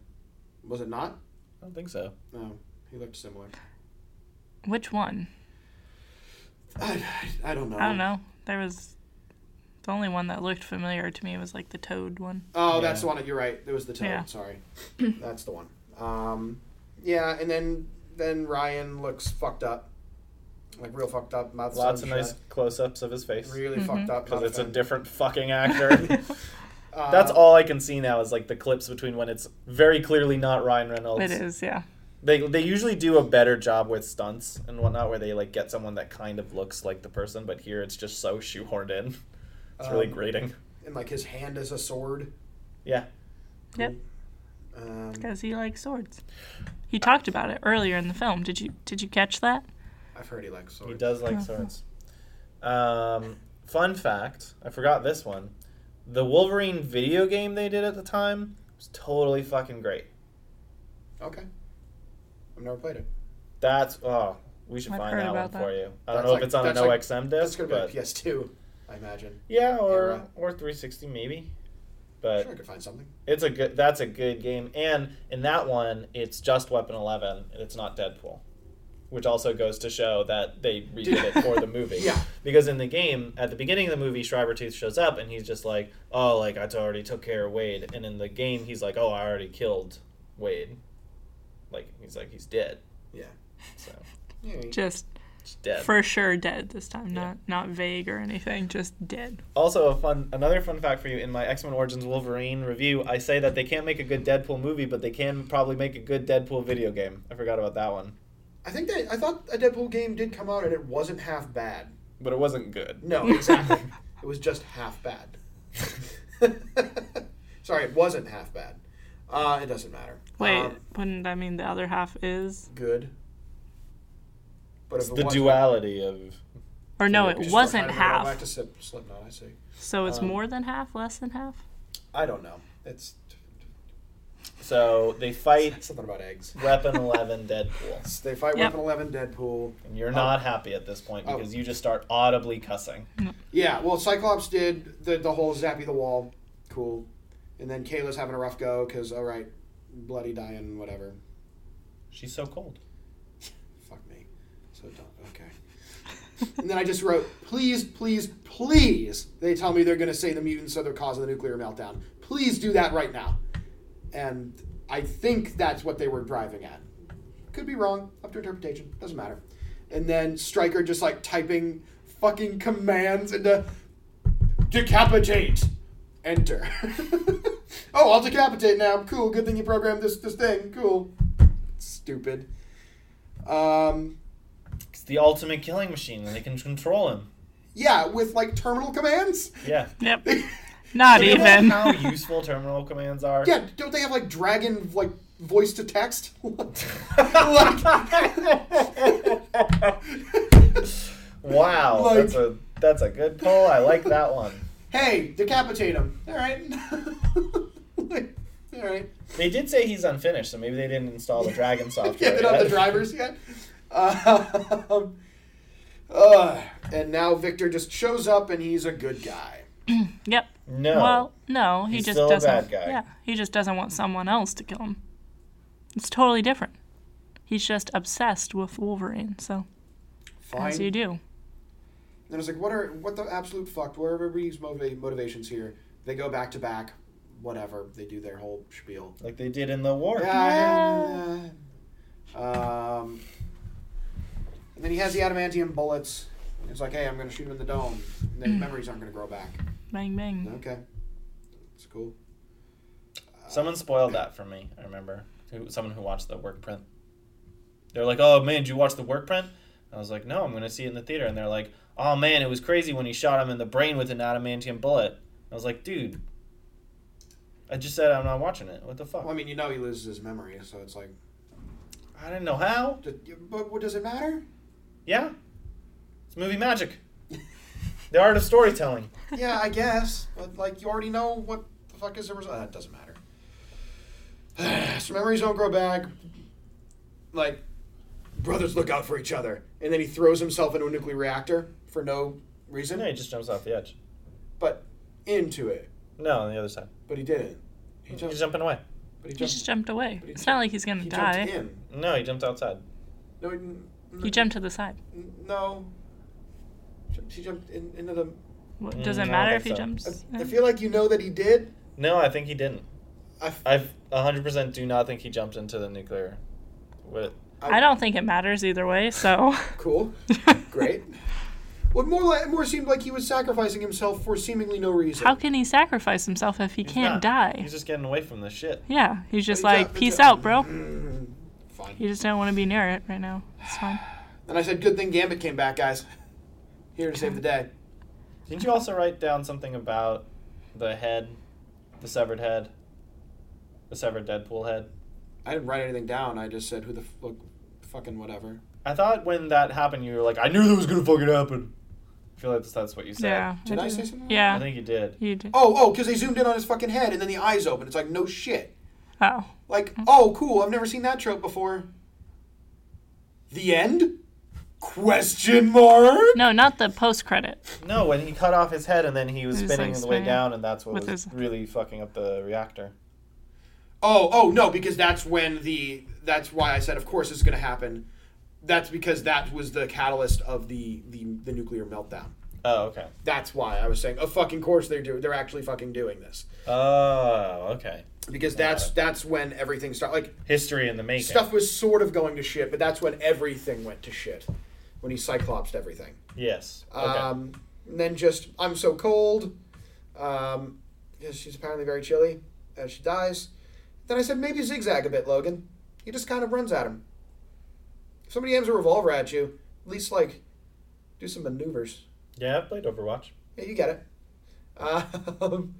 was it not? I don't think so. No, he looked similar. Which one? I, I don't know. I don't know. There was the only one that looked familiar to me was like the toad one. Oh, Yeah. that's the one. You're right. It was the toad. Yeah. Sorry, that's the one. Um, yeah, and then then Ryan looks fucked up, like real fucked up. Mouth Lots of sunshine, nice close ups of his face. Really fucked up. Because not it's a fan. different fucking actor. Uh, That's all I can see now is like the clips between when it's very clearly not Ryan Reynolds. It is, yeah. They they usually do a better job with stunts and whatnot where they like get someone that kind of looks like the person, but here it's just so shoehorned in. It's really Um, grating. And like his hand is a sword. Yeah. Yep, Um, because he likes swords. He talked about it earlier in the film. Did you did you catch that? I've heard he likes swords. He does Uh-huh. like swords. Um, fun fact: I forgot this one. The Wolverine video game they did at the time was totally fucking great. Okay. I've never played it. That's oh, we should I've find heard that one about for that. you. I That's don't know like- if it's on an that's like- OXM That's disc, gonna be but a PS2, I imagine. yeah, or era. or 360 maybe. I'm But sure I could find something. it's a good. That's a good game, and in that one, it's just Weapon 11, and it's not Deadpool, which also goes to show that they redid it for the movie. Yeah. Because in the game, at the beginning of the movie, Shriver Tooth shows up, and he's just like, "Oh, like I already took care of Wade," and in the game, he's like, "Oh, I already killed Wade," like he's like he's dead. Yeah. So Just he's dead. for sure dead this time, not not vague or anything, just dead. Also, a fun another fun fact for you in my X Men Origins Wolverine review, I say that they can't make a good Deadpool movie, but they can probably make a good Deadpool video game. I forgot about that one, I think that I thought a Deadpool game did come out and it wasn't half bad. but it wasn't good. No, exactly. it was just half bad. Sorry, it wasn't half bad. Uh, it doesn't matter. Wait, Um, wouldn't that mean the other half is? good. But if It's it the wasn't- duality of Or no, We it just wasn't kinda go Back half. to Slip- Slipknot, I see. So um, it's more than half, less than half? I don't know. It's so they fight something about eggs. Weapon Eleven Deadpool, They fight Yep. Weapon Eleven, Deadpool. and you're not happy at this point because you just start audibly cussing. Yeah, well, Cyclops did the, the whole zappy the wall. Cool. and then Kayla's having a rough go because all right, bloody dying, whatever. She's so cold. Fuck me. So dumb. Okay. and then I just wrote, please, please, please. They tell me they're going to say the mutants are the cause of the nuclear meltdown. Please do that right now. And I think that's what they were driving at. Could be wrong. Up to interpretation. Doesn't matter. And then Stryker just like typing fucking commands into decapitate. Enter. oh, I'll decapitate now. Cool. Good thing you programmed this this thing. Cool. Stupid. Um, It's the ultimate killing machine, and they can control him. yeah, with like terminal commands. Yeah. Yep. Not You know even. how useful terminal commands are. Yeah, don't they have like dragon like voice to text? Like- Wow, Like- that's a that's a good pull. I like that one. hey, decapitate him. All right. Like, All right. They did say he's unfinished, so maybe they didn't install the dragon software. Yeah, they don't have the yet. drivers yet. Um, uh, and now Victor just shows up and he's a good guy. Yep. No. Well, no, he He's just still a doesn't. bad guy. Yeah, he just doesn't want someone else to kill him. It's totally different. He's just obsessed with Wolverine, so Fine. as you do. And I was like, what are what the absolute fuck? Where are everybody's motiva- motivations here? They go back to back, whatever. They do their whole spiel. like they did in the war. Yeah. Um, and then he has the adamantium bullets. It's like, hey, I'm going to shoot him in the dome. And then memories aren't going to grow back. Bang bang. Okay. It's cool. Someone spoiled that for me. I remember Who- someone who watched the work print. They're like, "Oh man, did you watch the work print?" I was like, "No, I'm going to see it in the theater." And they're like, "Oh man, it was crazy when he shot him in the brain with an adamantium bullet." I was like, "Dude, I just said I'm not watching it. What the fuck? Well, I mean, you know he loses his memory, so it's like, I didn't know how." d- but what does it matter? Yeah, it's movie magic. the art of storytelling. yeah, I guess. But like, you already know what the fuck is the result. That doesn't matter. so memories don't grow back. Like, brothers look out for each other. And then he throws himself into a nuclear reactor for no reason, No, he just jumps off the edge. but into it. No, on the other side. But he didn't. He He's jumped. jumping away. But he He jumped. just jumped away. he It's not like he's gonna he jumped die. in. No, he jumped outside. No, he didn't- He jumped to the side. No. She jumped in, into the. What, Mm, does I it don't matter think if he so. jumps? I in? feel like you know that he did. No, I think he didn't. I, f- I 100% do not think he jumped into the nuclear. What? I- I don't think it matters either way. So cool. Great. What more like more seemed like he was sacrificing himself for seemingly no reason. How can he sacrifice himself if he can't not. die? He's just getting away from this shit. Yeah, he's just he's like, up, he's peace up." out, bro. Fine. You just don't want to be near it right now. It's fine. And I said, good thing Gambit came back, guys. Here to save the day. Didn't you also write down something about the head, the severed head, the severed Deadpool head? I didn't write anything down. I just said, who the f- look, fucking whatever. I thought when that happened, you were like, I knew that was going to fucking happen. I feel like that's what you said. Yeah. Did I say something? I Yeah, think you did. you did. Oh, oh, because they zoomed in on his fucking head and then the eyes open. It's like, no shit. Oh, Like, oh, cool. I've never seen that trope before. The end? Question mark. no, not the post credit. No, when he cut off his head and then he was He was, spinning like, the way spinning down, and that's what was with his- really fucking up the reactor. Oh, oh no, because that's when the that's why I said of course it's going to happen. That's because that was the catalyst of the the, the nuclear meltdown. Oh, okay. That's why I was saying, of fucking course they're do they're actually fucking doing this Oh, okay. because that's that's when everything started. Like History in the making. stuff was sort of going to shit, but that's when everything went to shit when he cyclopsed everything. Yes. Okay. Um, and then just I'm so cold. Um, yeah, she's apparently very chilly as she dies. Then I said maybe zigzag a bit, Logan. He just kind of runs at him. If somebody aims a revolver at you, at least like do some maneuvers. yeah, I've played Overwatch. Yeah, you get it. Um,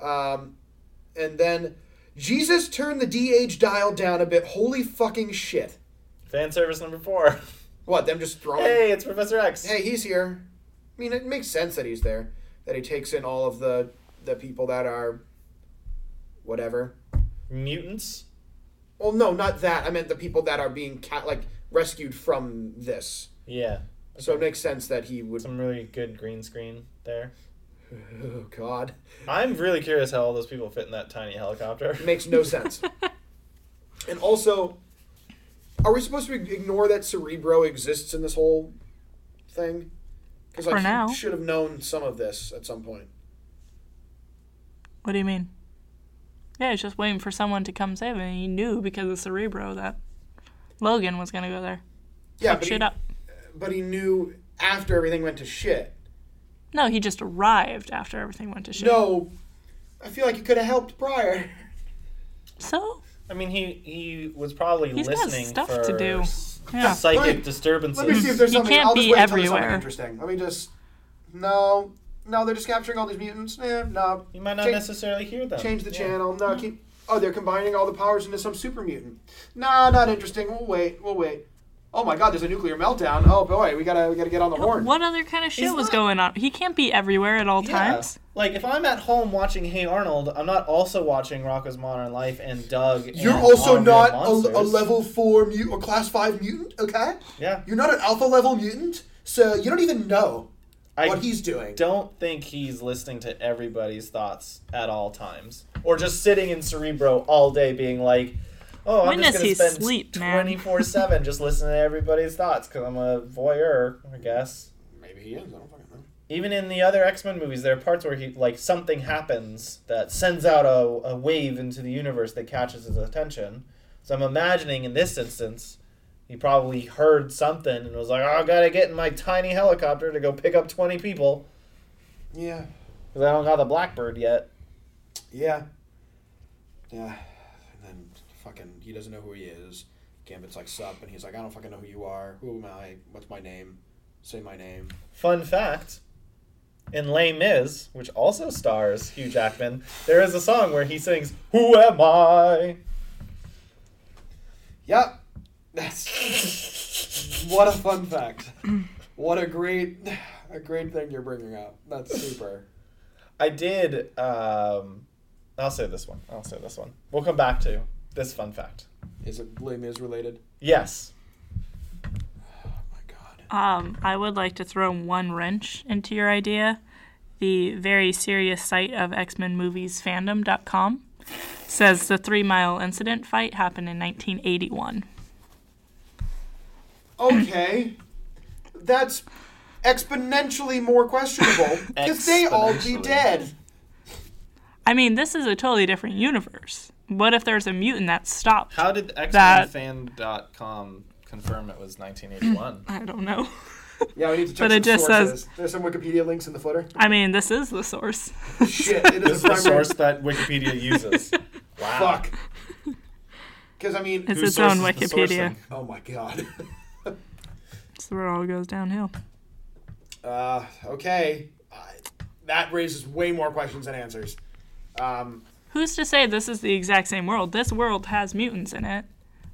um, and then Jesus turned the DH dial down a bit. Holy fucking shit! Fan service number four. What them just throwing? hey, it's Professor X. hey, he's here. I mean, it makes sense that he's there, that he takes in all of the the people that are whatever. Mutants. Well, no, not that. I meant the people that are being ca- like rescued from this. Yeah. So it makes sense that he would. Some really good green screen there. Oh God, I'm really curious how all those people fit in that tiny helicopter. it makes no sense. and also, are we supposed to ignore that Cerebro exists in this whole thing? Because For now. he should have known some of this at some point. What do you mean? Yeah, he's just waiting for someone to come save him. and He knew because of Cerebro that Logan was gonna go there. Yeah, Fuck but shit he, up. but he knew after everything went to shit. No, he just arrived after everything went to shit. No, I feel like he could have helped prior. So I mean, he he was probably He's got listening stuff for to do. yeah, psychic Let me- disturbances. Let me see if there's You something. can't I'll just be wait until there's something everywhere. interesting. Let me just. No, no, they're just capturing all these mutants. Eh, no. you might not Change- necessarily hear them. Change the Yeah. channel. No, keep. Oh, they're combining all the powers into some super mutant. Nah, not interesting. We'll wait. We'll wait. Oh my God, there's a nuclear meltdown. Oh boy, we gotta we gotta get on the horn. what other kind of shit He's was not- going on? He can't be everywhere at all Yeah. times. Like if I'm at home watching Hey Arnold, I'm not also watching Rocco's Modern Life and Doug. and You're also All Real not a, Oh, Monsters. a level four mutant or class five mutant, okay? Yeah, You're not an alpha level mutant, so you don't even know I what he's doing. don't think he's listening to everybody's thoughts at all times, or just sitting in Cerebro all day being like, "Oh, I'm When just does gonna he spend sleep, man?" twenty four seven just listening to everybody's thoughts because I'm a voyeur, I guess." Maybe he is. I don't fucking know. Even in the other X Men movies, there are parts where he like something happens that sends out a, a wave into the universe that catches his attention. So I'm imagining in this instance, he probably heard something and was like, "Oh, I gotta get in my tiny helicopter to go pick up twenty people." Yeah. Because I don't got the Blackbird yet. Yeah. Yeah. And then fucking, he doesn't know who he is. Gambit's like, sup, and he's like, I don't fucking know who you are. Who am I? What's my name? Say my name. Fun fact in Les Mis, which also stars Hugh Jackman, there is a song where he sings, Who Am I? Yep. That's what a fun fact. What a great, a great thing you're bringing up. That's super. I did. Um, I'll say this one. I'll say this one. We'll come back to this fun fact. Is it Les Mis related? Yes. Oh my god. Um, I would like to throw one wrench into your idea. The very serious site of X Men movies fandom.com says the Three Mile Incident fight happened in 1981. Okay, that's exponentially more questionable because they all be Exponentially. dead. I mean, this is a totally different universe. What if there's a mutant that stopped? How did That- XMenFan.com confirm it was 1981? I don't know. Yeah, we need to check But some it just says- sources. There's some Wikipedia links in the footer. I mean, this is the source. Shit, it is a the primary source that Wikipedia uses. Wow. Fuck. Because I mean, It's Who its own sources the Wikipedia. sourcing? oh my god. That's where it all goes downhill. Uh, okay, I that raises way more questions than answers. Um, Who's to say this is the exact same world? This world has mutants in it,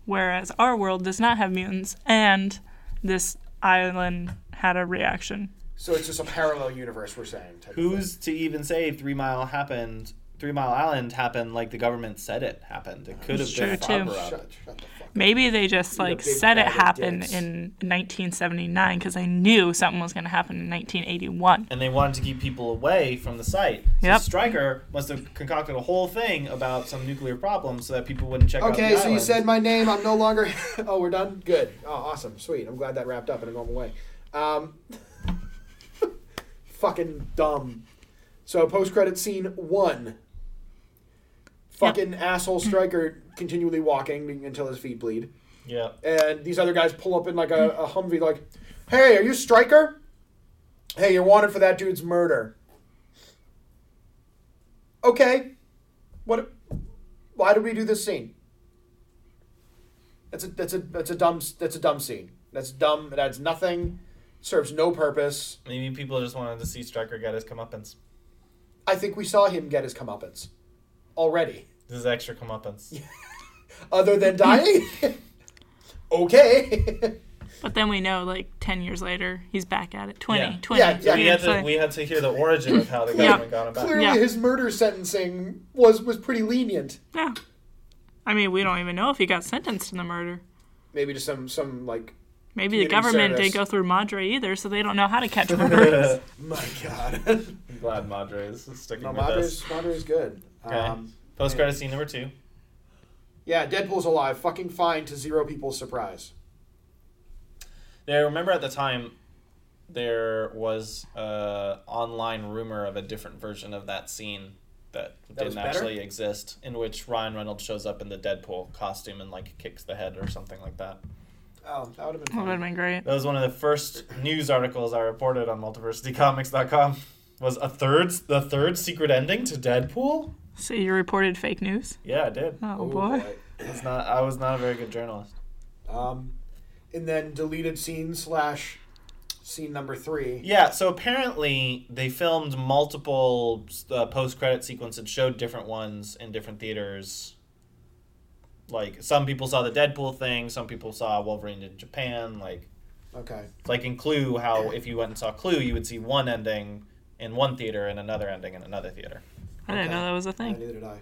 whereas our world does not have mutants, and this island had a reaction. so it's just a parallel universe we're saying. type of thing. Who's to even say Three Mile happened? Three Mile Island happened like the government said it happened. It could have been true, too. Barbara. Shut, shut the fuck. up. Maybe they just like big said bag it of happened dicks. in 1979 because they knew something was going to happen in 1981. and they wanted to keep people away from the site. So Yep. Stryker must have concocted a whole thing about some nuclear problem so that people wouldn't check out the Okay, so you island. said my name. I'm no longer. oh, we're done. Good. Oh, awesome. Sweet. I'm glad that wrapped up in a normal way. Um, fucking dumb. So post credit scene one. Fucking asshole striker continually walking until his feet bleed. Yeah. and these other guys pull up in like a, a Humvee, like, "Hey, are you Striker? Hey, you're wanted for that dude's murder." Okay, what? Why did we do this scene? That's a that's a that's a dumb that's a dumb scene. That's dumb. It adds nothing. Serves no purpose. Maybe people just wanted to see Stryker get his comeuppance. I think we saw him get his comeuppance already. This is extra comeuppance. Other than dying. okay. But then we know like 10 years later, he's back at it. 20, Yeah. 20. Yeah, yeah, We yeah, had to we had to hear the origin of how the Yeah. government got him back. Clearly, Yeah. his murder sentencing was was pretty lenient. yeah. I mean, we don't even know if he got sentenced to the murder. maybe just some some like Maybe the Community government service. didn't go through Madre either, so they don't know how to catch murderers. My God. I'm glad Madres is sticking no, with us. Madre's, Madre's good. Okay. Um, Post credit scene number two. yeah, Deadpool's alive. Fucking fine to zero people's surprise. They remember at the time there was a online rumor of a different version of that scene that, was didn't better? actually exist, in which Ryan Reynolds shows up in the Deadpool costume and like kicks the head or something like that. Oh, that would have been that would fun. have been great. That was one of the first news articles I reported on multiversitycomics.com. Was a third the third secret ending to Deadpool? So you reported fake news? Yeah, I did. Oh, Ooh, boy. It's not I was not a very good journalist. boy. Um, and then deleted scene slash scene number three. Yeah, so apparently they filmed multiple uh, post-credit sequences and showed different ones in different theaters. Like some people saw the Deadpool thing, some people saw Wolverine in Japan. Like Okay. like in Clue, how if you went and saw Clue, you would see one ending in one theater and another ending in another theater. I didn't know that was a Yeah, thing. neither did I.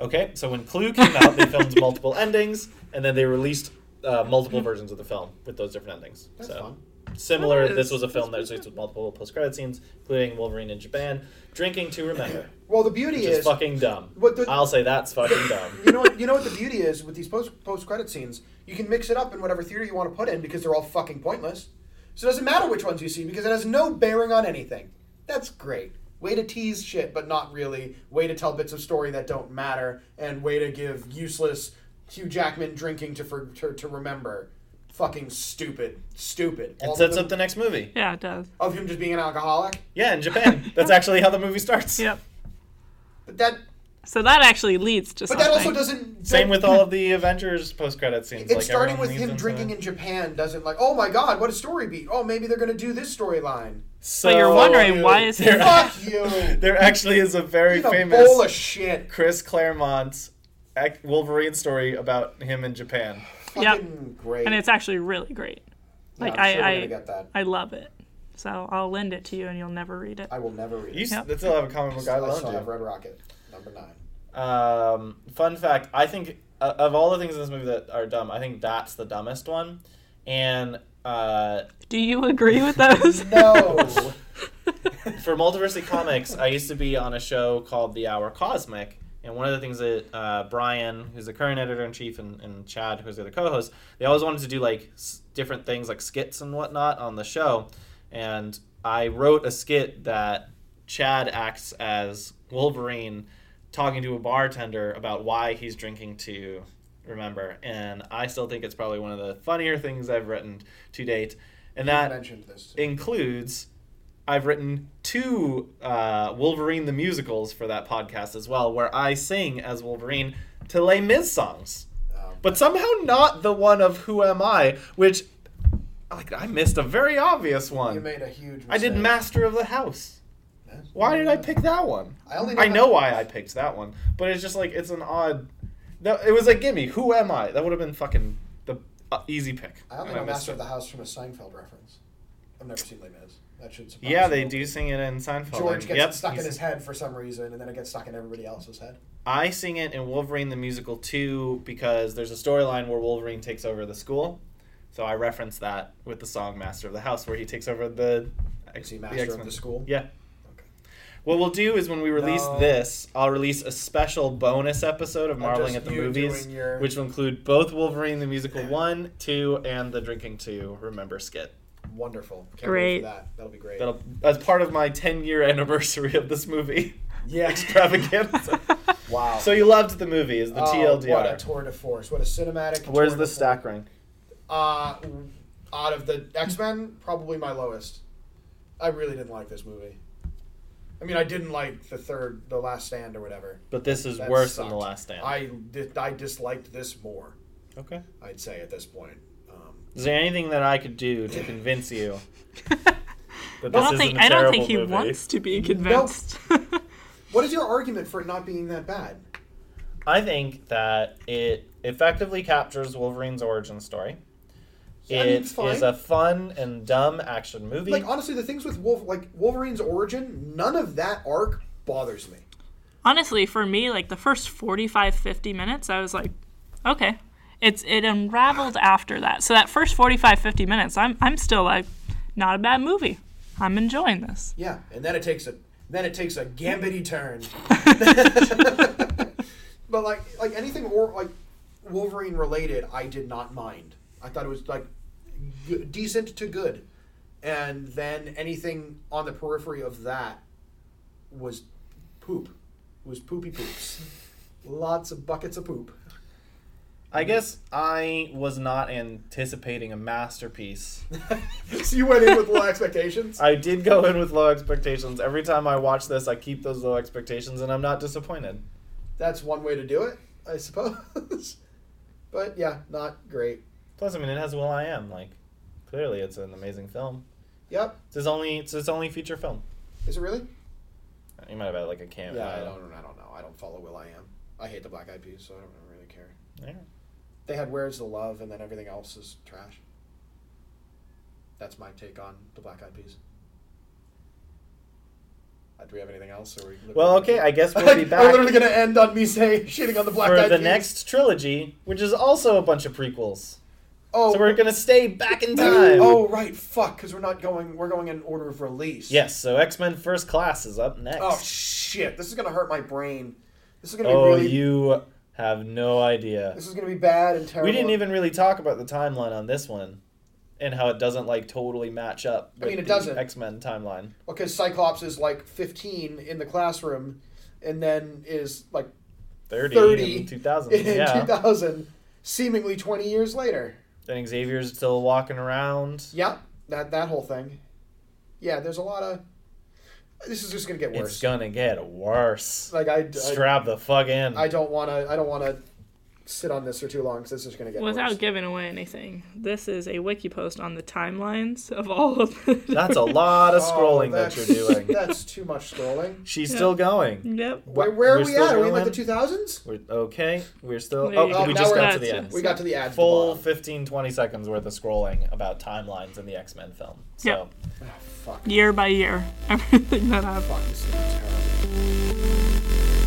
Okay, so when Clue came out, they filmed multiple endings, and then they released uh, multiple versions of the film with those different endings. That's so fun. similar, That this is- was a film that that's was released with multiple post-credit scenes, including Wolverine in Japan, drinking to remember, Well, the beauty which is is fucking dumb. What the- I'll say that's fucking dumb. you know what you know what the beauty is with these post post credit scenes. You can mix it up in whatever theater you want to put in because they're all fucking pointless. So it doesn't matter which ones you see because it has no bearing on anything. That's great. Way to tease shit, but not really. Way to tell bits of story that don't matter, and way to give useless Hugh Jackman drinking to for, to, to remember. Fucking stupid, stupid. All It of sets them- up the next movie. Yeah, it does. of him just being an alcoholic, Yeah, in Japan. That's actually how the movie starts. Yep. but that So that actually leads to but something. that also doesn't. Same with all of the Avengers post-credit scenes. It's starting everyone with leans him into- drinking in Japan doesn't like, oh my god, what a story beat. Oh, maybe they're going to do this storyline. So But you're wondering why is he? there- Fuck you. There actually is a very He's a famous bowl of shit. Chris Claremont's ac- Wolverine story about him in Japan. Yep. Fucking great. And it's actually really great. Yeah, Like I'm sure we're I, gonna I, get that. I love it. So I'll lend it to you, and you'll never read it. I will never read You it. s Yep. they still have a comic book I I still have loaned Red Rocket, number nine. you. Um, fun fact: I think uh, of all the things in this movie that are dumb, I think that's the dumbest one. And uh, Do you agree with those? No. for Multiversity Comics, I used to be on a show called The Hour Cosmic. And one of the things that uh, Brian, who's the current editor in chief, and, and Chad, who's the other co host, they always wanted to do like s- different things like skits and whatnot on the show. And I wrote a skit that Chad acts as Wolverine talking to a bartender about why he's drinking to remember. And I still think it's probably one of the funnier things I've written to date. And I that mentioned this. includes I've written two uh, Wolverine the musicals for that podcast as well, where I sing as Wolverine to Les Mis songs, Um, but somehow not the one of Who Am I, which like I missed a very obvious you one. made a huge mistake. I did Master of the House. Why did I pick that one? I only know I know why I picked that one, but it's just like it's an odd. No, it was a gimme. Who am I? That would have been fucking the uh, easy pick. I only and know missed Master it. of the House from a Seinfeld reference. I've never seen Les Mis. That should surprise Yeah, you. they do sing it in Seinfeld. George gets Yep, it stuck in he's- his head for some reason, and then it gets stuck in everybody else's head. I sing it in Wolverine the Musical 2 because there's a storyline where Wolverine takes over the school. So I reference that with the song Master of the House where he takes over the Is he master of X-Men. the school? Yeah. What we'll do is when we release No. this, I'll release a special bonus episode of Of Marveling just at the you Movies, doing your- which will include both Wolverine the Musical 1, 2, and the Drinking 2 Remember skit. Wonderful. Can't Great. Wait for that. That'll be great. That'll, as part of my 10 year anniversary of this movie yeah. extravaganza. wow. so you loved the movie, is the Oh, TLDR. What a tour de force. What a cinematic. Where's tour the de stack force. rank? Uh, out of the X Men, probably my lowest. I really didn't like this movie. I mean, I didn't like the third, the Last Stand, or whatever. But this is That worse sucked. than the last stand. I did, I disliked this more. okay. I'd say at this point. Um, Is there anything that I could do to convince you? that I this don't think. isn't a I don't terrible think he movie? wants to be convinced. what is your argument for it not being that bad? I think that it effectively captures Wolverine's origin story. I mean, it's It fine. is a fun and dumb action movie. Like honestly, the things with Wolf, like Wolverine's origin, none of that arc bothers me. Honestly, for me, like the first 45, 50 minutes, I was like, okay. it's it unraveled after that. So that first 45 50 minutes, I'm I'm still like not a bad movie. I'm enjoying this. Yeah, and then it takes a then it takes a gambity turn. but like like anything or like Wolverine related, I did not mind. I thought it was like g- decent to good, and then anything on the periphery of that was poop. Was poopy poops. Lots of buckets of poop. I guess I was not anticipating a masterpiece. So you went in with low expectations. I did go in with low expectations. Every time I watch this, I keep those low expectations, and I'm not disappointed. That's one way to do it, I suppose. but yeah, not great. Plus, I mean, it has Will I Am. Like, clearly, it's an amazing film. Yep. It's his only. It's his only feature film. Is it really? You might have had like a cameo. Yeah, I don't. I don't know. I don't follow Will. I am. I hate the Black Eyed Peas, so I don't really care. Yeah. They had "Where's the Love," and then everything else is trash. That's my take on the Black Eyed Peas. Uh, do we have anything else? Or are we literally- Well, okay. I guess we'll be We're back literally gonna end on me saying shitting on the Black for Eyed the Peas. next trilogy, which is also a bunch of prequels. Oh, So we're gonna stay back in time. oh right, fuck, because we're not going. We're going in order of release. Yes. So X Men First Class is up next. Oh shit, this is gonna hurt my brain. This is gonna be Oh, really. you have no idea. This is gonna be bad and terrible. We didn't even really talk about the timeline on this one, and how it doesn't like totally match up. With mean, it doesn't. X Men timeline. because Cyclops is like 15 in the classroom, and then is like Thirty, 30 in two thousand. in Yeah. 2000, seemingly 20 years later. Then Xavier's still walking around. Yeah, that that whole thing. Yeah, there's a lot of. This is just gonna get worse. It's gonna get worse. like I, I, Strap the fuck in. I don't wanna I don't wanna sit on this for too long because this is gonna get Without worse. giving away anything, this is a wiki post on the timelines of all of the. That's a lot of Oh, scrolling that that's- you're doing. That's too much scrolling. She's still going. Yep. Where, where We're are we still at? Are we in like going? the 2000s? We're, okay, we're still. There Oh, you go. we Now just we're got at to the it. end. We got to the ads. Full at the 15, 20 seconds worth of scrolling about timelines in the X Men film. So Yep. bottom. Ah, Fuck. Year by year, everything that happened. Fuck. This is terrible.